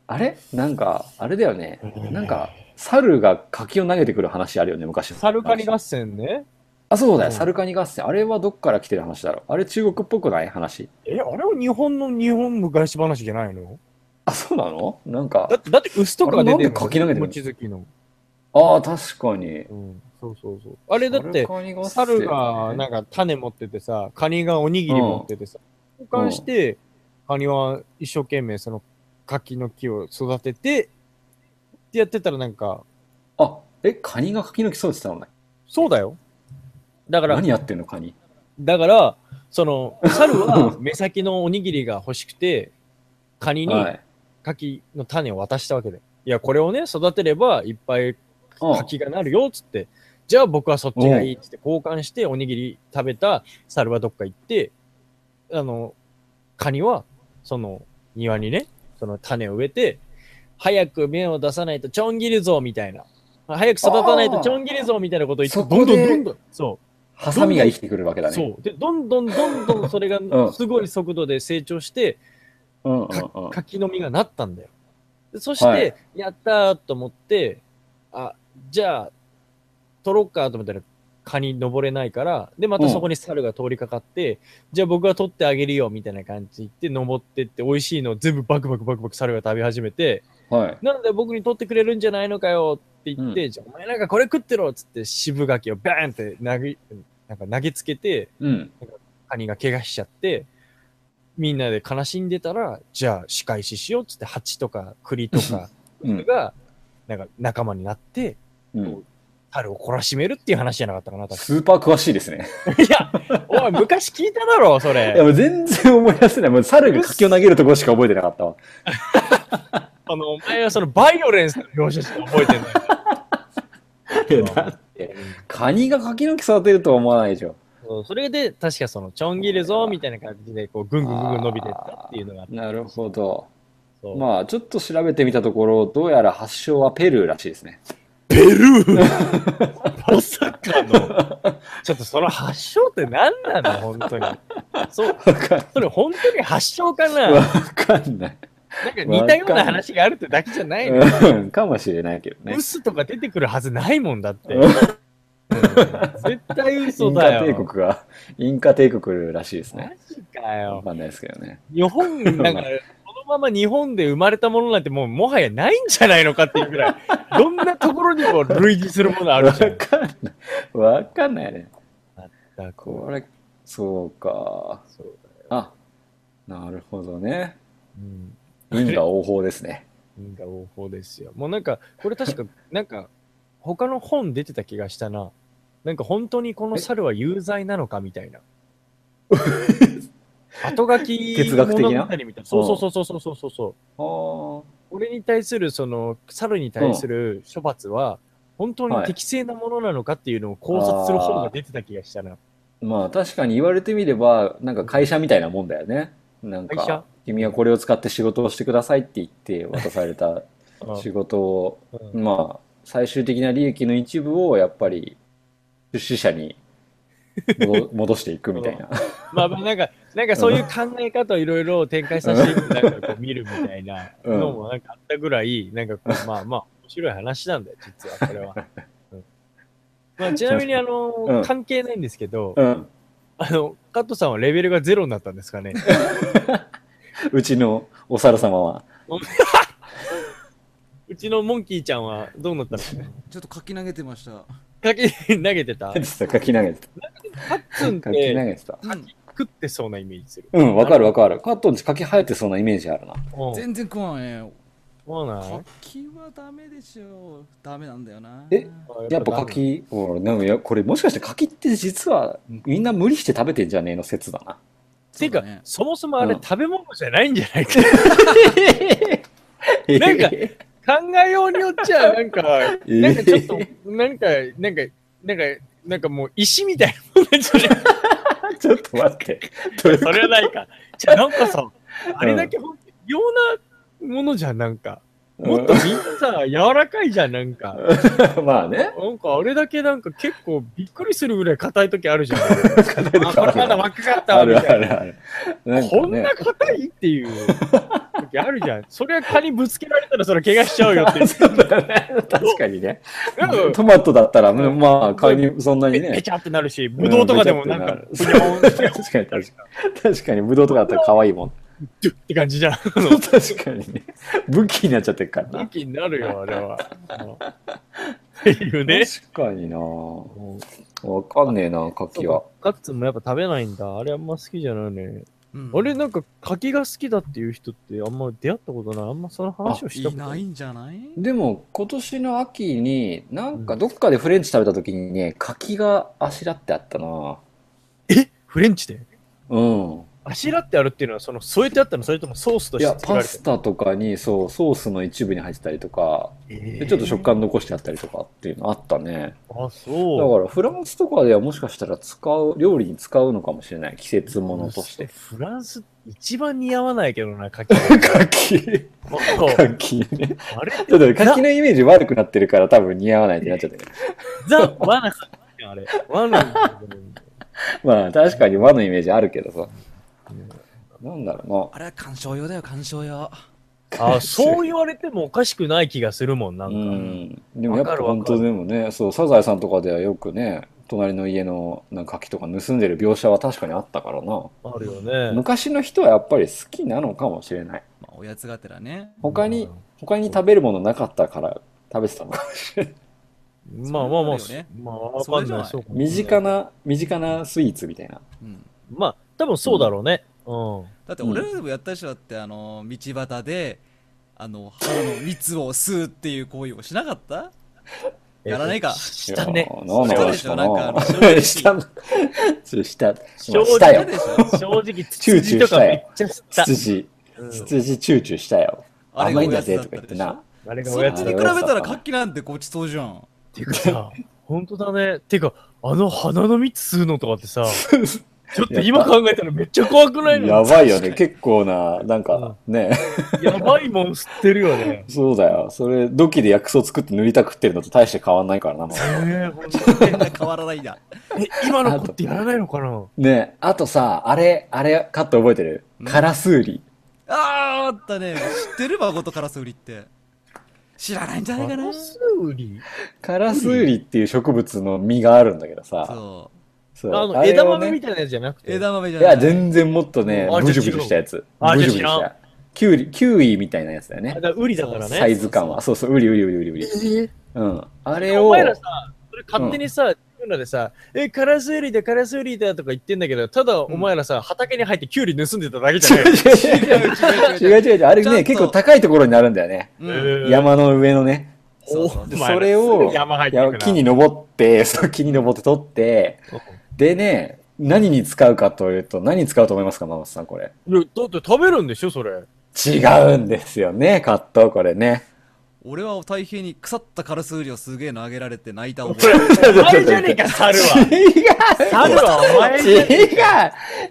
[SPEAKER 2] あれなんか、あれだよね。なんか、猿が柿を投げてくる話あるよね、昔の。
[SPEAKER 3] サルカニ合戦ね。
[SPEAKER 2] あ、そうだよ、
[SPEAKER 3] うん
[SPEAKER 2] サルカニ合戦。あれはどっから来てる話だろう。あれ中国っぽくない話。
[SPEAKER 3] え、あれは日本の日本昔話じゃないの
[SPEAKER 2] あ、そうなのなんか
[SPEAKER 3] だ、って、だって、薄とかが出てる
[SPEAKER 2] あれなんで柿投げてるの
[SPEAKER 3] 餅月の。
[SPEAKER 2] ああ、確かに。
[SPEAKER 3] うん。そうそうそう。あれだって、
[SPEAKER 2] サルカニ合戦
[SPEAKER 3] 猿がなんか種持っててさ、カニがおにぎり持っててさ、交換して、カニは一生懸命その柿の木を育てて、ってやってたらなんか、
[SPEAKER 2] あ、え、カニが柿の木育てたのね。
[SPEAKER 3] そうだよ。だから、
[SPEAKER 2] 何やってんの、カニ。
[SPEAKER 3] だから、そ [LAUGHS] の、猿は目先のおにぎりが欲しくて、カニに
[SPEAKER 2] はい。
[SPEAKER 3] 柿の種を渡したわけで。いや、これをね、育てればいっぱい
[SPEAKER 2] うん
[SPEAKER 3] 柿がなるよ、つって。じゃあ僕はそっちがいい、つって交換して、おにぎり食べた猿はどっか行って、あの、カニは、その、庭にね、その種を植えて、早く芽を出さないとちょん切るぞ、みたいな。早く育たないとちょん切るぞ、みたいなことを言って、
[SPEAKER 2] そ
[SPEAKER 3] ど
[SPEAKER 2] こ
[SPEAKER 3] んどん
[SPEAKER 2] で
[SPEAKER 3] どんどん、そう。
[SPEAKER 2] ハサミが生きてくるわけだね。
[SPEAKER 3] そう。で、どんどんどんどんそれ
[SPEAKER 2] う
[SPEAKER 3] が
[SPEAKER 2] ん
[SPEAKER 3] すごい速度で成長して、
[SPEAKER 2] うんうんうん。
[SPEAKER 3] か柿の実がなったんだよ。でそし
[SPEAKER 2] はい
[SPEAKER 3] て、やったーと思って、あ、じゃあ、取ろうかと思ったら、蚊に登れないから、で、またそこに猿が通りかかって、じゃあ僕が取ってあげるよ、みたいな感じで言って、登ってって、美味しいのを全部バクバクバクバク猿が食べ始めて、
[SPEAKER 2] はい。
[SPEAKER 3] なんで僕に取ってくれるんじゃないのかよって言って、じゃあお前なんかこれ食ってろっつって、渋柿をバーンって投げ、なんか投げつけて、
[SPEAKER 2] うん。
[SPEAKER 3] カニが怪我しちゃって、みんなで悲しんでたら、じゃあ仕返ししようっつって、蜂とか栗とか
[SPEAKER 2] うん。
[SPEAKER 3] [LAUGHS] が、なんか仲間になって、
[SPEAKER 2] うん。
[SPEAKER 3] 猿を懲らしめるっていう話じゃなかったかな、確
[SPEAKER 2] スーパー詳しいですね。
[SPEAKER 3] かいや、おい、昔聞いただろ、そ
[SPEAKER 2] いや、
[SPEAKER 3] れ。
[SPEAKER 2] もう全然思い出せない。もう猿が柿を投げるところしか覚えてなかったわ。
[SPEAKER 3] あの、お前はそのバイオレンスの描写しか覚えてない。
[SPEAKER 2] いやだって、カニが柿の木育てるとは思わないでしょ。
[SPEAKER 3] [LAUGHS] そうそれで、確かその、ちょん切るぞ、みたいな感じで、こう、ぐんぐんぐんぐん伸びてったっていうのがあって
[SPEAKER 2] なるほど。
[SPEAKER 3] そう
[SPEAKER 2] まあ、ちょっと調べてみたところ、どうやら発祥はペルーらしいですね。
[SPEAKER 3] [LAUGHS] まさかの。 [LAUGHS] ちょっとその発祥って何なの本当に。そう、
[SPEAKER 2] わかん
[SPEAKER 3] それ本当に発祥かな
[SPEAKER 2] わ
[SPEAKER 3] なんか
[SPEAKER 2] かんない。
[SPEAKER 3] 似たような話があるってだけじゃないの。
[SPEAKER 2] うんかもしれないけどね
[SPEAKER 3] ウ。スとか出てくるはずないもんだって。
[SPEAKER 2] うん
[SPEAKER 3] 絶対
[SPEAKER 2] イ
[SPEAKER 3] 嘘
[SPEAKER 2] ン
[SPEAKER 3] だ
[SPEAKER 2] カ
[SPEAKER 3] よ。
[SPEAKER 2] 帝国が、インカ帝国らしいです
[SPEAKER 3] マ
[SPEAKER 2] ね。
[SPEAKER 3] ジか
[SPEAKER 2] わ
[SPEAKER 3] よ。
[SPEAKER 2] かんないですけどね。
[SPEAKER 3] 日本、なんか、このまま日本で生まれたものなんてもうもはやないんじゃないのかっていうぐらい、どんなところにも類似するものある
[SPEAKER 2] わ
[SPEAKER 3] じゃん。
[SPEAKER 2] かんない。わかんないね。
[SPEAKER 3] だからこ
[SPEAKER 2] これ、そうか
[SPEAKER 3] う。そう
[SPEAKER 2] あ、なるほどね。
[SPEAKER 3] うん
[SPEAKER 2] 因果応報です
[SPEAKER 3] [LAUGHS]
[SPEAKER 2] ね。
[SPEAKER 3] 因果応報ですよ。もうなんか、これ確か、なんか、他の本出てた気がしたな。なんか本当にこの猿は有罪なのかみたいな。後書き
[SPEAKER 2] 哲学的な
[SPEAKER 3] 物語みたいな。そうそうそうそうそうそうそう。
[SPEAKER 2] あー
[SPEAKER 3] 俺に対する、その、猿に対する処罰は、本当に適正なものなのかっていうのを考察する本が出てた気がしたな。
[SPEAKER 2] まあ確かに言われてみれば、なんか会社みたいなもんだよね。なん
[SPEAKER 3] 会社
[SPEAKER 2] か、君はこれを使って仕事をしてくださいって言って渡さ
[SPEAKER 3] [LAUGHS]
[SPEAKER 2] れた仕事を、
[SPEAKER 3] うん
[SPEAKER 2] まあ最終的な利益の一部をやっぱり出資者に
[SPEAKER 3] [LAUGHS]
[SPEAKER 2] 戻戻していくみたいな。
[SPEAKER 3] まあまあなんか、なんかそういう考え方をいろいろ展開させて、なんかこう見るみたいなのもなん [LAUGHS] かあったぐらい、なんかこう、まあまあ面白い話なんだよ、実はこれは。まあ、ちなみに、あの、
[SPEAKER 2] うん
[SPEAKER 3] 関係ないんですけど、
[SPEAKER 2] うん。
[SPEAKER 3] あの、カットさんはレベルがゼロになったんですか [LAUGHS] ね。
[SPEAKER 2] うちのお猿様は。
[SPEAKER 3] うちのモンキーちゃんはどうなったの
[SPEAKER 1] ちょっと書き投げてました。
[SPEAKER 3] かき投げてた
[SPEAKER 2] 何でした書き投げてた。
[SPEAKER 3] カッツン
[SPEAKER 2] 書
[SPEAKER 3] っ
[SPEAKER 2] き投
[SPEAKER 3] て
[SPEAKER 2] げてた。
[SPEAKER 1] うん、
[SPEAKER 3] 食ってそうなイメージする。
[SPEAKER 2] うん、わかるわかる。カットンち柿生えてそうなイメージあるな。
[SPEAKER 3] うん。
[SPEAKER 1] 全然食わんね。
[SPEAKER 3] そうなの
[SPEAKER 1] 柿はダメでしょ。ダメなんだよな。
[SPEAKER 2] えやっぱ
[SPEAKER 3] ダメ
[SPEAKER 2] 柿、ほら、でもいや、これもしかして柿って実はみんな無理して食べてんじゃねえの説だな。
[SPEAKER 3] ていう
[SPEAKER 1] そう
[SPEAKER 3] か
[SPEAKER 1] だね、
[SPEAKER 3] そもそもあれ
[SPEAKER 2] うん
[SPEAKER 3] 食べ物じゃないんじゃないか。
[SPEAKER 2] え
[SPEAKER 3] なんか [LAUGHS] 考えようによっちゃ、なんか、なんかちょっと、なんか、なんか、なんか、なんかもう石みたいなもんなんじゃな
[SPEAKER 2] [LAUGHS]
[SPEAKER 3] い
[SPEAKER 2] ちょっと待って。どういうこ
[SPEAKER 3] それはないか。じゃあなんかさ、あれだけ本当に異様なものじゃん、なんか。
[SPEAKER 2] と [LAUGHS]
[SPEAKER 3] もっとみんなさ、柔らかいじゃん、なんか。
[SPEAKER 2] うんまあね。
[SPEAKER 3] なんかあれだけなんか結構びっくりするぐらい硬い時ある [LAUGHS] じゃん。
[SPEAKER 2] 硬い
[SPEAKER 3] あ、
[SPEAKER 2] 時
[SPEAKER 3] こ
[SPEAKER 2] あ
[SPEAKER 3] れ
[SPEAKER 2] る
[SPEAKER 3] まだ若かった
[SPEAKER 2] あ
[SPEAKER 3] わ、み
[SPEAKER 2] る
[SPEAKER 3] たいな
[SPEAKER 2] あ。るある。なんか
[SPEAKER 3] こん
[SPEAKER 2] ね
[SPEAKER 3] な硬いっていう時あるじゃん。それは蚊にぶつけられたらそれ怪我しちゃうよって [LAUGHS] いう。
[SPEAKER 2] そうだね。確かにね。
[SPEAKER 3] なんか
[SPEAKER 2] トマトだったら、まあ、仮にそんなに
[SPEAKER 3] [LAUGHS] ペペ
[SPEAKER 2] ね。
[SPEAKER 3] チャってなるし、ブドウとかでもなん [LAUGHS] か、
[SPEAKER 2] うん確かに確かに。確かに、ブドウとかだったら可愛いもん。
[SPEAKER 3] ジュッって感じじゃん。
[SPEAKER 2] [LAUGHS] 確かにね。武器になっちゃってるからな
[SPEAKER 3] 武。器になる
[SPEAKER 2] [LAUGHS]
[SPEAKER 3] よ、あれは。っていうね。
[SPEAKER 2] 確かになわかんねえな、柿は。
[SPEAKER 3] カッツンもやっぱ食べないんだ。あれあんま好きじゃないね。
[SPEAKER 1] うん
[SPEAKER 3] あれなんか柿が好きだっていう人ってあんま出会ったことない。あんまその話をした
[SPEAKER 1] い
[SPEAKER 3] こと
[SPEAKER 1] ないんじゃない
[SPEAKER 2] でも、今年の秋に、なんかどっかでフレンチ食べた時にね、柿があしらってあったな
[SPEAKER 3] えフレンチで
[SPEAKER 2] うん。
[SPEAKER 3] あしらってあるっていうのはその添えてあったのそれともソースと
[SPEAKER 2] い
[SPEAKER 3] して
[SPEAKER 2] や、
[SPEAKER 3] 作ら
[SPEAKER 2] パ
[SPEAKER 3] れて
[SPEAKER 2] スタとかに、そう、ソースの一部に入ってたりとか、
[SPEAKER 3] る
[SPEAKER 2] でちょっと食。感残してあったりとかっていうのあったね。
[SPEAKER 3] えーあ、
[SPEAKER 2] だ
[SPEAKER 3] そう。
[SPEAKER 2] から、フランスとかではもしかしたら使う、料理に使うのかもしれない。季節ものとして。
[SPEAKER 3] フランス一番似合わないけどな、柿。
[SPEAKER 2] 柿、
[SPEAKER 3] もう
[SPEAKER 2] 柿ね。
[SPEAKER 3] あれ
[SPEAKER 2] ちょっと柿のイメージ悪くなってるから多分似合わないってなっちゃったけど。
[SPEAKER 3] ザ・ワナさん。あれ。ワナ。
[SPEAKER 2] [LAUGHS] まあ、確かに和のイメージあるけどさ。なんだろ
[SPEAKER 1] あれは鑑賞用だよ、鑑賞用。
[SPEAKER 2] うな。
[SPEAKER 3] あ、そう言われてもおかしくない気がするもん、な
[SPEAKER 2] うん
[SPEAKER 3] か。
[SPEAKER 2] ん。でもやっぱ
[SPEAKER 3] わかるわか
[SPEAKER 2] 本
[SPEAKER 3] る
[SPEAKER 2] 当でもね、そう、サザエさんとかではよくね、隣の家のなんか柿とか盗んでる描写は確かにあったからな。
[SPEAKER 3] あるよね。
[SPEAKER 2] 昔の人はやっぱり好きなのかもしれない。
[SPEAKER 1] まあ、おやつがてらね。
[SPEAKER 2] 他に、他に食べるものなかったから食べてたのか。
[SPEAKER 3] うん。まあまあまあ
[SPEAKER 1] それはあるよね、
[SPEAKER 3] まあわかんない。
[SPEAKER 1] それじゃない
[SPEAKER 3] そうかもね
[SPEAKER 2] 身近。な、身近なスイーツみたいな。
[SPEAKER 1] うん、
[SPEAKER 3] まあ、多分そうだろうね。うん。
[SPEAKER 1] だって俺らでもやった人だって、あの、道端で、あの、春の蜜を吸うっていう行為をしなかったやらないか
[SPEAKER 3] したね。
[SPEAKER 2] いやなんだ
[SPEAKER 1] したでし
[SPEAKER 2] ろう
[SPEAKER 1] ょなんかあの
[SPEAKER 2] したなしたの。ちょした。今した
[SPEAKER 1] 嫌
[SPEAKER 2] よ。
[SPEAKER 1] でしょ
[SPEAKER 2] [LAUGHS]
[SPEAKER 3] 正直、
[SPEAKER 2] チューチュー
[SPEAKER 3] とか
[SPEAKER 2] したよ
[SPEAKER 3] めっちゃ
[SPEAKER 2] [LAUGHS]
[SPEAKER 3] 吸った。
[SPEAKER 2] 羊。
[SPEAKER 3] うん
[SPEAKER 2] 羊チューチューしたよ。
[SPEAKER 1] あれが
[SPEAKER 2] 甘いんだ
[SPEAKER 1] お
[SPEAKER 2] ぜ
[SPEAKER 1] や
[SPEAKER 2] と
[SPEAKER 1] つ
[SPEAKER 2] か
[SPEAKER 1] だ
[SPEAKER 2] 言
[SPEAKER 1] っ
[SPEAKER 2] ったて
[SPEAKER 1] でしょ
[SPEAKER 2] な。
[SPEAKER 3] あれが
[SPEAKER 1] そ
[SPEAKER 3] おや
[SPEAKER 1] っ
[SPEAKER 3] つ
[SPEAKER 1] ち
[SPEAKER 2] [LAUGHS]
[SPEAKER 3] だ
[SPEAKER 1] に比べたら柿なんてごちそうじゃん。
[SPEAKER 3] ていうかさ、本当だね。てか、あの花の蜜吸うのとかっ
[SPEAKER 2] [LAUGHS]
[SPEAKER 3] てさ、ちょっと今考えたらめっちゃ怖くないの
[SPEAKER 2] やばいよね。結構な、なんかね、。
[SPEAKER 3] やばいもん吸ってるよね
[SPEAKER 2] そうだよ。それ、土器で薬草作って塗りたくってるのと大して変わんないからな、もう。
[SPEAKER 3] えーほんとに
[SPEAKER 1] 変わらないんだ。
[SPEAKER 3] え、今の子ってやらないのかな
[SPEAKER 2] ねあとさ、あれ、あれ、カット覚えてる
[SPEAKER 1] うん
[SPEAKER 2] カラスウリ。
[SPEAKER 1] あーあったね。知ってる孫とカラス売りって。知らないんじゃないかな。
[SPEAKER 3] スウリ
[SPEAKER 2] カラスウリっていう植物の実があるんだけどさ。
[SPEAKER 1] そ
[SPEAKER 2] そ
[SPEAKER 3] あ
[SPEAKER 2] う
[SPEAKER 3] の、枝豆み
[SPEAKER 2] た
[SPEAKER 3] たいなやつじゃなく
[SPEAKER 1] う。
[SPEAKER 3] て。
[SPEAKER 1] 枝豆じゃ
[SPEAKER 2] い
[SPEAKER 1] ない。
[SPEAKER 2] や、全然もっとね、
[SPEAKER 3] あ
[SPEAKER 2] ブジュブジュしたやつ。
[SPEAKER 3] あ
[SPEAKER 2] ブ
[SPEAKER 3] じゃ
[SPEAKER 2] ジュブジュ
[SPEAKER 3] あ
[SPEAKER 2] した。キュウリ、キュウイみたいなやつだよね
[SPEAKER 3] あ。だウリだから
[SPEAKER 2] サ
[SPEAKER 3] ね。
[SPEAKER 2] イズ感は。そうそう、ウリウリウリウリウリ。
[SPEAKER 3] え
[SPEAKER 2] うん。あれ
[SPEAKER 3] ー、
[SPEAKER 2] を。
[SPEAKER 3] お前らさ、それ勝手にさ、自分らでさ、え、カラスウリだ、カラスウリだとか言ってんだけど、ただお前らさ、畑に入ってキュウリ盗んでただけじ
[SPEAKER 2] [LAUGHS]
[SPEAKER 3] ゃない。
[SPEAKER 2] 違う違う違う違う違う。あれ
[SPEAKER 1] ちゃんと
[SPEAKER 2] ね、結構高いところになるんだよね。
[SPEAKER 1] うん
[SPEAKER 3] えー
[SPEAKER 2] 山の上のね。
[SPEAKER 1] そうそう
[SPEAKER 2] で
[SPEAKER 3] お前ら
[SPEAKER 2] それを
[SPEAKER 3] すぐ山入ってく
[SPEAKER 2] い
[SPEAKER 3] な
[SPEAKER 2] や木に登って、そう木に登って取って、でね、何に使うかというと、何に使うと思いますか、ママさん、これ。
[SPEAKER 3] いやだって食べるんでしょ、
[SPEAKER 2] [LAUGHS]
[SPEAKER 3] それ。
[SPEAKER 2] 違うんですよね、カット、これね。
[SPEAKER 1] 俺は太平に腐ったカラスウリをすげえ投げられて泣いた覚え。
[SPEAKER 3] お
[SPEAKER 2] あ
[SPEAKER 3] 前じゃねえか、猿は。猿はお前じゃね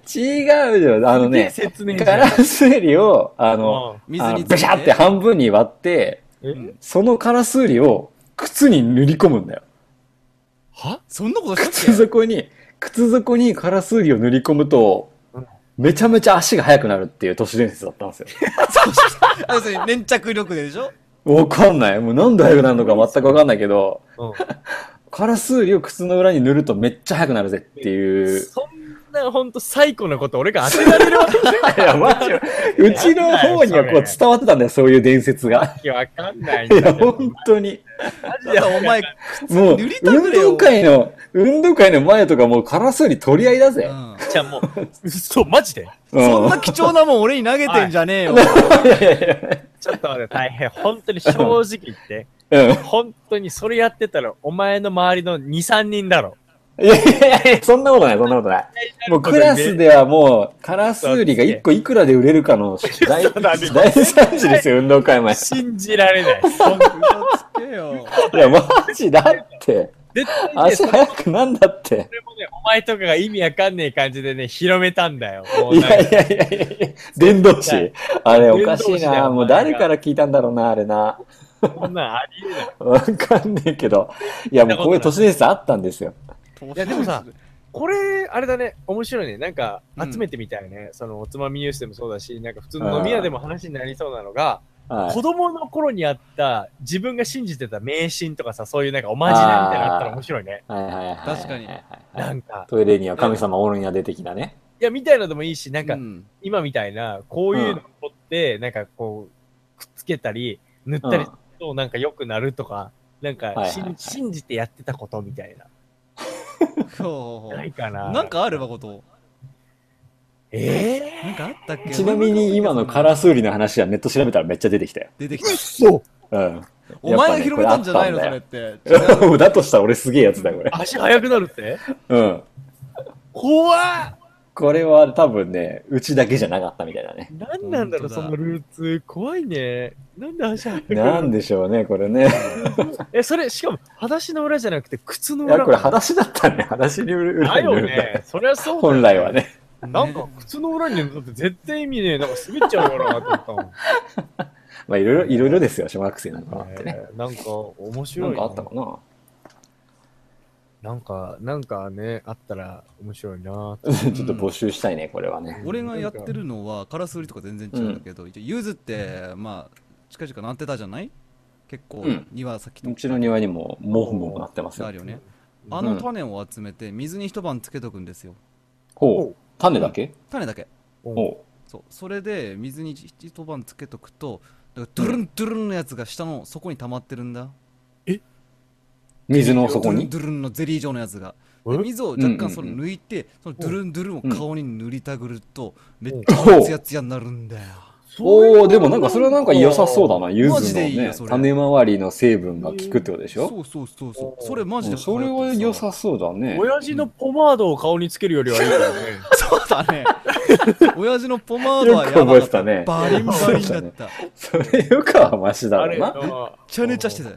[SPEAKER 2] 違う違う違うよ。あの
[SPEAKER 3] え
[SPEAKER 2] ね、
[SPEAKER 3] 説明じ
[SPEAKER 2] ガ
[SPEAKER 3] ゃ
[SPEAKER 2] ラ
[SPEAKER 3] ん。
[SPEAKER 2] スウリを、あの、
[SPEAKER 1] 水
[SPEAKER 2] あの
[SPEAKER 1] に
[SPEAKER 2] ブシャって半分に割って、
[SPEAKER 3] え
[SPEAKER 2] そのカラスウリを靴に塗り込むんだよ。
[SPEAKER 3] は
[SPEAKER 1] そんなこと
[SPEAKER 2] [LAUGHS] 靴
[SPEAKER 1] したっ
[SPEAKER 2] 底に、靴底にカラスウリを塗り込むと
[SPEAKER 3] うん、
[SPEAKER 2] めちゃめちゃ足が速くなるっていう都市伝説だったんですよ。
[SPEAKER 1] けあ要するに粘着力ででしょ
[SPEAKER 2] わかんない。もうなんで速くなるのか全くわかんないけど、
[SPEAKER 3] うん
[SPEAKER 2] カラスウリを靴の裏に塗るとめっちゃ速くなるぜっていう。
[SPEAKER 3] そんなほんと最古なこと俺が当てられるわ
[SPEAKER 2] [LAUGHS] いや、マジでうちの方にはこう伝わってたんだよ、そういう伝説
[SPEAKER 1] [LAUGHS]
[SPEAKER 2] が。
[SPEAKER 3] けわかんないん
[SPEAKER 2] い
[SPEAKER 3] だ
[SPEAKER 2] や、
[SPEAKER 3] けど。
[SPEAKER 2] 本当に。
[SPEAKER 1] いや、お前、
[SPEAKER 2] もう、
[SPEAKER 1] 塗りたくね
[SPEAKER 2] 運
[SPEAKER 1] えよ
[SPEAKER 2] 動会の、運動会の前とかもうカラスウリ取り合いだぜ。
[SPEAKER 1] う
[SPEAKER 3] じゃあもう、嘘、マジで
[SPEAKER 1] ん、そんな
[SPEAKER 2] う
[SPEAKER 1] 貴重なもん俺に投げてんじゃねえよ。
[SPEAKER 2] いやいやいや
[SPEAKER 3] ちょっと待って、大変。本当に正直言って。
[SPEAKER 2] うん
[SPEAKER 3] 本当にそれやってたら、お前の周りの2、3人だろ。
[SPEAKER 2] いやいやいや、そんなことない、そんなことない。もうクラスではもう、カラスウリが1個いくらで売れるかの大、大惨事ですよ、運動会前。
[SPEAKER 3] 信じられない。
[SPEAKER 1] つけよ。
[SPEAKER 2] いや、マジだって。
[SPEAKER 3] 絶対ね、
[SPEAKER 2] 足
[SPEAKER 3] それ
[SPEAKER 2] 速くなんだって。
[SPEAKER 3] もね、お前とかが意味わかんねえ感じでね、広めたんだよ。もう
[SPEAKER 2] い
[SPEAKER 3] なんか
[SPEAKER 2] やいやいやいや伝道師。あれ、おかしい
[SPEAKER 3] 伝道師だ
[SPEAKER 2] な。
[SPEAKER 3] よ
[SPEAKER 2] もう誰から聞いたんだろうな、あれな。
[SPEAKER 3] こんなんありえな
[SPEAKER 2] わ
[SPEAKER 3] い。
[SPEAKER 2] かんねえけど。いや、もうこういう都市伝説あったんですよ。
[SPEAKER 1] い
[SPEAKER 3] やでもさ、これ、あれだね、面白いね。なんか、
[SPEAKER 1] うん
[SPEAKER 3] 集めてみたいね。その、おつまみニュースでもそうだし、なんか普通の飲み屋でも話になりそうなのが、
[SPEAKER 2] はい
[SPEAKER 3] 子供の頃にあった、自分が信じてた迷信とかさ、そういうなんかおまじないみたいなのあったら面白いね。
[SPEAKER 2] はいはいはいはい。
[SPEAKER 1] 確かに
[SPEAKER 3] なんか、
[SPEAKER 2] トイレには神様オロニア出てきたね。
[SPEAKER 3] いや、みたいなのでもいいし、なんか
[SPEAKER 1] う、ん
[SPEAKER 3] 今みたいな、こういうのを取って、なんかこう、くっつけたり、塗ったりすると、なんか良くなるとか、なんか
[SPEAKER 2] はいはい
[SPEAKER 3] しん、
[SPEAKER 2] はい
[SPEAKER 3] 信じてやってたことみたいな。
[SPEAKER 1] ほうほ
[SPEAKER 3] な
[SPEAKER 1] う
[SPEAKER 3] いか
[SPEAKER 1] ほ
[SPEAKER 3] な。
[SPEAKER 1] うなんかあればこと。
[SPEAKER 3] ええ
[SPEAKER 1] なんかあったっけ
[SPEAKER 2] ちなみに今のカラスウリの話はネット調べたらめっちゃ出てきたよ。
[SPEAKER 1] 出てきた。
[SPEAKER 2] うん。
[SPEAKER 1] お前が広めたんじゃないのそ
[SPEAKER 2] や
[SPEAKER 1] れ
[SPEAKER 2] っ
[SPEAKER 1] って。
[SPEAKER 2] [LAUGHS] だとしたら俺すげえやつだよ、これ。
[SPEAKER 3] 足速くなるって
[SPEAKER 2] うん。
[SPEAKER 3] 怖っ
[SPEAKER 2] これは多分ね、うちだけじゃなかったみたいだね。
[SPEAKER 3] [LAUGHS] 何なんだろ
[SPEAKER 1] 本当
[SPEAKER 3] う、
[SPEAKER 1] だ
[SPEAKER 3] そのルーツ。怖いね。なんで足速くな
[SPEAKER 2] な
[SPEAKER 3] る
[SPEAKER 2] んでしょうね、これね。
[SPEAKER 3] え、それ、しかも、裸足の裏じゃなくて、靴の
[SPEAKER 2] いや、
[SPEAKER 3] 裏。
[SPEAKER 2] これ裸足だったね。裸足に売る
[SPEAKER 3] だよ
[SPEAKER 2] 売るんだ
[SPEAKER 3] ね。そりゃそうだよ
[SPEAKER 2] 本来は。ね。
[SPEAKER 3] なんか、靴の裏に塗るのって絶対意味ねえ。なんか滑っちゃうからなと思ったもん。
[SPEAKER 2] まあ、いろいろ、いろいろですよ、小学生なんか [LAUGHS] はあってね。
[SPEAKER 3] えーなんか面
[SPEAKER 2] な
[SPEAKER 3] 白い
[SPEAKER 2] んかあったかな [LAUGHS]
[SPEAKER 3] なんか、なんかね、あったら面白い
[SPEAKER 2] ち
[SPEAKER 3] な
[SPEAKER 2] ょっと募集したいね、これはね。
[SPEAKER 1] 俺がやってるのはカラス売りとか全然違うんだけど、一応ゆずってまあ近々なってたじゃない結構
[SPEAKER 2] うん
[SPEAKER 1] 庭先と
[SPEAKER 2] う
[SPEAKER 1] か
[SPEAKER 2] ちの庭にも、もふもふなってます
[SPEAKER 1] あ
[SPEAKER 2] よ
[SPEAKER 1] る。よね、
[SPEAKER 3] うん
[SPEAKER 1] あの種を集めて水に一晩つけとくんですよ
[SPEAKER 2] ほう。種だけ
[SPEAKER 1] 種だけ
[SPEAKER 2] ほ
[SPEAKER 1] そうそれで水に一一晩つけとくとだからドゥルンドゥルンのやつが下の底に溜まってるんだ
[SPEAKER 2] う。水の底に
[SPEAKER 1] ドゥルンドゥルンのゼリー状のやつが
[SPEAKER 3] え
[SPEAKER 1] で水を若
[SPEAKER 2] うんうんうん
[SPEAKER 1] 干それ抜いて、そのドゥルンドゥルンを顔に塗りたぐると、めっち
[SPEAKER 2] ほ
[SPEAKER 1] ゃ
[SPEAKER 2] う
[SPEAKER 1] ツヤツヤになるんだよ
[SPEAKER 2] おおでもなんかそれはなんか良さそうだな。柚
[SPEAKER 1] マ
[SPEAKER 2] 子
[SPEAKER 1] ジ
[SPEAKER 2] の
[SPEAKER 1] でいい
[SPEAKER 2] ね
[SPEAKER 1] よそ、れ
[SPEAKER 2] 種周りの成分が効くってことでしょ
[SPEAKER 1] そうそうそうそうそれマジで
[SPEAKER 2] うんそれは良さそうだね。
[SPEAKER 3] 親父のポマードを顔につけるより
[SPEAKER 2] [LAUGHS]
[SPEAKER 3] はいいからね。
[SPEAKER 1] そうだね。親父のポマード
[SPEAKER 2] よ
[SPEAKER 1] は
[SPEAKER 2] く
[SPEAKER 1] やば
[SPEAKER 2] 覚
[SPEAKER 1] かっ
[SPEAKER 2] え
[SPEAKER 1] てた。
[SPEAKER 2] たね。
[SPEAKER 1] バリンバリンだった。
[SPEAKER 2] それよかはマシだ
[SPEAKER 3] あ
[SPEAKER 2] ろう
[SPEAKER 3] れ
[SPEAKER 2] な。
[SPEAKER 3] な。
[SPEAKER 1] ちゃねちゃしてたよ。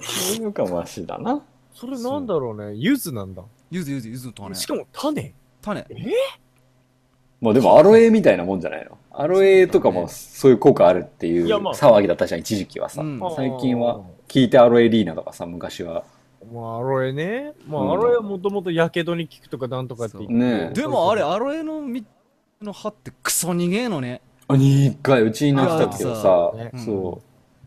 [SPEAKER 2] それよかはマシだな。
[SPEAKER 3] それなんだろうね。柚子なんだ。
[SPEAKER 1] ゆずゆずゆずの種
[SPEAKER 3] し。かも種
[SPEAKER 1] 種。
[SPEAKER 2] まあでもアロエみたいなもんじゃないの。アロエとかもそういう効果あるっていう
[SPEAKER 3] いやまあ
[SPEAKER 2] 騒ぎだったじゃん、一時期はさ
[SPEAKER 1] う。ん
[SPEAKER 2] 最近は。聞いてアロエリーナとかさ、昔は。
[SPEAKER 3] まあ、アロエね。ま
[SPEAKER 2] うん
[SPEAKER 3] あ、アロエはもともとやけどに効くとかなんとかって言って
[SPEAKER 2] ね
[SPEAKER 1] でもあれ、アロエの実の葉ってクソ逃げえのね。
[SPEAKER 2] あ、一回うちになったけどさ
[SPEAKER 3] いや、
[SPEAKER 1] さ
[SPEAKER 2] そ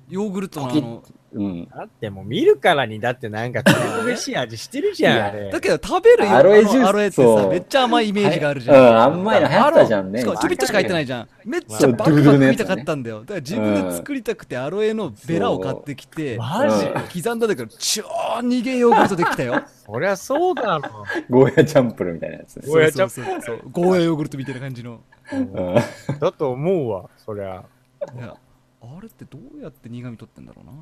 [SPEAKER 1] ヨーグルトのあの。
[SPEAKER 2] う。うん。
[SPEAKER 3] だってもう見るからに、だってなんか、特別しい味してるじゃん、あれ。
[SPEAKER 1] だけど食べるよ
[SPEAKER 2] アロエジュース
[SPEAKER 1] あのアロエって
[SPEAKER 2] そ
[SPEAKER 1] さ、
[SPEAKER 2] う
[SPEAKER 1] めっちゃ甘いイメージがあるじゃん。
[SPEAKER 2] うん、甘いの流行ったじゃんね。
[SPEAKER 1] しかもちょびっとしか入ってないじゃん。めっちゃ
[SPEAKER 2] そう
[SPEAKER 1] バク
[SPEAKER 2] ド
[SPEAKER 1] バ
[SPEAKER 2] ゥルドゥルの
[SPEAKER 1] ク
[SPEAKER 2] や
[SPEAKER 1] 見
[SPEAKER 2] つだ
[SPEAKER 1] た
[SPEAKER 2] ね
[SPEAKER 1] かったんだよ。だから自分で作りたくてアロエのベラを買ってきて、
[SPEAKER 3] マジ、
[SPEAKER 2] うん
[SPEAKER 1] 刻んだんだけど、超逃げえヨーグルトできたよ。
[SPEAKER 2] [LAUGHS]
[SPEAKER 3] そりゃそうだろ。
[SPEAKER 2] ゴーヤチャンプルみたいなやつね。
[SPEAKER 3] ゴーヤチャン
[SPEAKER 1] そうそうそうそうゴーヤヨーグルトみたいな感じの。
[SPEAKER 2] うん。
[SPEAKER 3] だと思うわ、そりゃ。
[SPEAKER 1] いやあれってどうやって苦味取ってんだろうな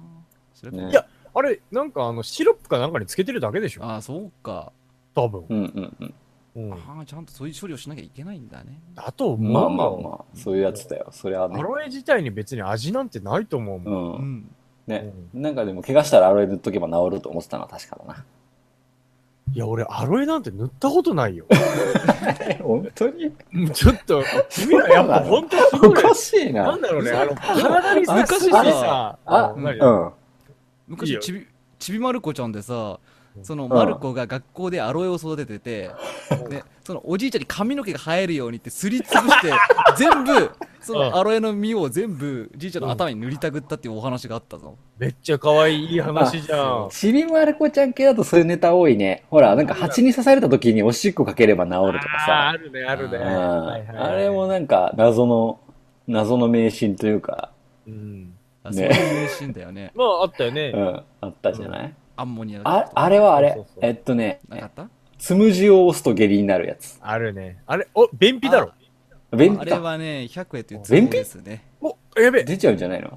[SPEAKER 1] 調べてみ
[SPEAKER 2] ね
[SPEAKER 1] よ
[SPEAKER 3] いやあれ、なんかあの、シロップかなんかにつけてるだけでし
[SPEAKER 1] う
[SPEAKER 3] ょ
[SPEAKER 1] ああそうか、
[SPEAKER 3] 多分。
[SPEAKER 2] うんうんうん。
[SPEAKER 3] うん。
[SPEAKER 1] ああちゃんとそういう処理をしなきゃいけないんだね
[SPEAKER 3] だと思う
[SPEAKER 2] まあ
[SPEAKER 3] わ。
[SPEAKER 2] まあまあ、そういうやつだよ。それはね
[SPEAKER 3] ア。ロエ自体に別に味なんてないと思うも。
[SPEAKER 2] うん。
[SPEAKER 1] うんん
[SPEAKER 2] ね。なんかでも怪我したらアロエ塗っとけば治ると思ってたのは確かだな。
[SPEAKER 3] いや、俺、アロエなんて塗ったことな
[SPEAKER 2] [LAUGHS]
[SPEAKER 3] いよ。
[SPEAKER 2] え、本当に
[SPEAKER 3] ちょっと、君らやっぱ本当す
[SPEAKER 2] お
[SPEAKER 3] ごい。
[SPEAKER 2] かしい
[SPEAKER 3] な
[SPEAKER 2] な。
[SPEAKER 3] んだろうね、あの、体にさ、
[SPEAKER 1] 昔さ
[SPEAKER 3] すごいさ、
[SPEAKER 2] あ、
[SPEAKER 3] の
[SPEAKER 2] うん。
[SPEAKER 3] 何
[SPEAKER 2] は
[SPEAKER 1] 昔
[SPEAKER 3] いいよ
[SPEAKER 1] ちびちびまる子ちゃんでさその
[SPEAKER 2] ん
[SPEAKER 1] マルコが学校でアロエを育ててて、でそのおじいちゃんに髪の毛が生えるようにってすりつぶ
[SPEAKER 3] [LAUGHS]
[SPEAKER 1] して全部そのアロエの実を全部じいちゃんの頭に塗りたくったっていうお話があったぞ、
[SPEAKER 3] めっちゃ可愛いい話じゃん。
[SPEAKER 2] [LAUGHS] ちびまる子ちゃん系だとそういうネタ多いね。ほら、なんか蜂に刺された時におしっこかければ治るとか
[SPEAKER 3] あー
[SPEAKER 2] さ。
[SPEAKER 3] あるね、あるね。
[SPEAKER 1] ー
[SPEAKER 3] はいはい
[SPEAKER 2] うんあれもなんか謎の、謎の迷信というか、
[SPEAKER 3] うん。
[SPEAKER 1] あ
[SPEAKER 2] ね
[SPEAKER 1] そういうシーンだよ
[SPEAKER 3] [LAUGHS]
[SPEAKER 1] ね
[SPEAKER 3] まあ、あったよね
[SPEAKER 2] う。ん、あったじゃない
[SPEAKER 1] アンモニアだっけ
[SPEAKER 2] あ、あれはあ
[SPEAKER 3] そ
[SPEAKER 2] れ
[SPEAKER 3] うそう、そう
[SPEAKER 2] えっとね、
[SPEAKER 1] なかった
[SPEAKER 2] つむじを押すと下痢になるやつ。
[SPEAKER 3] あるね。あれ、お、便秘だろ。
[SPEAKER 2] 便
[SPEAKER 1] あ
[SPEAKER 2] 秘
[SPEAKER 1] れ
[SPEAKER 2] か。
[SPEAKER 1] はね100円という
[SPEAKER 2] 便秘
[SPEAKER 1] ですね
[SPEAKER 3] お、やべえ。
[SPEAKER 2] 出ちゃうんじゃないの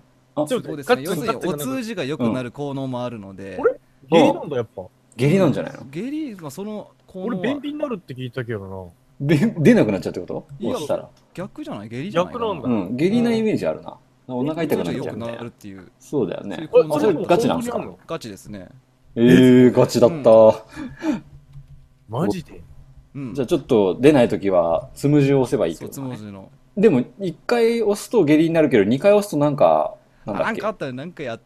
[SPEAKER 3] ち
[SPEAKER 1] そ
[SPEAKER 3] ょっ
[SPEAKER 1] う
[SPEAKER 3] と
[SPEAKER 1] ですね
[SPEAKER 3] ガ
[SPEAKER 1] 要
[SPEAKER 3] ッ
[SPEAKER 1] する
[SPEAKER 3] ツ
[SPEAKER 1] にお
[SPEAKER 3] ガッツ
[SPEAKER 1] 通じが良くなる効能もあるので
[SPEAKER 3] あれゲイなんだ、やっぱ。
[SPEAKER 2] 下痢なんじゃないの
[SPEAKER 1] 下痢、まあ、その効能
[SPEAKER 3] 俺、
[SPEAKER 1] は
[SPEAKER 3] 便秘になるって聞いたけど
[SPEAKER 2] 便出なくなっちゃうってこと
[SPEAKER 1] いや
[SPEAKER 2] 押したら。
[SPEAKER 1] 逆じゃない下痢じゃないか
[SPEAKER 3] 逆なんだ
[SPEAKER 2] うん、下痢なイメージあるな。お腹痛くなっ
[SPEAKER 1] 良
[SPEAKER 2] ちゃう
[SPEAKER 1] く
[SPEAKER 2] みたい
[SPEAKER 1] なる
[SPEAKER 2] な
[SPEAKER 1] っ。ていう
[SPEAKER 2] そうだよ
[SPEAKER 1] そういう
[SPEAKER 2] ね。
[SPEAKER 1] 効
[SPEAKER 3] な。
[SPEAKER 1] 能
[SPEAKER 2] あそれガチなんですか
[SPEAKER 3] 本当にあ
[SPEAKER 1] ガチですね
[SPEAKER 2] えー、ガチだった。
[SPEAKER 3] のマジで
[SPEAKER 1] うん
[SPEAKER 2] じゃあちょっと出ないときは、つむじを押せばいいって
[SPEAKER 1] そう
[SPEAKER 2] こと
[SPEAKER 1] つ
[SPEAKER 2] だね
[SPEAKER 1] もじの
[SPEAKER 2] でも、一回押すと下痢になるけど、二回押すとなんか、なんだ
[SPEAKER 1] な
[SPEAKER 2] っ
[SPEAKER 1] ん
[SPEAKER 2] け
[SPEAKER 1] かあったらなんかやっ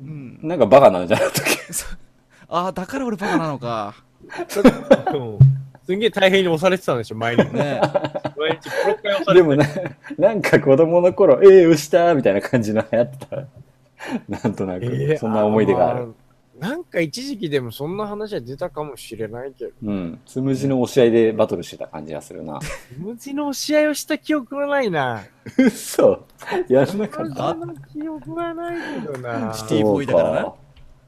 [SPEAKER 1] うん
[SPEAKER 2] なんかバカなんじゃない
[SPEAKER 1] [LAUGHS] ああ、だから俺バカなの [LAUGHS] か。
[SPEAKER 3] うんすんげえ大変に押されてたんでしょ、
[SPEAKER 2] [LAUGHS]
[SPEAKER 3] 毎日。
[SPEAKER 1] ね
[SPEAKER 3] 毎日、6回押さ
[SPEAKER 2] で
[SPEAKER 3] れて
[SPEAKER 2] もな、なん [LAUGHS] か子供の頃、ええー、押したみたいな感じの流行ってた。なんとなく、そんな思い出がある。。
[SPEAKER 3] なんか一時期でもそんな話は出たかもしれないけど。
[SPEAKER 2] うん。つむじの押し合いでバトルしてた感じがするな。
[SPEAKER 3] 無事の試合をした記憶はないな。
[SPEAKER 2] 嘘やんなか
[SPEAKER 3] 無
[SPEAKER 2] っ
[SPEAKER 3] 事
[SPEAKER 2] た。
[SPEAKER 3] の記憶はないけどな。
[SPEAKER 1] シティボーイだからな
[SPEAKER 2] そう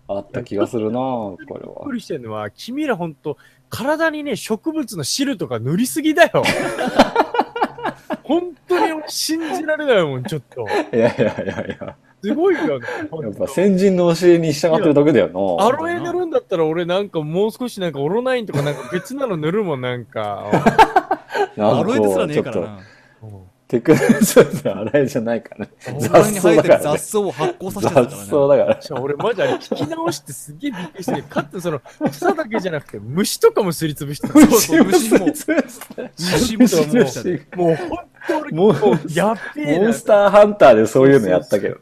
[SPEAKER 2] あった気がするな、これ
[SPEAKER 3] びっ
[SPEAKER 2] は
[SPEAKER 3] く。りしてるのは、君らほんと、体にね、植物の汁とか塗りすぎだ
[SPEAKER 2] [LAUGHS]
[SPEAKER 3] よ。本当に俺信じられないもん、ちょっと。
[SPEAKER 2] いやいやいやいや。
[SPEAKER 3] すごいよね。ほ
[SPEAKER 2] やっ
[SPEAKER 3] ん
[SPEAKER 2] ぱ
[SPEAKER 3] と
[SPEAKER 2] 先人の教えに従ってるだけだよな。
[SPEAKER 3] アロエ塗るんだったら俺なんかもう少しなんかオロナインとかなんか別なの塗るもん、なん [LAUGHS] か。
[SPEAKER 2] な
[SPEAKER 1] ア
[SPEAKER 2] んと
[SPEAKER 1] ロエですらねえか
[SPEAKER 2] ち
[SPEAKER 1] ら
[SPEAKER 2] ょっと
[SPEAKER 1] な。
[SPEAKER 2] テクノそうですアロエじゃないからね。
[SPEAKER 1] お
[SPEAKER 2] 雑
[SPEAKER 1] 前に生えて
[SPEAKER 2] 草だ
[SPEAKER 1] る
[SPEAKER 2] から
[SPEAKER 1] 雑
[SPEAKER 2] ね。
[SPEAKER 1] 草を発酵させて
[SPEAKER 2] 雑
[SPEAKER 1] たからね。
[SPEAKER 2] 草だから。
[SPEAKER 3] じゃあ俺マジあれ聞き直してすげえびっくりして、かつその草だけじゃなくて虫とかもすりつぶしてた。
[SPEAKER 1] そうそう虫も虫も
[SPEAKER 3] 虫
[SPEAKER 1] もうしたね
[SPEAKER 3] もう本当俺、
[SPEAKER 2] もう
[SPEAKER 3] もうやっべえ
[SPEAKER 2] モ
[SPEAKER 3] な
[SPEAKER 2] ンス。ターハンターでそういうのやったけど。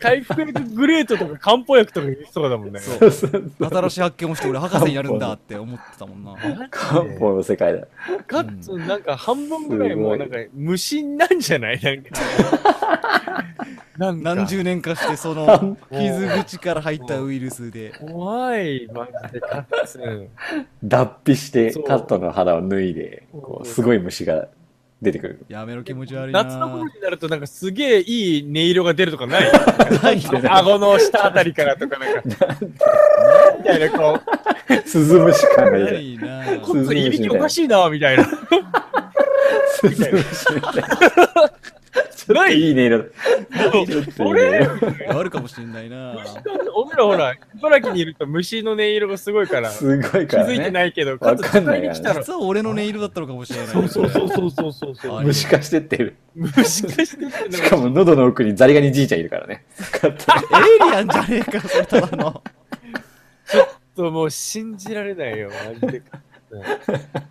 [SPEAKER 3] 回復薬グレートとか漢方薬とか言ってそうだもんね。
[SPEAKER 1] そう
[SPEAKER 2] そう
[SPEAKER 1] 新しい発見をして俺博士になるんだって思ってたもんな。
[SPEAKER 2] 漢方の世界だ。
[SPEAKER 3] カッツンなんか半分ぐらいもうなんか虫なんじゃないなんか。 [LAUGHS] なんか
[SPEAKER 1] 何十年かしてその
[SPEAKER 2] 漢
[SPEAKER 1] 傷口から入ったウイルスで。
[SPEAKER 3] 怖い、マジでカッツン。
[SPEAKER 2] 脱皮して
[SPEAKER 3] そう
[SPEAKER 2] カットの肌を脱いで、こうすごい虫が出てくる。
[SPEAKER 1] やめろ気持ち悪いな。
[SPEAKER 3] 夏の頃になるとなんかすげえいい音色が出るとかない顎の下あたりからとかなんか。みたいなこう、
[SPEAKER 2] スズムシ感が出
[SPEAKER 1] な
[SPEAKER 2] て
[SPEAKER 1] いな。
[SPEAKER 3] こっちいびきおかしいな、みたいな。
[SPEAKER 2] スズムシみたいな。ちょっといいね、色。ちょっといいね色。
[SPEAKER 1] あるかもしれない
[SPEAKER 2] [LAUGHS]
[SPEAKER 1] な。
[SPEAKER 3] おめらほら、茨城にいると虫の音色がすごいから、気
[SPEAKER 2] すごいから
[SPEAKER 3] づいて
[SPEAKER 2] ね。
[SPEAKER 3] ないけど、
[SPEAKER 2] わ
[SPEAKER 3] かつ
[SPEAKER 2] かんない
[SPEAKER 3] に
[SPEAKER 2] よね
[SPEAKER 3] 来たら、
[SPEAKER 1] 実は俺の音色だったのかもしれない。
[SPEAKER 3] そうそうそうそうそうそうそう。
[SPEAKER 1] あ
[SPEAKER 2] 虫化してってる。
[SPEAKER 3] 虫化してって
[SPEAKER 2] しかも喉の奥にザリガニじいちゃんいるからね。カット
[SPEAKER 1] エイリアンじゃねえ [LAUGHS] か、それただの。
[SPEAKER 3] ともう信じられないよ、マ
[SPEAKER 2] [LAUGHS]
[SPEAKER 3] ジで。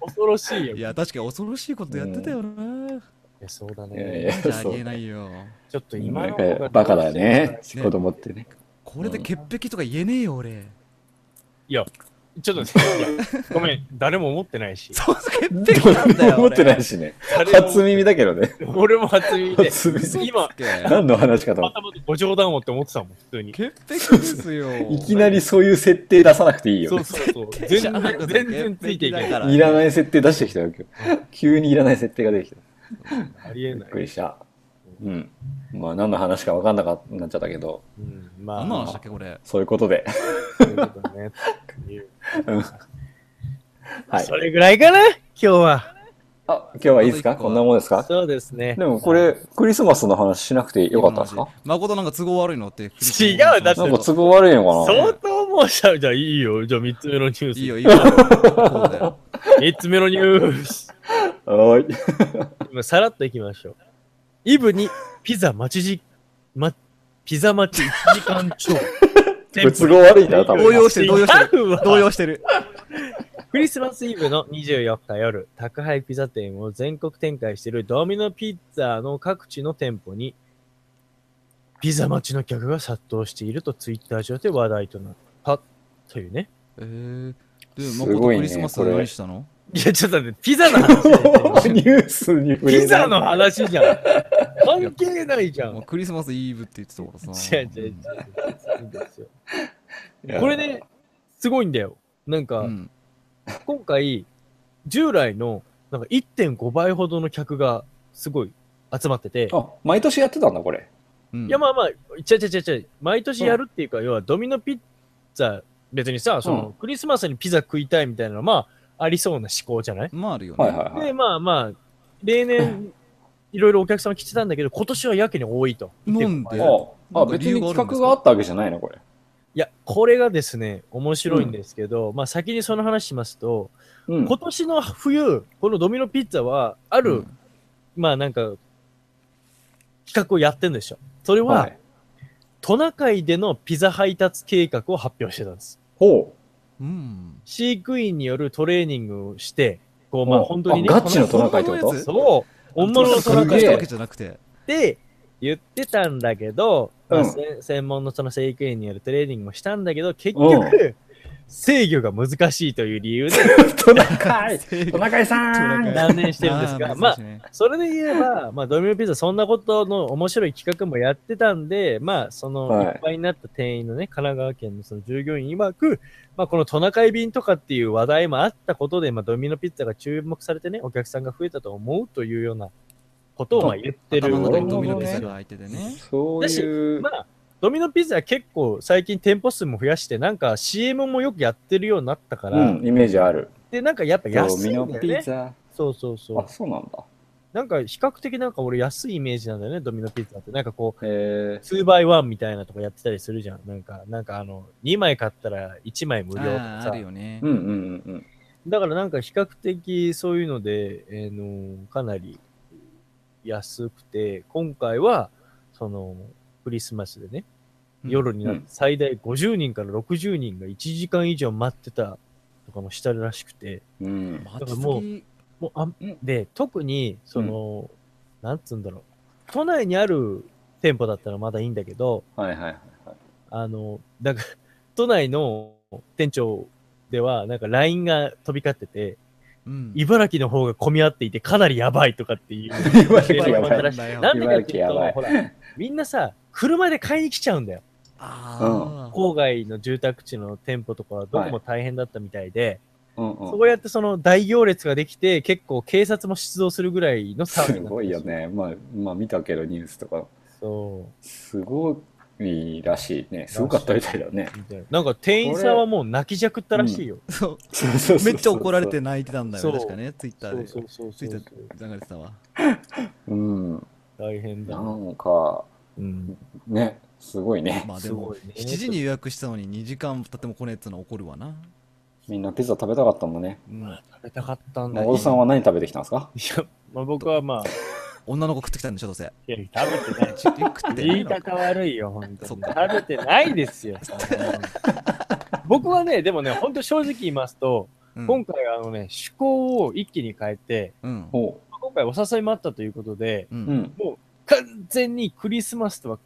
[SPEAKER 3] 恐ろしいよ。
[SPEAKER 1] いや、確かに恐ろしいことやってたよな。
[SPEAKER 3] そうだ
[SPEAKER 2] いやい
[SPEAKER 3] ね。
[SPEAKER 2] や、
[SPEAKER 1] じゃあ
[SPEAKER 2] そう
[SPEAKER 1] りえないよ。
[SPEAKER 3] ちょっと今
[SPEAKER 2] なん
[SPEAKER 3] の方
[SPEAKER 2] か
[SPEAKER 3] が
[SPEAKER 2] バカだよね。
[SPEAKER 1] ね
[SPEAKER 2] 子供ってね。
[SPEAKER 1] これで潔癖とか言えねえよ、俺。
[SPEAKER 3] ちょっと待って
[SPEAKER 2] [LAUGHS]
[SPEAKER 3] いやごめん、誰も思ってないし。
[SPEAKER 1] そう、潔
[SPEAKER 2] ど
[SPEAKER 1] 癖なんだよ。
[SPEAKER 2] [LAUGHS] 思ってない
[SPEAKER 1] し。
[SPEAKER 2] しね。
[SPEAKER 3] 誰も
[SPEAKER 2] 初耳だけどね。
[SPEAKER 3] 俺も初耳で、
[SPEAKER 2] 初耳。
[SPEAKER 3] 今、
[SPEAKER 2] 何の話かと思っ
[SPEAKER 3] 頭でご冗談をって思ってたもん、普通に。
[SPEAKER 1] 潔癖ですよ。
[SPEAKER 2] た。いきなりそういう設定出さなくていいよ
[SPEAKER 3] そ
[SPEAKER 2] ね
[SPEAKER 3] う。そうそう。
[SPEAKER 2] [LAUGHS]
[SPEAKER 3] 全然、全然ついていけな
[SPEAKER 1] な
[SPEAKER 3] い。
[SPEAKER 1] い
[SPEAKER 2] らない設定出してきたよ、今日。急にいらない設定が出てきた。
[SPEAKER 3] ありえ
[SPEAKER 2] び
[SPEAKER 3] な
[SPEAKER 2] っくり
[SPEAKER 3] い。
[SPEAKER 2] した。うん。まあ何の話か分かんなかなっちゃったけど、
[SPEAKER 3] うん、
[SPEAKER 1] 何の話だ
[SPEAKER 3] ま
[SPEAKER 1] っけ、これ。
[SPEAKER 2] そういうこと
[SPEAKER 3] [LAUGHS]
[SPEAKER 2] で。
[SPEAKER 3] あ、そういうことね。っていう
[SPEAKER 2] はい
[SPEAKER 3] そ。れぐらいかな今日は。
[SPEAKER 2] あ、今日はいいです
[SPEAKER 1] あ
[SPEAKER 2] か
[SPEAKER 1] と一個
[SPEAKER 2] こんなもんですか
[SPEAKER 3] そうですね。
[SPEAKER 2] でもこれ、クリスマスの話しなくてよかったんですか
[SPEAKER 1] 誠なんか都合悪いのって。
[SPEAKER 3] 違うだって
[SPEAKER 2] なんか都合悪いのかな
[SPEAKER 3] 相当もうしゃじゃあいいよ。じゃあ3つ目のニュース。
[SPEAKER 1] いいよ、いいよ。そうだ
[SPEAKER 2] [LAUGHS]
[SPEAKER 1] よ。
[SPEAKER 3] 3つ目のニュース。
[SPEAKER 2] はーい。
[SPEAKER 3] 今さらっといきましょう。イブにピザ待ちじ、ま、ピザ待ち1時間
[SPEAKER 2] [LAUGHS]
[SPEAKER 3] 超。
[SPEAKER 2] これ都合悪いんだよ、多
[SPEAKER 1] 動
[SPEAKER 2] 分。
[SPEAKER 1] 揺してる、動揺してる。動揺して [LAUGHS] る。
[SPEAKER 3] クリスマスイブの24日夜、宅配ピザ店を全国展開しているドミノピッツァの各地の店舗に、ピザ待ちの客が殺到しているとツイッター上で話題となったというね。
[SPEAKER 1] ええー、で、
[SPEAKER 2] す
[SPEAKER 1] 誠
[SPEAKER 2] ごいね
[SPEAKER 1] クリスマス
[SPEAKER 2] これ
[SPEAKER 1] 何したの
[SPEAKER 3] いや、ちょっと待って、ピザの話だよ
[SPEAKER 2] [LAUGHS] ニュースに触れない
[SPEAKER 3] ピザの話じゃん。関係ないじゃん。
[SPEAKER 1] まあ
[SPEAKER 3] 違
[SPEAKER 1] クリスマスイーブって言ってたからさ。
[SPEAKER 3] う違う違う。そうですよ
[SPEAKER 2] いや
[SPEAKER 3] これね、すごいんだよ。なんか、
[SPEAKER 1] うん。
[SPEAKER 3] 今回、従来の、なんか1.5倍ほどの客が、すごい集まってて、
[SPEAKER 2] あ毎年やってたんだこれ
[SPEAKER 1] うん、
[SPEAKER 3] いや、まあまあ、ちゃちゃちゃちゃ、毎年やるっていうか、要はドミノピッツァ、別にさ、その、
[SPEAKER 2] うん
[SPEAKER 3] クリスマスにピザ食いたいみたいなのは、まあ、ありそうな思考じゃない
[SPEAKER 1] まああるよね。
[SPEAKER 2] はいはいはい
[SPEAKER 3] で、まあまあ、例年、いろいろお客さん来てたんだけど、今年はやけに多いと。
[SPEAKER 1] なんでな
[SPEAKER 2] ああ
[SPEAKER 1] んか
[SPEAKER 2] 別
[SPEAKER 1] 理由
[SPEAKER 2] に
[SPEAKER 1] があるんですか
[SPEAKER 2] 企画があったわけじゃないのこれ
[SPEAKER 3] いや、これがですね、面白いんですけど、まあ先にその話しますと、
[SPEAKER 2] うん
[SPEAKER 3] 今年の冬、このドミノピッツァは、ある、
[SPEAKER 1] うん
[SPEAKER 3] まあなんか、企画をやってんでしょ。それは、
[SPEAKER 2] はい
[SPEAKER 3] トナカイでのピザ配達計画を発表してたんです。
[SPEAKER 2] ほう
[SPEAKER 1] うん。
[SPEAKER 3] 飼育員によるトレーニングをして、こう、まあ
[SPEAKER 2] お
[SPEAKER 3] 本当にね、
[SPEAKER 2] あガチのトナカイってこ
[SPEAKER 1] 本物の
[SPEAKER 2] と
[SPEAKER 1] やつ
[SPEAKER 3] そう、本物のトナ
[SPEAKER 2] す
[SPEAKER 3] カ
[SPEAKER 2] げ
[SPEAKER 3] イ
[SPEAKER 2] え
[SPEAKER 1] したわけじゃなくて。
[SPEAKER 3] って言ってたんだけど、まあ
[SPEAKER 2] うん
[SPEAKER 3] せ専門のその飼育員によるトレーニングもしたんだけど、結
[SPEAKER 2] う
[SPEAKER 3] 局、制御が難しいという理由で
[SPEAKER 2] トナカイトナカイさ
[SPEAKER 1] トナ
[SPEAKER 2] ん
[SPEAKER 1] カイ
[SPEAKER 3] 断念してるんです
[SPEAKER 1] [LAUGHS] あ
[SPEAKER 3] が、
[SPEAKER 1] ー
[SPEAKER 3] まあ
[SPEAKER 1] 珍しい、ね
[SPEAKER 3] それで
[SPEAKER 2] [LAUGHS]
[SPEAKER 3] 言えば、まあ、ドミノピザそんなことの面白い企画もやってたんで、まあ、そ
[SPEAKER 2] はい
[SPEAKER 3] の、いっぱいになった店員のね、神奈川県のその従業員曰く、まあ、このトナカイ便とかっていう話題もあったことで、まあ、ドミノピッツァが注目されてね、お客さんが増えたと思うというようなことを、まあ、言ってる
[SPEAKER 1] 頭の中に
[SPEAKER 2] ド
[SPEAKER 1] ドミノピ
[SPEAKER 2] な
[SPEAKER 1] ザ
[SPEAKER 2] る
[SPEAKER 1] が開いててね。
[SPEAKER 2] そういう
[SPEAKER 3] まあ、ドミノピザは結構最近店舗数も増やして、なんか CM もよくやってるようになったから、
[SPEAKER 2] うんイメージある
[SPEAKER 3] で、なんかやっぱ
[SPEAKER 2] ド
[SPEAKER 3] 安
[SPEAKER 2] ミ
[SPEAKER 3] いんだよ
[SPEAKER 2] ノピ
[SPEAKER 3] ね。
[SPEAKER 2] ザ
[SPEAKER 3] そうそうそう
[SPEAKER 2] あ。そうなんだ
[SPEAKER 3] なんか比較的なんか俺安いイメージなんだよね、ドミノピザって。なんかこう、
[SPEAKER 2] へえ
[SPEAKER 3] 2x1 みたいなとこやってたりするじゃん。なんか、なんかあの、2枚買ったら1枚無料とか
[SPEAKER 1] あーあ
[SPEAKER 3] さ
[SPEAKER 1] る。よね
[SPEAKER 2] うん。うんうんうん
[SPEAKER 3] だからなんか比較的そういうので、えーのかなり安くて、今回は、その、クリスマスで
[SPEAKER 1] う
[SPEAKER 3] ね、
[SPEAKER 1] ん
[SPEAKER 3] 夜になっ
[SPEAKER 2] う
[SPEAKER 3] て
[SPEAKER 2] ん
[SPEAKER 3] 最大50人から60人が1時間以上待ってたとかもしたらしくて、
[SPEAKER 2] うん
[SPEAKER 1] マ
[SPEAKER 3] だか
[SPEAKER 1] ジ
[SPEAKER 3] らもう
[SPEAKER 1] で
[SPEAKER 3] もうあ
[SPEAKER 2] うん
[SPEAKER 3] で、特に、その、なんつうんだろう、都内にある店舗だったらまだいいんだけど、
[SPEAKER 2] はいはいはいはい
[SPEAKER 3] あの、なんか、 [LAUGHS] 都内の店長では、なんか LINE が飛び交ってて、
[SPEAKER 1] うん
[SPEAKER 3] 茨城の方が混み合っていてかなりやばいとかっていう。
[SPEAKER 2] 茨
[SPEAKER 3] 城やばい
[SPEAKER 1] だよ
[SPEAKER 3] なんでかっていう
[SPEAKER 2] 茨城やばい
[SPEAKER 3] と、ほら、みんなさ、車で買いに来ちゃうんだよ。
[SPEAKER 1] あ
[SPEAKER 3] 郊外の住宅地の店舗とかはどこも大変だったみたいで、
[SPEAKER 2] うんうん
[SPEAKER 3] そうやってその大行列ができて、結構警察も出動するぐらいの騒ぎ
[SPEAKER 2] す
[SPEAKER 3] になったらし
[SPEAKER 2] ごいよ。ねまあまあ見たけどニュースとか
[SPEAKER 3] そ
[SPEAKER 2] すごいらしいねすごかったみたいだね
[SPEAKER 3] う。みたいななんか店員さんはもう泣きじゃくったらしいよ。
[SPEAKER 1] あ。そう。
[SPEAKER 2] そうそうそうそう
[SPEAKER 1] めっちゃ怒られて泣いてたんだよね。
[SPEAKER 3] そ
[SPEAKER 1] 確
[SPEAKER 3] う
[SPEAKER 1] かね、ツイッターで。ツ
[SPEAKER 3] そうそう
[SPEAKER 1] イ
[SPEAKER 3] そう
[SPEAKER 1] ッタ
[SPEAKER 3] そう。
[SPEAKER 1] ーで流れてたわ。
[SPEAKER 2] うん
[SPEAKER 3] 大変だ
[SPEAKER 2] な
[SPEAKER 3] な。
[SPEAKER 2] んか
[SPEAKER 3] うん。
[SPEAKER 2] ねすごいね
[SPEAKER 1] まあですも
[SPEAKER 3] ご、いね。
[SPEAKER 1] 7時に予約したのに2時間経っても来ねえっつうのは怒るわな。
[SPEAKER 2] みんなピザ食べたかったんだね
[SPEAKER 1] うん。
[SPEAKER 3] 食べたかったんだ
[SPEAKER 1] い
[SPEAKER 3] け
[SPEAKER 2] 小
[SPEAKER 3] ど
[SPEAKER 2] 田さんは何食べてきたんですか
[SPEAKER 3] いや、まあ、僕はまあ、
[SPEAKER 1] 女の子食ってきたんでしょ、どうせ。
[SPEAKER 3] いや食べてない。
[SPEAKER 1] 食ってね
[SPEAKER 3] [LAUGHS] 言
[SPEAKER 1] え
[SPEAKER 3] い
[SPEAKER 1] の
[SPEAKER 3] 方悪いよ、本当
[SPEAKER 1] そっ
[SPEAKER 3] に。
[SPEAKER 1] か
[SPEAKER 3] 食べてないです [LAUGHS] よ。僕はね、でもね、本当正直言いますと、
[SPEAKER 1] うん
[SPEAKER 3] 今回あのね、趣向を一気に変えて、
[SPEAKER 1] うん。
[SPEAKER 2] おう
[SPEAKER 3] 今回お誘いもあったということで、
[SPEAKER 1] う。
[SPEAKER 2] うんん
[SPEAKER 3] 完全にクリスマスとは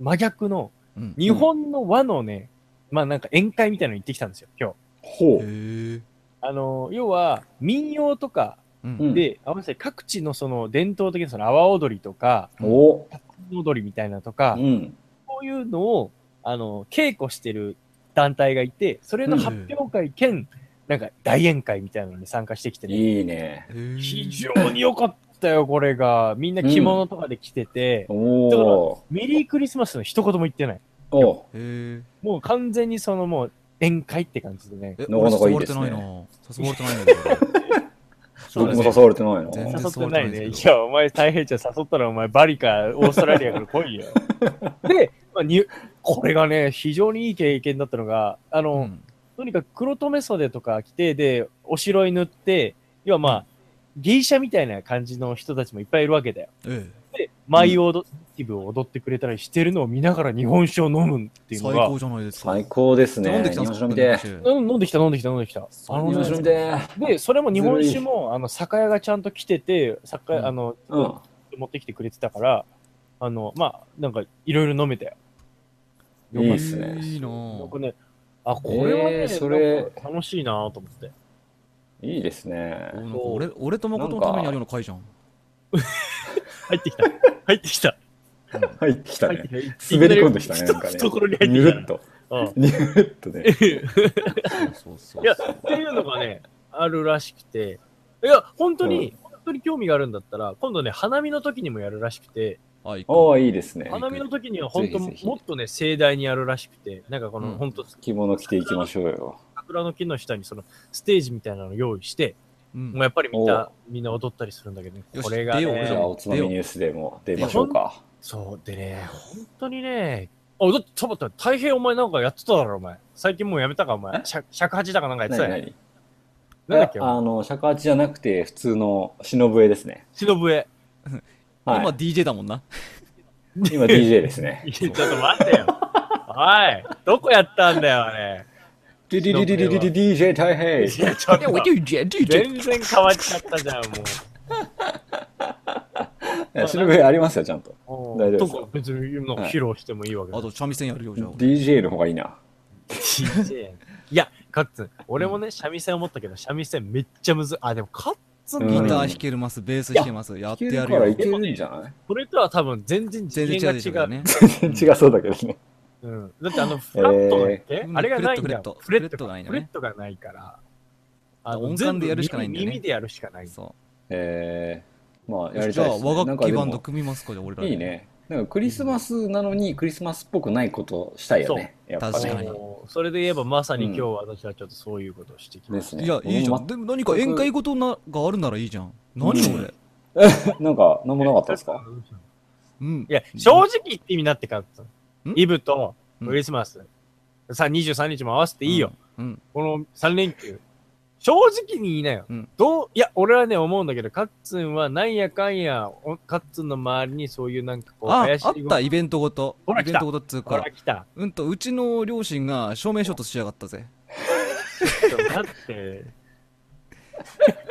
[SPEAKER 3] 真逆の
[SPEAKER 1] うん。
[SPEAKER 3] 日本の和のね、まあなんか宴会みたいなの行ってきたんですよ、今日。
[SPEAKER 2] ほう
[SPEAKER 1] へえ。
[SPEAKER 3] あの、要は民謡とか
[SPEAKER 1] うん。
[SPEAKER 3] で、合わせて各地のその伝統的なその阿波踊りとか、
[SPEAKER 2] お
[SPEAKER 3] 踊りみたいなとか、
[SPEAKER 2] うん
[SPEAKER 3] そういうのを、あの、稽古してる団体がいて、それの発表会兼、なんか大宴会みたいなのに参加してきてね。
[SPEAKER 2] いいね
[SPEAKER 1] へー
[SPEAKER 3] 非常に良かったよ、これが。みんな着物とかで着てて、だから
[SPEAKER 2] おう
[SPEAKER 3] メリークリスマスの一言も言ってない。
[SPEAKER 2] おう
[SPEAKER 1] へえ。
[SPEAKER 3] もう完全にそのもう宴会って感じでね。
[SPEAKER 1] え
[SPEAKER 2] なかなかいい
[SPEAKER 1] 俺
[SPEAKER 2] ですね
[SPEAKER 1] 誘われてないな。誘われてないんだけど。
[SPEAKER 3] そう
[SPEAKER 2] 僕
[SPEAKER 3] だ
[SPEAKER 2] も
[SPEAKER 3] ね
[SPEAKER 2] 誘われてないの
[SPEAKER 1] 全然
[SPEAKER 3] 誘ってない
[SPEAKER 1] そう
[SPEAKER 3] ね。
[SPEAKER 1] なんで
[SPEAKER 3] い
[SPEAKER 1] すけ
[SPEAKER 3] や、お前、太平ちゃん誘ったら、お前、バリか、オーストラリアから来いよ。 [LAUGHS] で、まあに、これがね、非常にいい経験だったのが、あの、
[SPEAKER 1] うん。
[SPEAKER 3] とにかく黒留め袖とか着て、で、おしろい塗って、要はまあ、芸者みたいな感じの人たちもいっぱいいるわけだよ。
[SPEAKER 1] え
[SPEAKER 3] で、舞を踊っ、気分を踊ってくれたりしてるのを見ながら日本酒を飲むっ
[SPEAKER 1] え。
[SPEAKER 3] ていうの
[SPEAKER 1] 最
[SPEAKER 3] が
[SPEAKER 1] 高、じゃないですか。
[SPEAKER 2] 最高ですね
[SPEAKER 1] 飲んできたん
[SPEAKER 2] 日
[SPEAKER 1] で
[SPEAKER 2] 本
[SPEAKER 1] すか
[SPEAKER 2] 酒飲みて
[SPEAKER 3] うん飲んできた飲んできた飲んできた。あ
[SPEAKER 2] え日
[SPEAKER 3] の
[SPEAKER 2] 本
[SPEAKER 3] ね
[SPEAKER 2] 酒飲みてえ
[SPEAKER 3] で、それも日本
[SPEAKER 2] ず
[SPEAKER 3] 酒
[SPEAKER 2] る
[SPEAKER 3] も、あの、酒屋がちゃんと来てて、酒
[SPEAKER 1] うん
[SPEAKER 3] 屋、あの、
[SPEAKER 2] うん
[SPEAKER 3] 持ってきてくれてたから、あの、まあ、なんか、いろいろ飲めたよ。
[SPEAKER 2] いいっすね
[SPEAKER 1] いいな
[SPEAKER 3] なん
[SPEAKER 1] ぁ
[SPEAKER 3] かね、あ、これはね、
[SPEAKER 2] えーそれ
[SPEAKER 3] なんか楽しいなと思って。
[SPEAKER 2] いいですね
[SPEAKER 1] お。なんか俺俺と誠のためにあるような回じゃん。
[SPEAKER 3] 入ってきた。 [LAUGHS] 入ってきた。
[SPEAKER 2] 入ってきた
[SPEAKER 3] 入って
[SPEAKER 2] ね。
[SPEAKER 3] きた。
[SPEAKER 2] 滑り込んできたね。
[SPEAKER 3] いき
[SPEAKER 2] な
[SPEAKER 3] なんり
[SPEAKER 2] かね。
[SPEAKER 3] 懐に入
[SPEAKER 2] ニュル
[SPEAKER 3] っ
[SPEAKER 2] って
[SPEAKER 3] きた
[SPEAKER 2] と。
[SPEAKER 3] な。うん
[SPEAKER 2] ニュルっとね。
[SPEAKER 1] そうそう
[SPEAKER 3] いや、っていうのがね、あるらしくて、いや、本当に、本当に興味があるんだったら、今度ね、花見の時にもやるらしくて、
[SPEAKER 1] あ、行
[SPEAKER 2] お
[SPEAKER 1] こ
[SPEAKER 2] おいいですね。
[SPEAKER 3] 花見の時には本当
[SPEAKER 2] ぜひぜひ
[SPEAKER 3] もっとね、盛大にやるらしくて、なんかこ
[SPEAKER 1] う
[SPEAKER 3] の、
[SPEAKER 1] ん
[SPEAKER 3] 本当
[SPEAKER 2] 着物着ていきましょうよ。
[SPEAKER 3] 桜の木の下にその、ステージみたいなの用意して、
[SPEAKER 1] う。うん
[SPEAKER 3] もうやっぱりみんな
[SPEAKER 2] お、
[SPEAKER 3] みんな踊ったりするんだけどね、
[SPEAKER 1] よし
[SPEAKER 3] これが
[SPEAKER 1] 出よう俺
[SPEAKER 2] じゃ
[SPEAKER 1] ら
[SPEAKER 3] ね、
[SPEAKER 2] あ、おつまみニュースでも出ましょうか。
[SPEAKER 3] そう、でね、本当にね、あ、だって、ちょっと待って、大変お前なんかやってただろ、お前。最近もうやめたか、お前。尺尺八だかなんかやってた
[SPEAKER 2] 何
[SPEAKER 3] よね。
[SPEAKER 2] 何
[SPEAKER 3] なんだっけ、
[SPEAKER 2] あの、尺八じゃなくて、普通の忍笛ですね。
[SPEAKER 3] 忍笛。
[SPEAKER 2] はい
[SPEAKER 1] 今。DJ だもんな。 [LAUGHS]
[SPEAKER 2] 今 DJ ですね。
[SPEAKER 3] いやちょっと待ってよ。おい、どこやったんだよ、あ
[SPEAKER 1] [LAUGHS]
[SPEAKER 3] れ。
[SPEAKER 2] ディディディディディディ DJ 大変
[SPEAKER 3] いや、ちょっ
[SPEAKER 1] いや、俺
[SPEAKER 3] と、
[SPEAKER 1] DJ、DJ。
[SPEAKER 3] 全然変わっちゃったじゃん、
[SPEAKER 2] いや忍笛ありますよ、ちゃんと。
[SPEAKER 1] [LAUGHS]
[SPEAKER 3] もう。
[SPEAKER 2] 大丈夫です
[SPEAKER 3] とか、別に今
[SPEAKER 2] はい
[SPEAKER 3] 披露してもいいわけだ
[SPEAKER 1] あ。と、三味線やるよ、じゃあ。俺
[SPEAKER 2] DJ の方がいいな。
[SPEAKER 3] DJ いや、カッツン、俺もね、三味線思ったけど、三味線めっちゃむずい。あ、でもカッツン
[SPEAKER 2] う
[SPEAKER 1] ギ
[SPEAKER 2] ん
[SPEAKER 3] の
[SPEAKER 1] ター弾けるます、ベース弾けます、や
[SPEAKER 2] 弾
[SPEAKER 1] って
[SPEAKER 2] ける
[SPEAKER 1] や
[SPEAKER 2] か
[SPEAKER 1] るよ
[SPEAKER 2] ら。いけるんじゃない
[SPEAKER 3] それとは多分全然
[SPEAKER 1] 全
[SPEAKER 3] 次
[SPEAKER 1] 然違う
[SPEAKER 3] 元
[SPEAKER 1] でしょう
[SPEAKER 3] が
[SPEAKER 1] け
[SPEAKER 3] 違う
[SPEAKER 1] ど。ね。
[SPEAKER 2] [LAUGHS] 違そうだけどね。
[SPEAKER 3] うん。だってあの、フラットだっけ
[SPEAKER 1] うん
[SPEAKER 3] あれがないん
[SPEAKER 1] フ
[SPEAKER 3] だよ。
[SPEAKER 1] レットフレット
[SPEAKER 3] フがない
[SPEAKER 1] フ
[SPEAKER 3] フ
[SPEAKER 1] レ
[SPEAKER 3] レ
[SPEAKER 1] ッ
[SPEAKER 3] ットがないから。
[SPEAKER 1] から
[SPEAKER 3] あ
[SPEAKER 1] 音
[SPEAKER 3] の、
[SPEAKER 1] 感
[SPEAKER 3] 全
[SPEAKER 1] で
[SPEAKER 3] 部
[SPEAKER 1] やるしかないんだよね
[SPEAKER 3] 耳でやるしかない。
[SPEAKER 1] そ
[SPEAKER 2] えー、まあ、
[SPEAKER 1] う。
[SPEAKER 2] やり
[SPEAKER 1] じ
[SPEAKER 2] た
[SPEAKER 1] ゃ
[SPEAKER 2] い
[SPEAKER 1] あ、
[SPEAKER 2] です、ね。
[SPEAKER 1] 和楽器バンド
[SPEAKER 2] なんか
[SPEAKER 1] 組みますか、じゃあ、俺
[SPEAKER 2] で
[SPEAKER 1] ら。
[SPEAKER 2] もいい。ね。なんかクリスマスなのにクリスマスっぽくないことしたいよね。やっぱ
[SPEAKER 1] 確か
[SPEAKER 2] ね。
[SPEAKER 1] に
[SPEAKER 3] もうそれで言えばまさに今日私はちょっとそういうことをしてきま
[SPEAKER 2] で
[SPEAKER 3] し
[SPEAKER 2] すね。
[SPEAKER 1] いや、いいじゃ
[SPEAKER 2] 僕
[SPEAKER 1] ん。でも何か宴会事ながあるならいいじゃん。何
[SPEAKER 2] うん
[SPEAKER 1] 俺。
[SPEAKER 2] もなんか、なんも
[SPEAKER 3] た。
[SPEAKER 2] なかったです
[SPEAKER 1] [LAUGHS]
[SPEAKER 2] か
[SPEAKER 3] い
[SPEAKER 1] うん。
[SPEAKER 3] や、正直言って意味なってかった
[SPEAKER 1] ん
[SPEAKER 3] イブと
[SPEAKER 1] うん
[SPEAKER 3] クリスマス、さ23日も合わせていいよ、
[SPEAKER 1] うん。うん。
[SPEAKER 3] この3連休。正直に言いなよ。
[SPEAKER 1] うん
[SPEAKER 3] どう、いや、俺はね、思うんだけど、カッツンはなんやかんや、おカッツンの周りにそういうなんかこう、
[SPEAKER 1] あ、
[SPEAKER 3] 怪しい
[SPEAKER 1] あった、イベントごと。
[SPEAKER 3] ほら
[SPEAKER 1] イベ
[SPEAKER 3] 来
[SPEAKER 1] ン
[SPEAKER 3] た
[SPEAKER 1] トごとっつう
[SPEAKER 3] ほ
[SPEAKER 1] から
[SPEAKER 3] ら。来た。
[SPEAKER 1] うんと、うちの両親が証明書としやがったぜ。
[SPEAKER 3] ちょっと待って。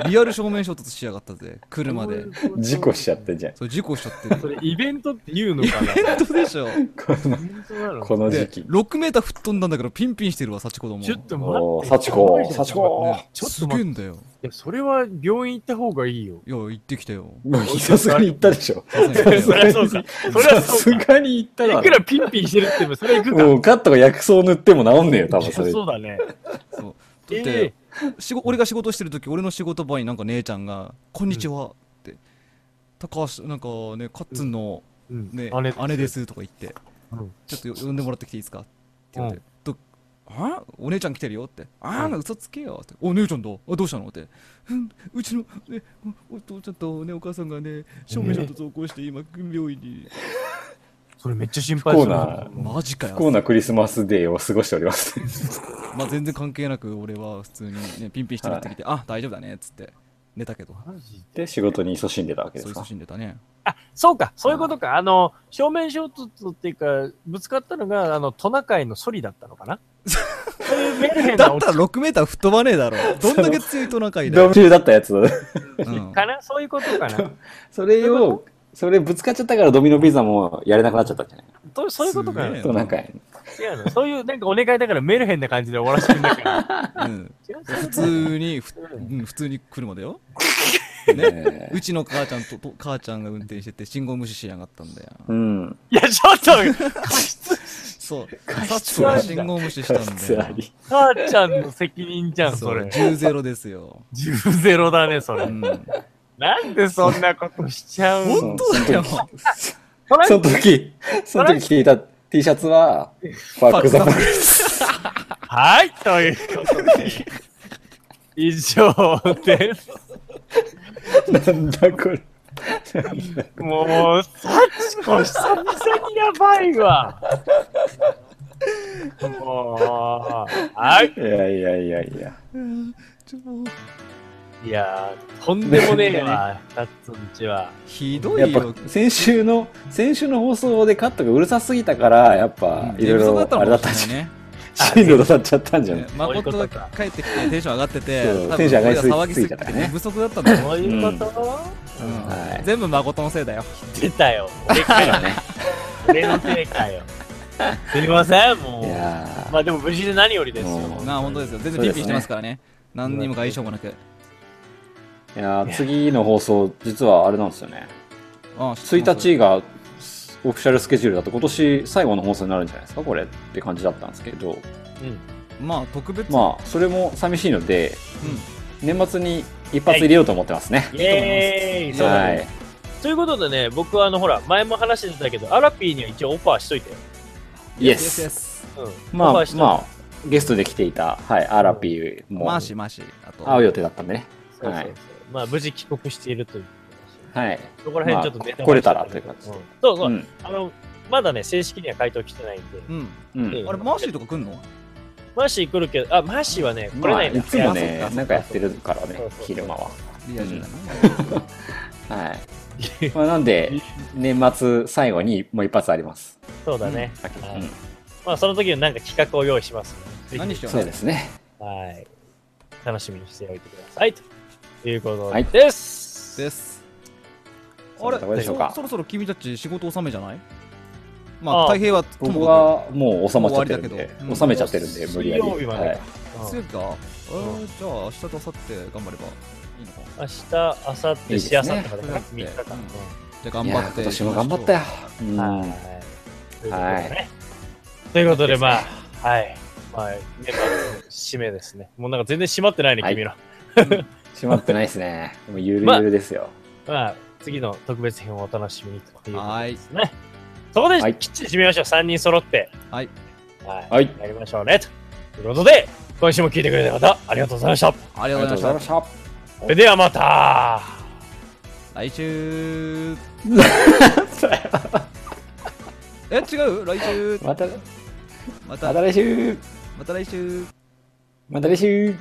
[SPEAKER 1] リアル証明書としやがったぜ。車で。
[SPEAKER 2] 事故しちゃってんじゃん。
[SPEAKER 1] それ事故しちゃって
[SPEAKER 3] そ
[SPEAKER 1] る。
[SPEAKER 3] れイベントって言うのかな
[SPEAKER 1] 本当でしょ。
[SPEAKER 2] この
[SPEAKER 3] イベントな
[SPEAKER 2] [LAUGHS]
[SPEAKER 3] の
[SPEAKER 2] この時
[SPEAKER 1] で、
[SPEAKER 2] 期。
[SPEAKER 1] 6メーター吹っ飛んだんだからピンピンしてるわ、幸子供。
[SPEAKER 3] ちょっと
[SPEAKER 2] おお
[SPEAKER 3] 待
[SPEAKER 2] ー、
[SPEAKER 3] って。
[SPEAKER 2] 幸子、幸子。
[SPEAKER 1] ね
[SPEAKER 3] ちょっ
[SPEAKER 1] す
[SPEAKER 3] と
[SPEAKER 1] げえ
[SPEAKER 3] 待って。
[SPEAKER 1] んだよ。
[SPEAKER 3] いやそれは病院行った方がいいよ。
[SPEAKER 1] いや、行ってきた
[SPEAKER 3] [LAUGHS]
[SPEAKER 1] よ。
[SPEAKER 2] もうさすがに行ったでしょ。
[SPEAKER 1] さすがに
[SPEAKER 3] そりゃそうか。 [LAUGHS] そり
[SPEAKER 2] さ
[SPEAKER 3] ゃそ
[SPEAKER 2] す
[SPEAKER 3] うか。
[SPEAKER 2] がに行った
[SPEAKER 3] いくらピンピンしてるって言っても、それは行くか。
[SPEAKER 2] もうカットが薬草塗っても治んねえよ、多分それ。
[SPEAKER 3] そうだね。
[SPEAKER 1] だって、仕事俺が仕事してる時俺の仕事場になんか姉ちゃんが「こんにちは」って「高橋なんかねカッツンの、
[SPEAKER 3] うん
[SPEAKER 1] ね
[SPEAKER 3] あれ
[SPEAKER 1] 姉です」とか言って、
[SPEAKER 3] うん
[SPEAKER 1] ちょっとよ呼んでもらってきていいですか?」って言われて「とあお姉ちゃん来てるよ」って「ああ、
[SPEAKER 3] うん
[SPEAKER 1] 嘘つけよ」って「お姉ちゃんだあどうしたの?」って「うんうちの、ね、おお父ちゃんと、ね、お母さんがね証明書と投稿して今病院に、
[SPEAKER 3] それめっちゃ心配する。
[SPEAKER 2] 不幸な
[SPEAKER 1] マジか
[SPEAKER 2] 不幸
[SPEAKER 1] よ
[SPEAKER 2] なクリスマスデーを過ごしております。 [LAUGHS]
[SPEAKER 1] まあ全然関係なく俺は普通に、ね、ピンピンしてなってきて「あ大丈夫だね」っつって寝たけど
[SPEAKER 3] マジ
[SPEAKER 2] で、仕事に勤しんでたわけで
[SPEAKER 1] そ
[SPEAKER 2] す
[SPEAKER 1] う
[SPEAKER 2] か
[SPEAKER 1] 勤。しんでたね
[SPEAKER 3] そうか、そういうことか。あの、正面衝突っていうか、ぶつかったのが、あの、トナカイのソリだったのかなそういうメルヘンな
[SPEAKER 1] だっ
[SPEAKER 3] 音
[SPEAKER 1] たら6メーター吹っ飛ばねえだろ。どんだけ強いトナカイだ
[SPEAKER 2] ドー
[SPEAKER 1] よ
[SPEAKER 2] ム。中だ [LAUGHS] ったやつ。
[SPEAKER 1] うん
[SPEAKER 3] かなそういうことかな
[SPEAKER 2] それを、それぶつかっちゃったからドミノピザもやれなくなっちゃったんじゃない
[SPEAKER 3] [LAUGHS] とそういうことか
[SPEAKER 1] すげ
[SPEAKER 3] な
[SPEAKER 1] え
[SPEAKER 2] そうなんか、
[SPEAKER 3] 違うの。そういう、なんかお願いだからメルヘンな感じで終わらせてんだ [LAUGHS] から。
[SPEAKER 1] うん
[SPEAKER 3] 違う
[SPEAKER 1] 普通に、ふうん普通に車だよ。ね。
[SPEAKER 2] ね
[SPEAKER 1] [LAUGHS] うちの母ちゃんとと母ちゃんが運転してて信号無視しやがったんだよ。
[SPEAKER 2] うん。
[SPEAKER 3] いや、ちょっと、過失、
[SPEAKER 1] そう。
[SPEAKER 2] 過
[SPEAKER 1] サッ
[SPEAKER 2] 失
[SPEAKER 1] コ
[SPEAKER 2] あ
[SPEAKER 1] が
[SPEAKER 2] りだ
[SPEAKER 1] 信号無視したん
[SPEAKER 2] 過
[SPEAKER 1] だ
[SPEAKER 2] 失あ
[SPEAKER 1] よ。
[SPEAKER 2] り
[SPEAKER 3] 母ちゃんの責任じゃん、そ
[SPEAKER 1] そう、
[SPEAKER 3] れ。
[SPEAKER 1] 10ゼロですよ。
[SPEAKER 3] 10ゼロだね、そうれ。
[SPEAKER 1] ん。
[SPEAKER 3] なんでそんなことしちゃう
[SPEAKER 1] ほ
[SPEAKER 3] の
[SPEAKER 1] 本当だよ
[SPEAKER 2] その時
[SPEAKER 3] ト
[SPEAKER 2] [LAUGHS]
[SPEAKER 3] ラ
[SPEAKER 2] そ
[SPEAKER 3] ン
[SPEAKER 2] の時、その時着ていた T シャツは、ファックザパレス。
[SPEAKER 3] はい、ということで、以上です。
[SPEAKER 2] なんだこれ。
[SPEAKER 3] もう、サチコ久々にやばいわ。もう、はい。
[SPEAKER 2] いやいやいやいや。
[SPEAKER 1] うんちょっと
[SPEAKER 3] いやー、とんでもねえわ、タッツンちは。
[SPEAKER 1] ひど
[SPEAKER 2] やっ
[SPEAKER 1] いよ。
[SPEAKER 2] ぱ先週の、先週の放送でカットがうるさすぎたから、やっぱいろいろ
[SPEAKER 1] だった
[SPEAKER 2] あれだ
[SPEAKER 1] の
[SPEAKER 2] った
[SPEAKER 1] か
[SPEAKER 2] ん
[SPEAKER 1] も
[SPEAKER 2] じ
[SPEAKER 1] し
[SPEAKER 2] ゃ
[SPEAKER 1] れ
[SPEAKER 2] ない
[SPEAKER 1] ないね。
[SPEAKER 2] [LAUGHS] 進路と立っちゃったんじゃない
[SPEAKER 1] ね誠が帰ってきてテンション上がってて
[SPEAKER 2] そう、
[SPEAKER 1] 多分
[SPEAKER 2] テンション上がりすぎ
[SPEAKER 1] 俺騒ぎすぎて
[SPEAKER 2] すぎちゃったね
[SPEAKER 1] 不足だったんだよ。
[SPEAKER 3] そういうこと、
[SPEAKER 1] うん
[SPEAKER 2] [LAUGHS] はい
[SPEAKER 1] 全部誠のせいだよ。
[SPEAKER 3] 出たよ。俺かよ。俺のせいかよ。すいません、も。
[SPEAKER 2] いうやー
[SPEAKER 3] まあでも無事で何よりですよ。
[SPEAKER 2] もう
[SPEAKER 1] なあ、本当ですよ。全然
[SPEAKER 2] そう
[SPEAKER 1] ピン
[SPEAKER 2] で
[SPEAKER 1] ピン
[SPEAKER 2] すね
[SPEAKER 1] してますからね。何にも外傷もなく。
[SPEAKER 2] いやー次の放送、実はあれなんですよね。
[SPEAKER 1] あ
[SPEAKER 2] 1日がオフィシャルスケジュールだと、今年最後の放送になるんじゃないですか、これって感じだったんですけど、
[SPEAKER 1] まあ、特別。
[SPEAKER 2] まあ、それも寂しいので、年末に一発入れようと思ってますね。
[SPEAKER 3] イエーイそうだ
[SPEAKER 2] は
[SPEAKER 3] ね
[SPEAKER 2] い。
[SPEAKER 3] ということでね、僕はあの、ほら、前も話してたけど、アラピーには一応オファーしといたよ。
[SPEAKER 2] イエ
[SPEAKER 1] イエ
[SPEAKER 2] ス。
[SPEAKER 1] ス。
[SPEAKER 3] うん。
[SPEAKER 2] まあ
[SPEAKER 3] オファーし、といた
[SPEAKER 2] まあ、ゲストで来ていた、はい、アラピーも
[SPEAKER 1] マーシー、マーシー。あと、
[SPEAKER 2] 会う予定だったんでね。
[SPEAKER 3] そうそうそう
[SPEAKER 2] はい
[SPEAKER 3] まあ無事帰国しているという。
[SPEAKER 2] はい。
[SPEAKER 3] そこら辺ちょっとネタバレ
[SPEAKER 2] まあ来れたらという感じ
[SPEAKER 3] んそうそうう、
[SPEAKER 2] ん。
[SPEAKER 3] あの、まだね、正式には回答来てないんで。
[SPEAKER 1] うん。
[SPEAKER 2] う
[SPEAKER 3] ええ
[SPEAKER 2] ん。
[SPEAKER 1] あれ、マーシーとか来んの
[SPEAKER 3] マーシー来るけど、あ、マーシーはね、来
[SPEAKER 2] ま
[SPEAKER 3] れな
[SPEAKER 2] あ、
[SPEAKER 3] いんだ
[SPEAKER 2] いつも
[SPEAKER 1] いや
[SPEAKER 2] ね
[SPEAKER 1] そっかそっ、か
[SPEAKER 2] なんかやってるからね
[SPEAKER 3] そうそうそ、う
[SPEAKER 2] 昼間は。
[SPEAKER 1] リア充だな。
[SPEAKER 2] はい。まあ、なんで、年末最後にもう一発あります。
[SPEAKER 3] そうだね。
[SPEAKER 2] さっき
[SPEAKER 3] は
[SPEAKER 2] う
[SPEAKER 3] い
[SPEAKER 2] ん
[SPEAKER 3] まあその時のなんか企画を用意します、ぜひ
[SPEAKER 1] 何しよう
[SPEAKER 2] そうですね。
[SPEAKER 3] はい。楽しみにしておいてください。ということ
[SPEAKER 2] はい
[SPEAKER 3] です。
[SPEAKER 1] です。
[SPEAKER 2] そ
[SPEAKER 1] あ
[SPEAKER 2] んな
[SPEAKER 1] れ
[SPEAKER 2] とこでしょうか
[SPEAKER 1] そそろそろ君たち仕事納めじゃないま
[SPEAKER 3] あ
[SPEAKER 1] あ、
[SPEAKER 3] あ
[SPEAKER 1] 太平はと
[SPEAKER 2] 僕
[SPEAKER 1] も
[SPEAKER 2] はもう収まっちゃってるん
[SPEAKER 1] 終わり
[SPEAKER 2] で
[SPEAKER 1] だけどう、ん
[SPEAKER 2] 収めちゃってるんで、無理やり。
[SPEAKER 3] 水曜日までか
[SPEAKER 2] はい
[SPEAKER 3] うん
[SPEAKER 1] かく。強いか。えーじゃあ、明日と明後日頑張ればいいのか。
[SPEAKER 3] 明日、明後
[SPEAKER 2] い
[SPEAKER 3] 日、
[SPEAKER 2] い
[SPEAKER 3] し
[SPEAKER 2] で
[SPEAKER 3] あ
[SPEAKER 2] す
[SPEAKER 3] さっ
[SPEAKER 2] ね
[SPEAKER 3] てまでか
[SPEAKER 1] う
[SPEAKER 3] なん3日間。
[SPEAKER 1] じゃあ、頑
[SPEAKER 2] い
[SPEAKER 1] 張
[SPEAKER 2] や
[SPEAKER 1] っ、て。
[SPEAKER 2] 今年も頑張ったよ。う
[SPEAKER 3] うん
[SPEAKER 2] ん。
[SPEAKER 3] はいということでね。ということで、まあ、はい。まあ、年末の締めですね。もうなんか全然締まってないね、
[SPEAKER 2] はい
[SPEAKER 3] 君ら。
[SPEAKER 2] 閉まってないですね。もうゆるゆるですよ。
[SPEAKER 3] まあ、次の特別編をお楽しみにということ
[SPEAKER 1] はい
[SPEAKER 3] で。すね。そこで
[SPEAKER 2] はい
[SPEAKER 3] きっちり締めましょう。3人揃って。
[SPEAKER 1] はい。
[SPEAKER 3] はい。
[SPEAKER 2] はい。
[SPEAKER 3] やりましょうね。ということで、今週も聞いてくれた方、ありがとうございました。
[SPEAKER 1] あり
[SPEAKER 2] あ
[SPEAKER 1] がとう
[SPEAKER 2] りが
[SPEAKER 1] ござ
[SPEAKER 2] とうござ
[SPEAKER 1] い
[SPEAKER 2] い
[SPEAKER 1] ま
[SPEAKER 2] ま
[SPEAKER 1] し
[SPEAKER 2] した。
[SPEAKER 3] それではまた。
[SPEAKER 1] た。来週。
[SPEAKER 2] [LAUGHS]
[SPEAKER 1] え、違う来週。
[SPEAKER 2] また、
[SPEAKER 1] また
[SPEAKER 2] ま、た来週
[SPEAKER 1] また来週。
[SPEAKER 2] また来週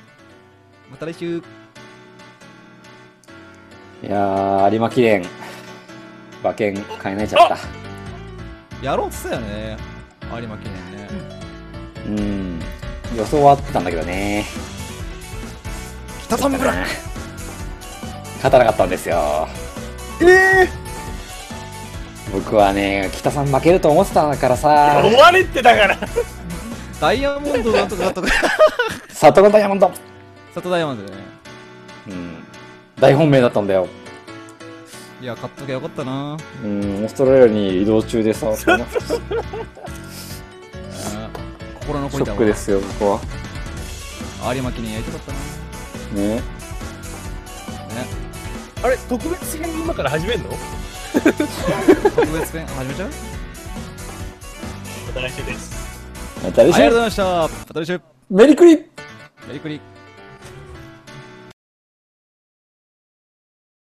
[SPEAKER 1] また来週。
[SPEAKER 2] いやー、有馬記念、馬券買えないちゃった。
[SPEAKER 1] やろうっつったよね。有馬記念ね。
[SPEAKER 2] うん。予想は合ってたんだけどね。
[SPEAKER 1] 北サンブラッ
[SPEAKER 2] 勝たなかったんですよ。
[SPEAKER 1] ク。え
[SPEAKER 2] 僕はね、北さん負けると思ってたからさ、
[SPEAKER 3] 終われってだから。
[SPEAKER 1] ー、ダイヤモンドなんとかなんとか。 [LAUGHS]
[SPEAKER 2] 里のダイヤモンド
[SPEAKER 1] 里ダイヤモンドだよね。
[SPEAKER 2] うん。大本命だったんだよ。
[SPEAKER 1] いや、買っときゃよかったな。
[SPEAKER 2] うん、オーストラリアに移動中でさ、そんなシ
[SPEAKER 1] うん心残
[SPEAKER 2] ョ
[SPEAKER 1] りだ
[SPEAKER 2] ッ
[SPEAKER 1] わ。
[SPEAKER 2] クで。すよ、僕は。
[SPEAKER 1] 有馬記念やりたか
[SPEAKER 2] [LAUGHS]
[SPEAKER 1] ったな。
[SPEAKER 2] ね。
[SPEAKER 1] ね。
[SPEAKER 3] あれ、特別編今から始めるのま
[SPEAKER 1] 特別編始めちゃう
[SPEAKER 3] た来週です。
[SPEAKER 2] また
[SPEAKER 1] ありがとうご
[SPEAKER 2] 来週
[SPEAKER 1] ざいました。また来週。
[SPEAKER 2] メリクリ
[SPEAKER 1] やりくり。